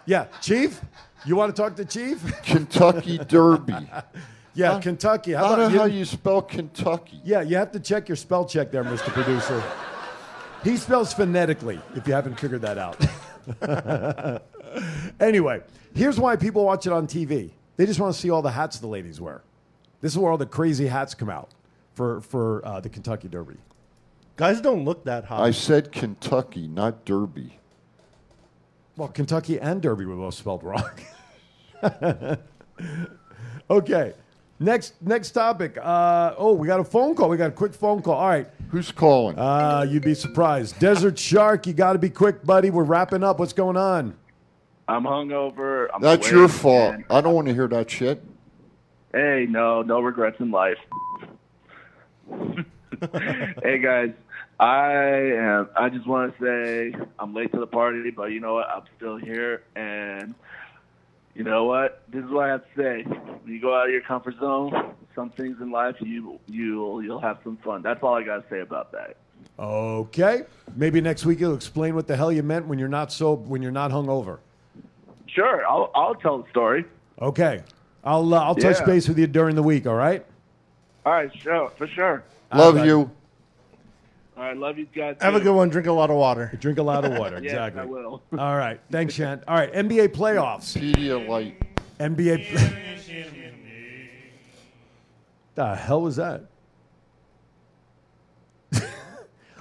Yeah, Chief? You want to talk to Chief?
Kentucky Derby.
Yeah, Kentucky. How
How the
about
hell
you?
you spell Kentucky?
Yeah, you have to check your spell check there, Mr. Producer. He spells phonetically, if you haven't figured that out. anyway, here's why people watch it on TV. They just want to see all the hats the ladies wear. This is where all the crazy hats come out for, for uh, the Kentucky Derby.
Guys don't look that hot.
I said Kentucky, not Derby.
Well, Kentucky and Derby were both spelled wrong. okay. Next next topic. Uh, oh, we got a phone call. We got a quick phone call. All right.
Who's calling?
Uh, you'd be surprised. Desert Shark, you got to be quick, buddy. We're wrapping up. What's going on?
I'm hungover. I'm
That's
awake,
your fault.
and-
I don't want to hear that shit.
Hey, no, no regrets in life. hey guys, I am. I just want to say I'm late to the party, but you know what? I'm still here, and you know what? This is what I have to say. When you go out of your comfort zone, some things in life you you'll you'll have some fun. That's all I gotta say about that.
Okay. Maybe next week you'll explain what the hell you meant when you're not so when you're not hungover.
Sure, I'll I'll tell the story.
Okay. I'll uh, I'll touch
Yeah.
base with you during the week. All right.
All right, sure, for sure.
Love All right. you.
All right, love you guys.
Have a
too.
good one. Drink a lot of water.
Drink a lot of water.
Yes,
exactly.
I will.
All right. Thanks, Shant. All right. NBA playoffs.
Pedialyte.
NBA. the hell was that?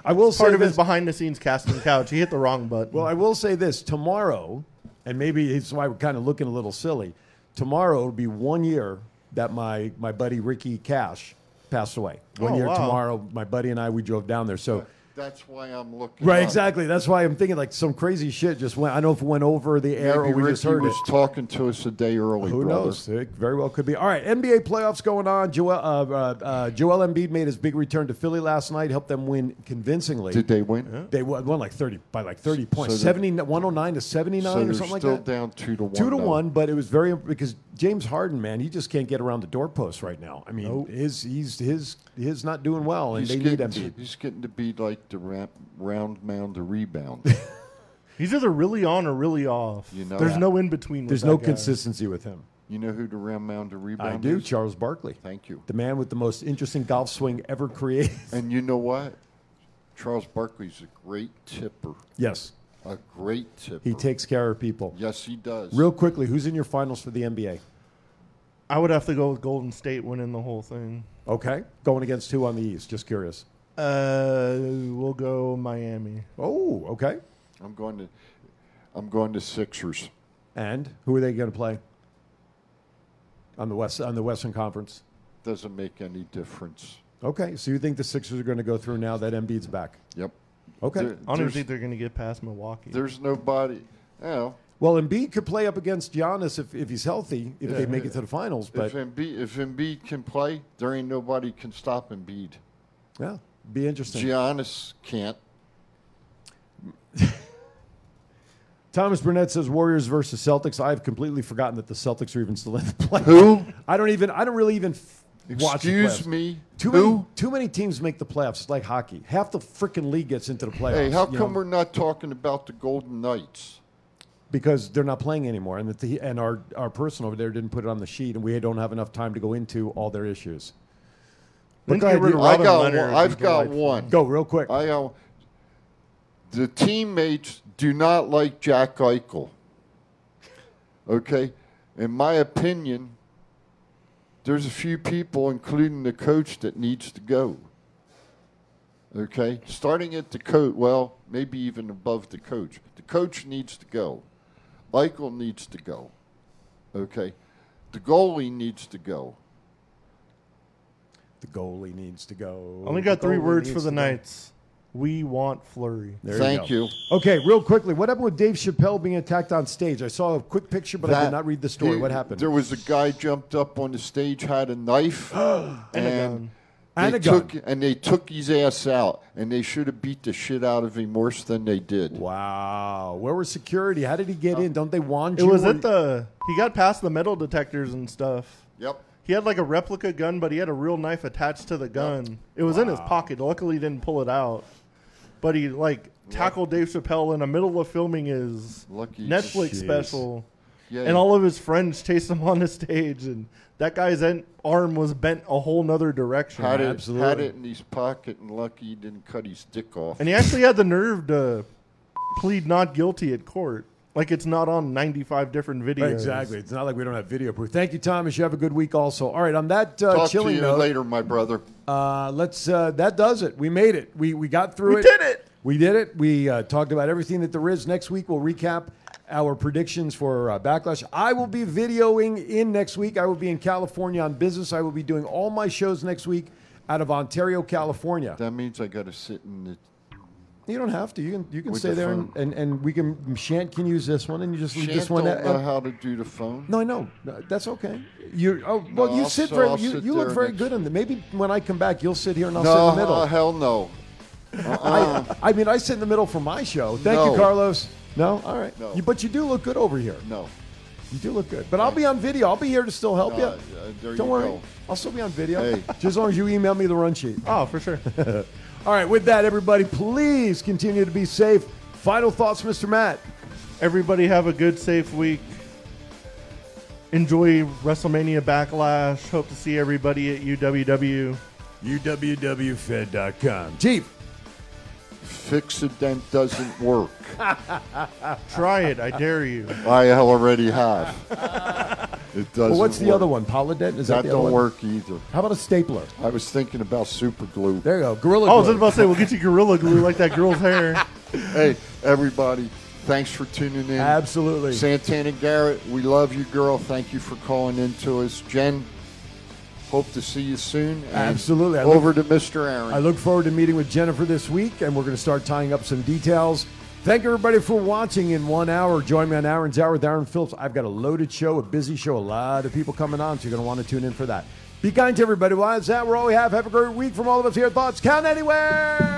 I will say
Part of
this.
his behind-the-scenes casting couch. He hit the wrong button.
Well, I will say this tomorrow, and maybe it's why we're kind of looking a little silly. Tomorrow it'll be one year that my, my buddy Ricky Cash passed away. One
Oh,
year
wow.
tomorrow, my buddy and I we drove down there. So
That's why I'm looking.
right,
up.
exactly. That's why I'm thinking like some crazy shit just went. I don't know if it went over the
Maybe
air or we
Ricky
just heard
was
it.
talking to us a day early.
Who
brother.
knows? It very well could be. All right, NBA playoffs going on. Joel, uh, uh, uh, Joel Embiid made his big return to Philly last night, helped them win convincingly.
Did they win?
They won, won like thirty by like thirty points,
So they're-
70, 109 to seventy nine
So
or
they're
something like
still
that.
down two to one.
Two to
though.
one, but it was very because James Harden, man, he just can't get around the doorpost right now. I mean, his he's his his not doing well, and
He's
they need
getting,
Embiid.
to, he's getting to be like the ramp, round mound to rebound.
He's either really on or really off.
You know
There's
that.
no in between.
There's no consistency with him.
you know who the round mound to rebound
I do,
is?
Charles Barkley,
Thank you.
the man with the most interesting golf swing ever created.
And you know what? Charles Barkley's a great tipper.
yes,
A great tipper.
he takes care of people.
yes, he does.
Real quickly, who's in your finals for the NBA?
I would have to go with Golden State winning the whole thing.
Okay, going against who on the East? Just curious.
Uh, we'll go Miami.
Oh, okay.
I'm going to. I'm going to Sixers.
And who are they going to play on the west on the Western Conference?
Doesn't make any difference.
Okay, so you think the Sixers are going to go through now that Embiid's back?
Yep.
Okay.
There-
I don't even
there's,
think they're going to get past Milwaukee.
there's nobody. You know,
Well, Embiid could play up against Giannis if, if he's healthy, if they
Yeah.
make it to the finals. But
if Embiid, if Embiid can play, there ain't nobody can stop Embiid.
yeah, be interesting.
Giannis can't.
Thomas Burnett says Warriors versus Celtics. I've completely forgotten that the Celtics are even still in the play.
Who?
I don't even. I don't really even f- Watch the
Excuse
playoffs.
me,
Too many, too many teams make the playoffs. It's like hockey. Half the freaking league gets into the playoffs.
Hey, how
you
come
know,
we're not talking about the Golden Knights?
Because they're not playing anymore, and that the, and our our person over there didn't put it on the sheet, and we don't have enough time to go into all their issues.
We
But
need
go
to
ahead,
get rid
you-
of Robin
I got
Leonard
one.
would
I've
be
got
delightful.
one.
Go real quick.
I uh, the teammates do not like Jack Eichel. Okay, in my opinion, there's a few people, including the coach, that needs to go. Okay, starting at the coach. Well, maybe even above the coach. The coach needs to go. Eichel needs to go. Okay, the goalie needs to go.
The goalie needs to go.
I only got
The
three
goalie
words
needs
for the
to go.
Knights. We want Flurry.
There go.
Thank you.
Okay, real quickly, what happened with Dave Chappelle being attacked on stage? I saw a quick picture, but I
That-
did not read the story.
he-
what happened?
There was a guy jumped up on the stage, had a knife, and,
gun.
they
And a gun.
took and they took his ass out, and they should have beat the shit out of him worse than they did.
wow, where was security? How did he get in? Don't they wand
Uh, It
you?
was
or-
at the. He got past the metal detectors and stuff.
Yep.
He had like a replica gun, but he had a real knife attached to the gun. It was in his pocket. Luckily, he didn't pull it out. But he like tackled Dave Chappelle in the middle of filming his
Lucky
Netflix
Jeez.
special,
Yeah,
and all of his friends chased him on the stage, and that guy's en- arm was bent a whole nother direction.
Had it,
Absolutely.
had it in his pocket, and lucky he didn't cut his dick off.
And he actually had the nerve to plead not guilty at court. Like it's not on 95 different videos.
Exactly. It's not like we don't have video proof. Thank you, Thomas. You have a good week also. All right, on that uh,
Talk to
chilling
you
note,
later, my brother.
uh, let's uh, that does it. We made it. We we got through
We
it.
did it.
We did it. We uh, talked about everything that there is. Next week we'll recap our predictions for uh, Backlash. I will be videoing in next week. I will be in California on business. I will be doing all my shows next week out of Ontario, California.
That means I got to sit in the.
You don't have to. You can you can
With
stay
the
there and, and, and we can Shant can use this one and you just leave
Shant
this one.
don't
out.
know how to do the phone.
No, I know. No, That's okay. You oh well,
No,
you
I'll
sit
sit-
very.
I'll
you
sit
you look
there
very
next-
good in them. Maybe when I come back, you'll sit here and I'll
no,
sit in the middle.
uh, hell no. Uh-uh.
I, I mean, I sit in the middle for my show. Thank
No.
you, Carlos. No, all right.
No.
You, but you do look good over here.
no.
You do look good. But I'll be on video. I'll be here to still help
Uh,
you.
uh, there
Don't
you
worry.
go.
I'll still be on video.
Hey.
Just as long as you email me the run sheet.
Oh, for sure.
All right. With that, everybody, please continue to be safe. Final thoughts, Mr. Matt.
Everybody have a good, safe week. Enjoy WrestleMania Backlash. Hope to see everybody at UWW.
uwwfed.com.
Jeep.
Fix a dent doesn't work.
Try it, I dare you.
I already have. It doesn't.
Well, what's the
work.
other one? Polydent? Is that,
That
the
don't
other one?
work either.
How about a stapler?
I was thinking about super glue.
There you go. Gorilla.
Oh, I was
Glue.
just about to say, we'll get you Gorilla Glue like that girl's hair.
Hey, everybody, thanks for tuning in.
Absolutely.
Santana Garrett, we love you, girl. Thank you for calling in to us. Jen, hope to see you soon. And
Absolutely. I look-
Over to Mr. Aaron.
I look forward to meeting with Jennifer this week, and we're going to start tying up some details. Thank everybody for watching in one hour. Join me on Aaron's Hour with Aaron Phillips. I've got a loaded show, a busy show, a lot of people coming on, so you're going to want to tune in for that. Be kind to everybody. Well, that's that. We're all we have. Have a great week from all of us here at Thoughts Count Anywhere.